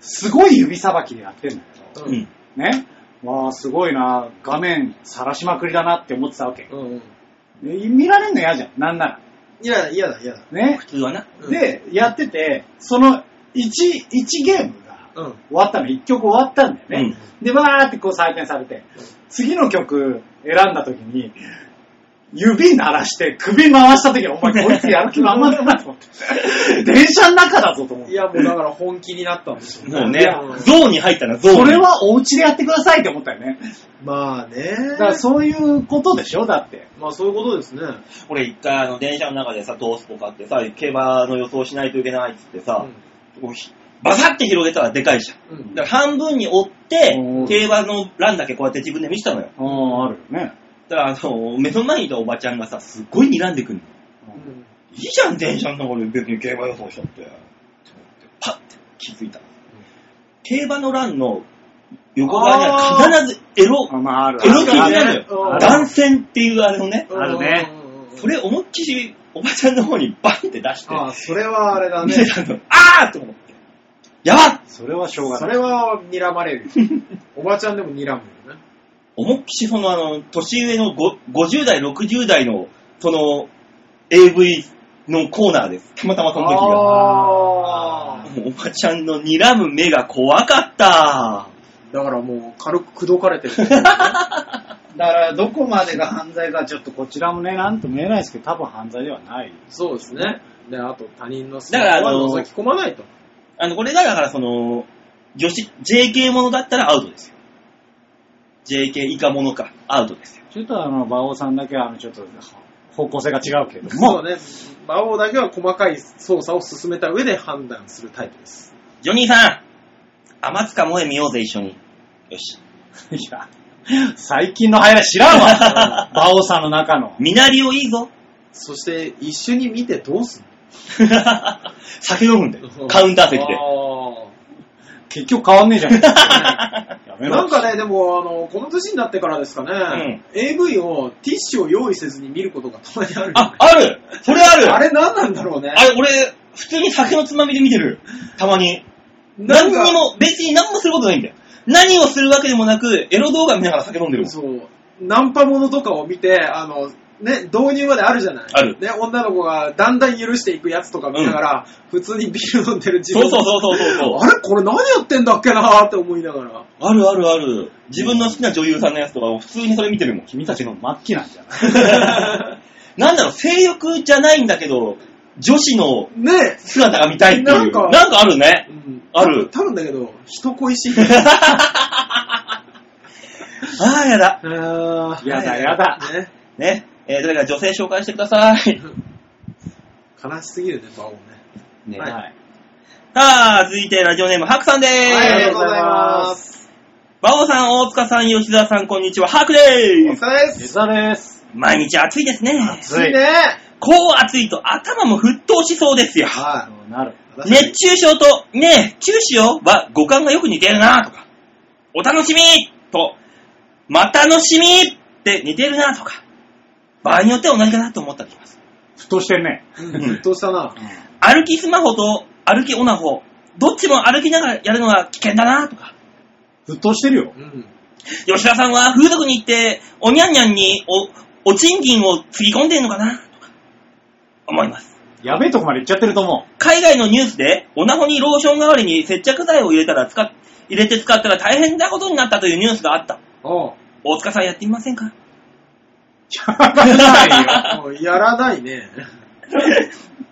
Speaker 1: すごい指さばきでやってんだけど、
Speaker 2: う
Speaker 3: うん
Speaker 2: ん。
Speaker 1: ね、わあすごいな、画面晒しまくりだなって思ってたわけ。
Speaker 3: うんうん。
Speaker 1: で見られんの嫌じゃん、なんなら。
Speaker 3: 嫌だ、嫌だ、嫌だ。
Speaker 1: ね
Speaker 2: 普、通はな。
Speaker 3: うん、
Speaker 1: で、やってて、その1、一ゲームが
Speaker 3: うん。
Speaker 1: 終わったの、1曲終わったんだよね。で、わーってこう採点されて、次の曲選んだ時に、指鳴らして首回した時に、お前こいつやる気満々だなと思 って。電車の中だぞと思っ
Speaker 3: い
Speaker 1: て。
Speaker 3: や、もうだから本気になったんですよ。
Speaker 2: もう
Speaker 3: い
Speaker 2: ね
Speaker 3: やうん、
Speaker 2: ゾーンに入ったな、ゾーンに。
Speaker 1: それはお家でやってくださいって思ったよね。
Speaker 3: まあね。
Speaker 1: だからそういうことでしょだって。
Speaker 3: まあそういうことですね。
Speaker 2: 俺一回あの電車の中でさ、トースポ買ってさ、競馬の予想しないといけないっつってさ、こうひバサって広げたらでかいじゃん。
Speaker 3: うん。うん
Speaker 2: だから半分に折って
Speaker 1: うん、
Speaker 2: 競馬の欄だけこうやって自分で見せたのよ。
Speaker 1: ああ、あるよね。
Speaker 2: だからあの、目の前にいたおばちゃんがさ、すっごい睨んでくんの。
Speaker 3: うん
Speaker 2: いいじゃん、電車の中で別に競馬予想しちゃって。って思ってパッて気づいたの。競馬の欄の横側には必ずエロ、
Speaker 1: あまあ、ある。
Speaker 2: エロ記に
Speaker 1: ある
Speaker 2: な
Speaker 1: あ
Speaker 2: る
Speaker 1: る
Speaker 2: の
Speaker 3: あ
Speaker 2: よ。
Speaker 3: る
Speaker 2: 断線っていうあれをね。
Speaker 1: あるね。
Speaker 2: それ思いっきりおばちゃんの方にバンって出して、
Speaker 3: ああ、それはあれだ
Speaker 2: 見
Speaker 3: ね。
Speaker 2: てたの、あーと思って。やばっ
Speaker 1: それはしょうが
Speaker 3: そ
Speaker 1: ない。
Speaker 3: れは睨ま れるよ。おばちゃんでも睨むよね。
Speaker 2: 思いっきりその、あの、年上のご50代、60代の、その、AV のコーナーです。たまたまその時が。
Speaker 3: ああ。
Speaker 2: おばちゃんの睨む目が怖かった。
Speaker 3: だからもう軽く口説かれてる。
Speaker 4: だから、どこまでが犯罪か、ちょっとこ
Speaker 1: こ
Speaker 4: っち
Speaker 1: ちらもね、なんとも言えないですけど、多分犯罪ではない。
Speaker 3: そうですね。で、あと他人のス
Speaker 2: だからあの
Speaker 3: は覗き込まないと。
Speaker 2: あの、これがだからその、女子、JK ものだったらアウトですよ。JK 以下ものか、アウトですよ。
Speaker 1: ちょっとあの、馬王さんだけは、あの、ちょっと、方向性が違うけど
Speaker 3: もう
Speaker 1: も、
Speaker 3: ね、魔王だけは細かい操作を進めた上で判断するタイプです。
Speaker 2: ジョニーさん天塚萌え見ようぜ、一緒に。よし。
Speaker 1: いや、最近の流行りは知らん わ馬王さんの中の。
Speaker 2: みなりをいいぞ。
Speaker 3: そして一緒に見てどうすん
Speaker 2: 酒飲むんだよ
Speaker 3: の。
Speaker 2: カウンター席で。
Speaker 3: あ
Speaker 1: 結局変わんねえじゃん。 や
Speaker 3: ー
Speaker 1: めろ。
Speaker 3: なんかね、でも、あの、この年になってからですかね、AV をティッシュを用意せずに見ることがたまにある。
Speaker 2: あ、あるそれある
Speaker 3: あれ何なんだろうね。
Speaker 2: あれ、俺、普通に酒のつまみで見てる。たまに。
Speaker 3: なん
Speaker 2: 何
Speaker 3: か
Speaker 2: にも、別に何もすることないんだよ。何をするわけでもなく、エロ動画見ながら酒飲んでるもん。
Speaker 3: そう、ナンパものとかを見て、あの、ね、導入まであるじゃない
Speaker 2: ある
Speaker 3: ね、女の子がだんだん許していくやつとか見ながら、普通にビール飲んでる自
Speaker 2: そ
Speaker 3: 分
Speaker 2: うそうそうそうそうそう。
Speaker 3: あれこれ何やってんだっけなーって思いながら。
Speaker 2: あるあるある。自分の好きな女優さんのやつとかを普通にそれ見てるも ん。
Speaker 1: 君たちの末期なんじゃない
Speaker 2: なんだろう、性欲じゃないんだけど、女子の
Speaker 3: ね
Speaker 2: 姿が見たいっていう。な
Speaker 3: なんん
Speaker 2: か
Speaker 3: か
Speaker 2: あるね
Speaker 3: え。。うん。
Speaker 2: ある。
Speaker 3: 多分だけど、人 恋しい。
Speaker 2: ああ、やだ。
Speaker 3: あー
Speaker 1: やだやだ。
Speaker 3: ね。
Speaker 2: ね。えー、誰か女性紹介してください。
Speaker 3: 悲しすぎるね、バオね。
Speaker 2: ね
Speaker 3: はい
Speaker 1: はい。
Speaker 2: さあ、続いてラジオネーム、ハクさんでーす。
Speaker 3: はい、ありがとう
Speaker 1: う
Speaker 3: ご
Speaker 1: ご
Speaker 3: ざ
Speaker 1: ざ
Speaker 3: い
Speaker 1: い
Speaker 3: ま。
Speaker 1: ます
Speaker 2: バオさん、大塚さん、吉沢さん、こんにちは。ハク
Speaker 3: お
Speaker 2: でーす。
Speaker 3: 疲れで
Speaker 1: 実
Speaker 3: す。
Speaker 1: 座です。
Speaker 2: 毎日暑いですね。
Speaker 1: 暑
Speaker 3: いい
Speaker 1: い。
Speaker 3: ね。
Speaker 2: こう暑いと頭も沸騰しそうですよ。
Speaker 1: そ
Speaker 3: は
Speaker 1: うなる。
Speaker 3: い。
Speaker 2: 熱中症と、ねえ、中止よは五感がよく似てるなとか、お楽しみと、また楽しみって似てるなとか、場合によっては同じかなと思ったりします。
Speaker 1: 沸騰してるね。
Speaker 3: うん、どうしたな。
Speaker 2: 歩きスマホと歩きオナホ、どっちも歩きながらやるのは危険だなとか、
Speaker 1: 沸騰してるよ。
Speaker 3: うん。
Speaker 2: 吉田さんは風俗に行って、おにゃんにゃんにお、お賃金をつぎ込んでんのかなとか、思います。
Speaker 1: やべえとこまで行っちゃってると思
Speaker 2: 海外のニュースで、オナホにローション代わりに接着剤を入れたら使っ、入れて使ったら大変なことになったというニュースがあった。
Speaker 3: おう
Speaker 2: 大塚さんやってみませんか
Speaker 1: う。やばないよ。
Speaker 3: もうやらないね。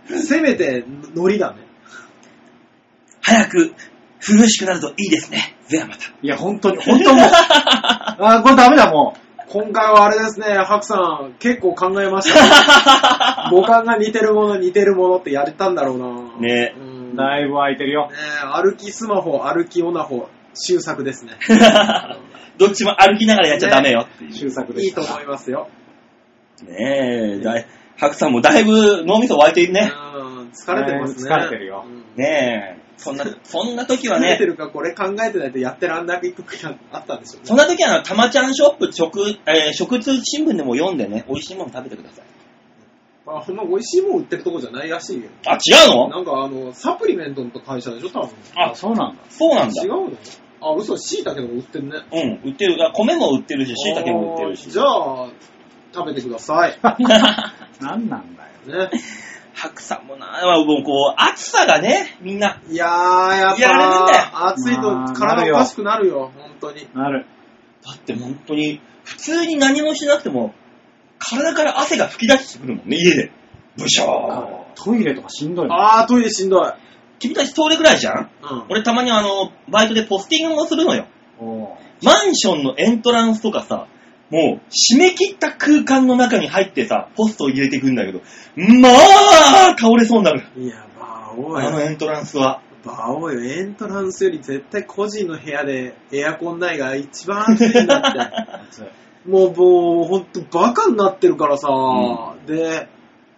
Speaker 3: せめて、ノリだね。
Speaker 2: 早く、涼しくなるといいですね。ではまた。
Speaker 1: いや、本当に、本 当もう。あー、これダメだ、も
Speaker 3: 今回はあれですね、ハクさん、結構考えました、ね。五感が似てるもの、似てるものってやれたんだろうな。
Speaker 2: ね
Speaker 3: うん
Speaker 1: う。
Speaker 3: ね
Speaker 1: だいぶ空いてるよ。
Speaker 3: え歩きスマホ、歩きオナホ、終作ですね。
Speaker 2: どっちも歩きながらやっちゃダメよっていう。
Speaker 1: 終作で
Speaker 3: いい
Speaker 1: した
Speaker 3: と
Speaker 1: な。
Speaker 3: 思いますよ。
Speaker 2: ねえ、だい、白さんもだいぶ脳みそ湧いている
Speaker 3: うん
Speaker 2: ね。、
Speaker 3: 疲れてますね。
Speaker 1: だいぶ疲れてるよ
Speaker 3: うん
Speaker 2: ねえ、そんな、そんな時は
Speaker 3: 疲れ
Speaker 2: ね
Speaker 3: て、るか、これ考えてないとやってらんなくいく時があったんでしょう
Speaker 2: そん
Speaker 3: ね。
Speaker 2: な時はあの、たまちゃんショップ食、えー食通新聞でも読んでね、美味しいもの食べてください。
Speaker 3: あほんま美味しいもん売ってるとこじゃないらしいよ。
Speaker 2: あ、違うの
Speaker 3: なんかあの、サプリメントの会社でしょ、多分。
Speaker 1: あ、そうなんだ。
Speaker 2: そうなんだ
Speaker 3: 違。うのあ、嘘、椎茸とか売ってるね。
Speaker 2: うん、売ってる。あ米も売ってるし、椎茸も売ってる
Speaker 3: あ
Speaker 2: し
Speaker 3: ーじ。ゃあ、食べてくださ い。ね。
Speaker 1: なんなんだよ。
Speaker 2: 白さんもな、まあもうこう、暑さがね、みんな、
Speaker 3: いやー、やっ
Speaker 2: やられるんだよ
Speaker 3: ぱ、暑い
Speaker 1: ま
Speaker 3: と
Speaker 1: あ
Speaker 3: 体おかしくなるよ、本当に。
Speaker 1: なる。
Speaker 2: だって本当に、普通に何もしなくても、体から汗が噴き出してくるもんね、家で。ブシャー。
Speaker 1: トイレとかしんどいもん。
Speaker 3: あー、トイレしんどい。
Speaker 2: 君たちそれぐらいじゃん
Speaker 3: うん。
Speaker 2: 俺たまにあの、バイトでポスティングをするのよ。
Speaker 1: おう
Speaker 2: マンションのエントランスとかさ、もう、締め切った空間の中に入ってさ、ポストを入れてくんだけど、まあ、倒れそうになる。
Speaker 3: いや、バオ
Speaker 2: あの
Speaker 3: よ。
Speaker 2: エントランスは。
Speaker 3: バオよ。エントランスより絶対個人の部屋でエアコンないが一番暑いんだ
Speaker 1: 暑い
Speaker 3: って。もう、もう、ほんとバカになってるからさ、で、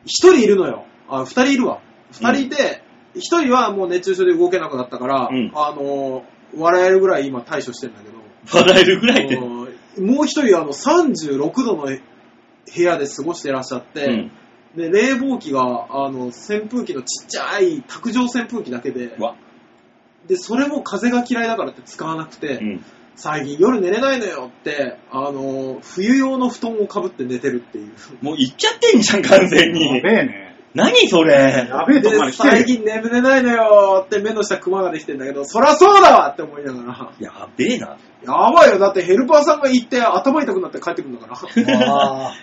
Speaker 3: 一人いるのよ。あ、二人いるわ。二人いて、一、人はもう熱中症で動けなくなったから、
Speaker 2: うん
Speaker 3: あの、笑えるぐらい今対処してんだけど。
Speaker 2: 笑えるぐらいで。う
Speaker 3: うんもう一人あの36度の部屋で過ごしてらっしゃって、
Speaker 2: ん。
Speaker 3: で冷房機があの扇風機のちっちゃい卓上扇風機だけで
Speaker 2: うわ。
Speaker 3: でそれも風が嫌いだからって使わなくて、
Speaker 2: うん。
Speaker 3: 最近夜寝れないのよってあの冬用の布団をかぶって寝てるっていう
Speaker 2: もう行っちゃってんじゃん、完全に
Speaker 1: や。べえね。
Speaker 2: 何それ
Speaker 1: やべえとこま
Speaker 3: で
Speaker 1: で来て
Speaker 3: 最
Speaker 1: るよ。
Speaker 3: 近眠れないのよって目の下クマができてんだけど、そらそうだわって思いながら。
Speaker 2: やべえな。
Speaker 3: やばいよ、だってヘルパーさんが行って頭痛くなって帰ってくるんだから。
Speaker 4: あ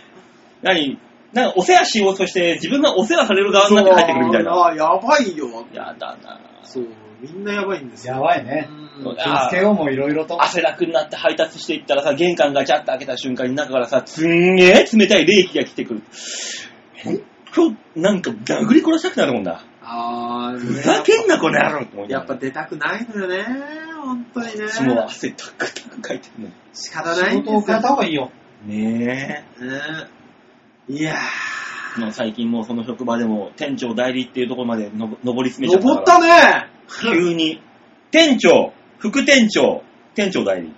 Speaker 2: 何なんかお世話しようとして自分がお世話される側になって帰ってくるみたいな。
Speaker 3: あやばいよ。
Speaker 2: やだな
Speaker 3: そう、みんなやばいんです
Speaker 4: ー
Speaker 3: よ。
Speaker 4: やばいね。
Speaker 3: うん
Speaker 4: 気
Speaker 2: そう
Speaker 4: を
Speaker 2: だ
Speaker 4: つけようもいろいろと。
Speaker 2: 汗だくになって配達していったらさ、玄関ガチャッと開けた瞬間に中からさ、すんげえ冷たい冷気が来てくる。ほんと、なんか殴り殺したくなるもんだ。
Speaker 3: あー、
Speaker 2: ふざけんな、この野郎って思いな
Speaker 3: や
Speaker 2: が
Speaker 3: っ
Speaker 2: ら
Speaker 3: ぱ出たくないのよね、本当にね。
Speaker 2: 私もう汗たくたくかいてる
Speaker 3: 仕方な
Speaker 4: 仕
Speaker 3: いん
Speaker 4: 事を
Speaker 3: です
Speaker 4: 変えた方
Speaker 3: よ。
Speaker 4: がいいよ。
Speaker 2: のに。ね
Speaker 3: ねいや
Speaker 2: え。もう最近もうその職場でも店長代理っていうところまでのぼ上り
Speaker 3: ー、
Speaker 2: 詰めちゃ
Speaker 3: 登
Speaker 2: っ
Speaker 3: った
Speaker 2: か
Speaker 3: たね
Speaker 2: ら。急に。店長、副店長、店長代理。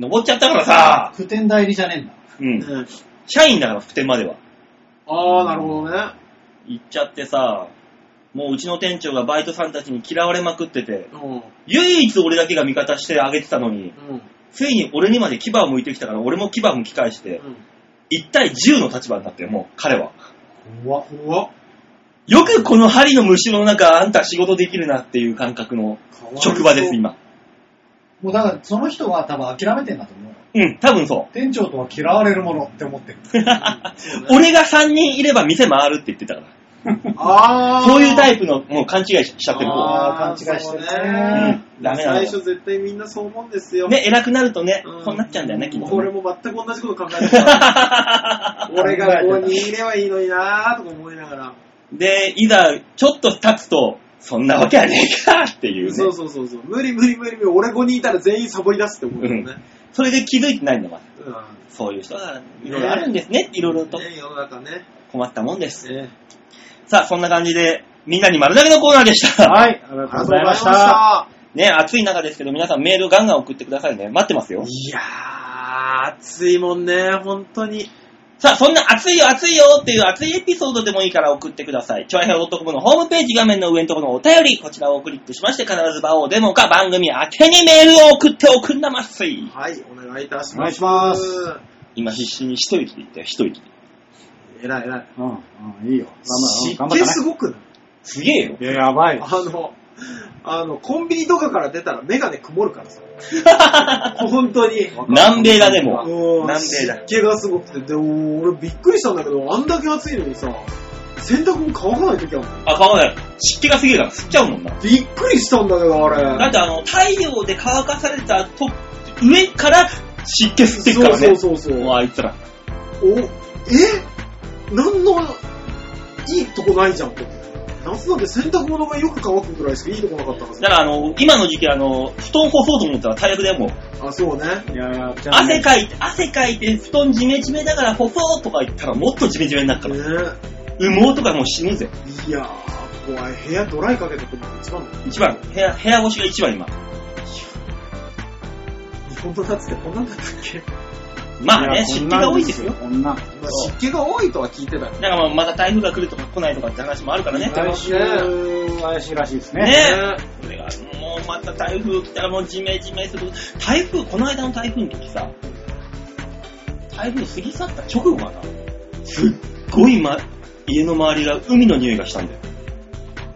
Speaker 2: 登っちゃったからさ、
Speaker 4: 普天代理じゃねえんだ。
Speaker 2: うん。社員だから副店までは。
Speaker 3: あー、なるほどね。
Speaker 2: 行っちゃってさ、もううちの店長がバイトさんたちに嫌われまくってて、
Speaker 3: う
Speaker 2: 唯一俺だけが味方してあげてたのに、
Speaker 3: ん。うん。
Speaker 2: ついに俺にまで牙を向いてきたから、俺も牙を向き返して、1対10の立場になって、もう彼は。
Speaker 4: 怖っ。
Speaker 3: 怖っ。
Speaker 2: よくこの針の虫の中、あんた仕事できるなっていう感覚の職場です、今。
Speaker 4: もうだからその人は多分諦めてんだと思う。
Speaker 2: うん、多分そう。
Speaker 4: 店長とは嫌われるものって思 ってる。
Speaker 2: 俺が3人いれば店回るって言ってたから。
Speaker 3: あー。
Speaker 2: そういうタ
Speaker 3: イ
Speaker 2: イプの、もう勘違いしちゃってる子。
Speaker 4: あー勘違いしてるね
Speaker 2: うんダメなの
Speaker 3: 最初絶対みんなそう思うんですよ。
Speaker 2: ね、偉くなるとね、
Speaker 3: ん
Speaker 2: そうなっちゃうんだよね、きっとね。
Speaker 3: 俺も全く同じこと考えてた。 俺がここにいればいいのになーとか思いながら。
Speaker 2: で、いざ、ちょっと経つと、そんなわけはねえかっていうね。
Speaker 3: そうそうそうそう。無理無理無理無理。俺5人いたら全員サボり出すって思うよね。
Speaker 2: それで気づいてないんだ、まだ。
Speaker 3: うん。
Speaker 2: そういう人がいろいろあるんですね。いろいろと
Speaker 3: ね世の中ね。
Speaker 2: 困ったもんです。
Speaker 3: ね
Speaker 2: さあ、そんな感じで、みんなに丸投げのコーナーでした。
Speaker 1: はい、ありがとうございました。
Speaker 3: あ
Speaker 2: ね、暑い中ですけど、皆さんメールガンガン送ってくださいね。待ってますよ
Speaker 3: りがとうございま。した。いやー、暑いもんね、本当に。
Speaker 2: さあ、そんな暑いよ、暑いよっていう熱いエピソードでもいいから送ってください。ちょいへお .com のホームページ画面の上のところのお便り、こちらをクリックしまして、必ず場をデモか番組宛てにメールを送っておくんなまっすい。
Speaker 3: はい、お願いいたします。
Speaker 1: お願いします。
Speaker 2: 今必死に一息で言ったよ、一息。
Speaker 3: えらいえらい。
Speaker 1: うん、うん、いいよ。
Speaker 3: 湿
Speaker 1: 頑張ろう、頑張
Speaker 3: 気
Speaker 1: った
Speaker 3: す
Speaker 1: ね。
Speaker 3: ごくない
Speaker 2: すげえよ。
Speaker 1: いや、やばいよ。
Speaker 3: あの、あの、コンビニとかから出たらメガネ曇るからさ。 本当に。
Speaker 2: 南米だね、もう。
Speaker 3: うん
Speaker 2: 南米だ
Speaker 3: 湿気がすごくて、でも俺びっくりしたんだけど、あんだけ暑いのにさ、洗濯も乾かない時あるの
Speaker 2: あ、乾かない。湿気がすげえから吸っちゃうもんな。
Speaker 3: びっくりしたんだけど、あ
Speaker 2: だっ
Speaker 3: れ。
Speaker 2: てあの、太陽で乾かされたと、上から湿気吸ってっか
Speaker 3: そ
Speaker 2: らね。
Speaker 3: うそうそうそう。
Speaker 2: もうあいつら。
Speaker 3: お、えなんの、いいとこないじゃん、これ夏なんて洗濯物がよく乾くぐらいしかいいとこなかったはず
Speaker 2: だからあの、今の時期あの、布団干そうと思ったら大役だよ、もう。
Speaker 3: あ、そうね。
Speaker 1: いやいや、じゃあ
Speaker 2: 汗
Speaker 1: ね
Speaker 2: かいて、汗かいて、布団ジメジメだから干そうとか言ったらもっとジメジメになるから。
Speaker 3: ね
Speaker 2: 羽毛とかもう死ぬぜ。
Speaker 3: いやー、怖い。部屋ドライかけてくるのが一番だよ。
Speaker 2: 一番。部屋、部屋干しが一番今。
Speaker 3: 日本の夏ってこんなんだったっけ
Speaker 2: まあ
Speaker 1: いや
Speaker 2: ね、湿気が多いんですよ。
Speaker 1: こんなんで
Speaker 3: まあ湿気が多いとは聞いてた
Speaker 2: だ
Speaker 3: よ。
Speaker 2: からまあまた台風が来るとか来ないとかって話もあるからね。
Speaker 1: す
Speaker 3: ね
Speaker 1: よ。来週、怪しいらしいですね。
Speaker 2: ねそれが、もうまた台風来たらもうジメジメする。台風、この間の台風の時さ、台風過ぎ去った直後かな。すっごい、ま、家の周りが海の匂いがしたんだよ。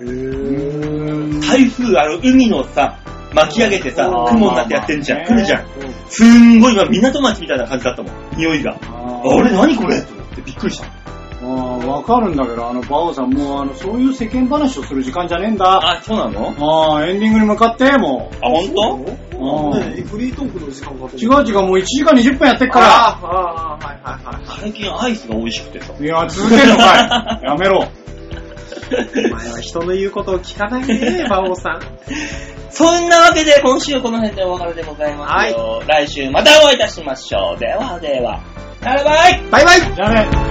Speaker 3: へー。
Speaker 2: 台風、あの、海のさ、巻き上げてさ、
Speaker 1: うん
Speaker 2: 雲になってやってんじゃん。
Speaker 1: まあ
Speaker 2: 来
Speaker 1: まあ
Speaker 2: るじゃん。すんごい、今、港町みたいな感じだったもん。匂いが。
Speaker 1: あ
Speaker 2: あ
Speaker 1: ー
Speaker 2: れ、何これって思ってびっくりした。
Speaker 1: あーわかるんだけど、あの、バオさん、もう、あの、そういう世間話をする時間じゃねえんだ。
Speaker 2: あ、そうなのあ、
Speaker 1: ああ、エンディングに向かって、もう。
Speaker 2: ほんと
Speaker 3: そうなのねフリートークの時間かと
Speaker 1: 違う違う、もう1時間20分やってっから。
Speaker 3: あーあー、はいはいはい。
Speaker 2: 最近アイスが美味しく てさ。
Speaker 1: いや、続けるの かい。やめろ。
Speaker 3: お前は人の言うことを聞かないね、馬王さん。
Speaker 2: そんなわけで、今週はこの辺でお別れでございますよ。来週またお会いいたしましょう。ではでは、バイバイ
Speaker 3: バイバイ
Speaker 1: じゃあね。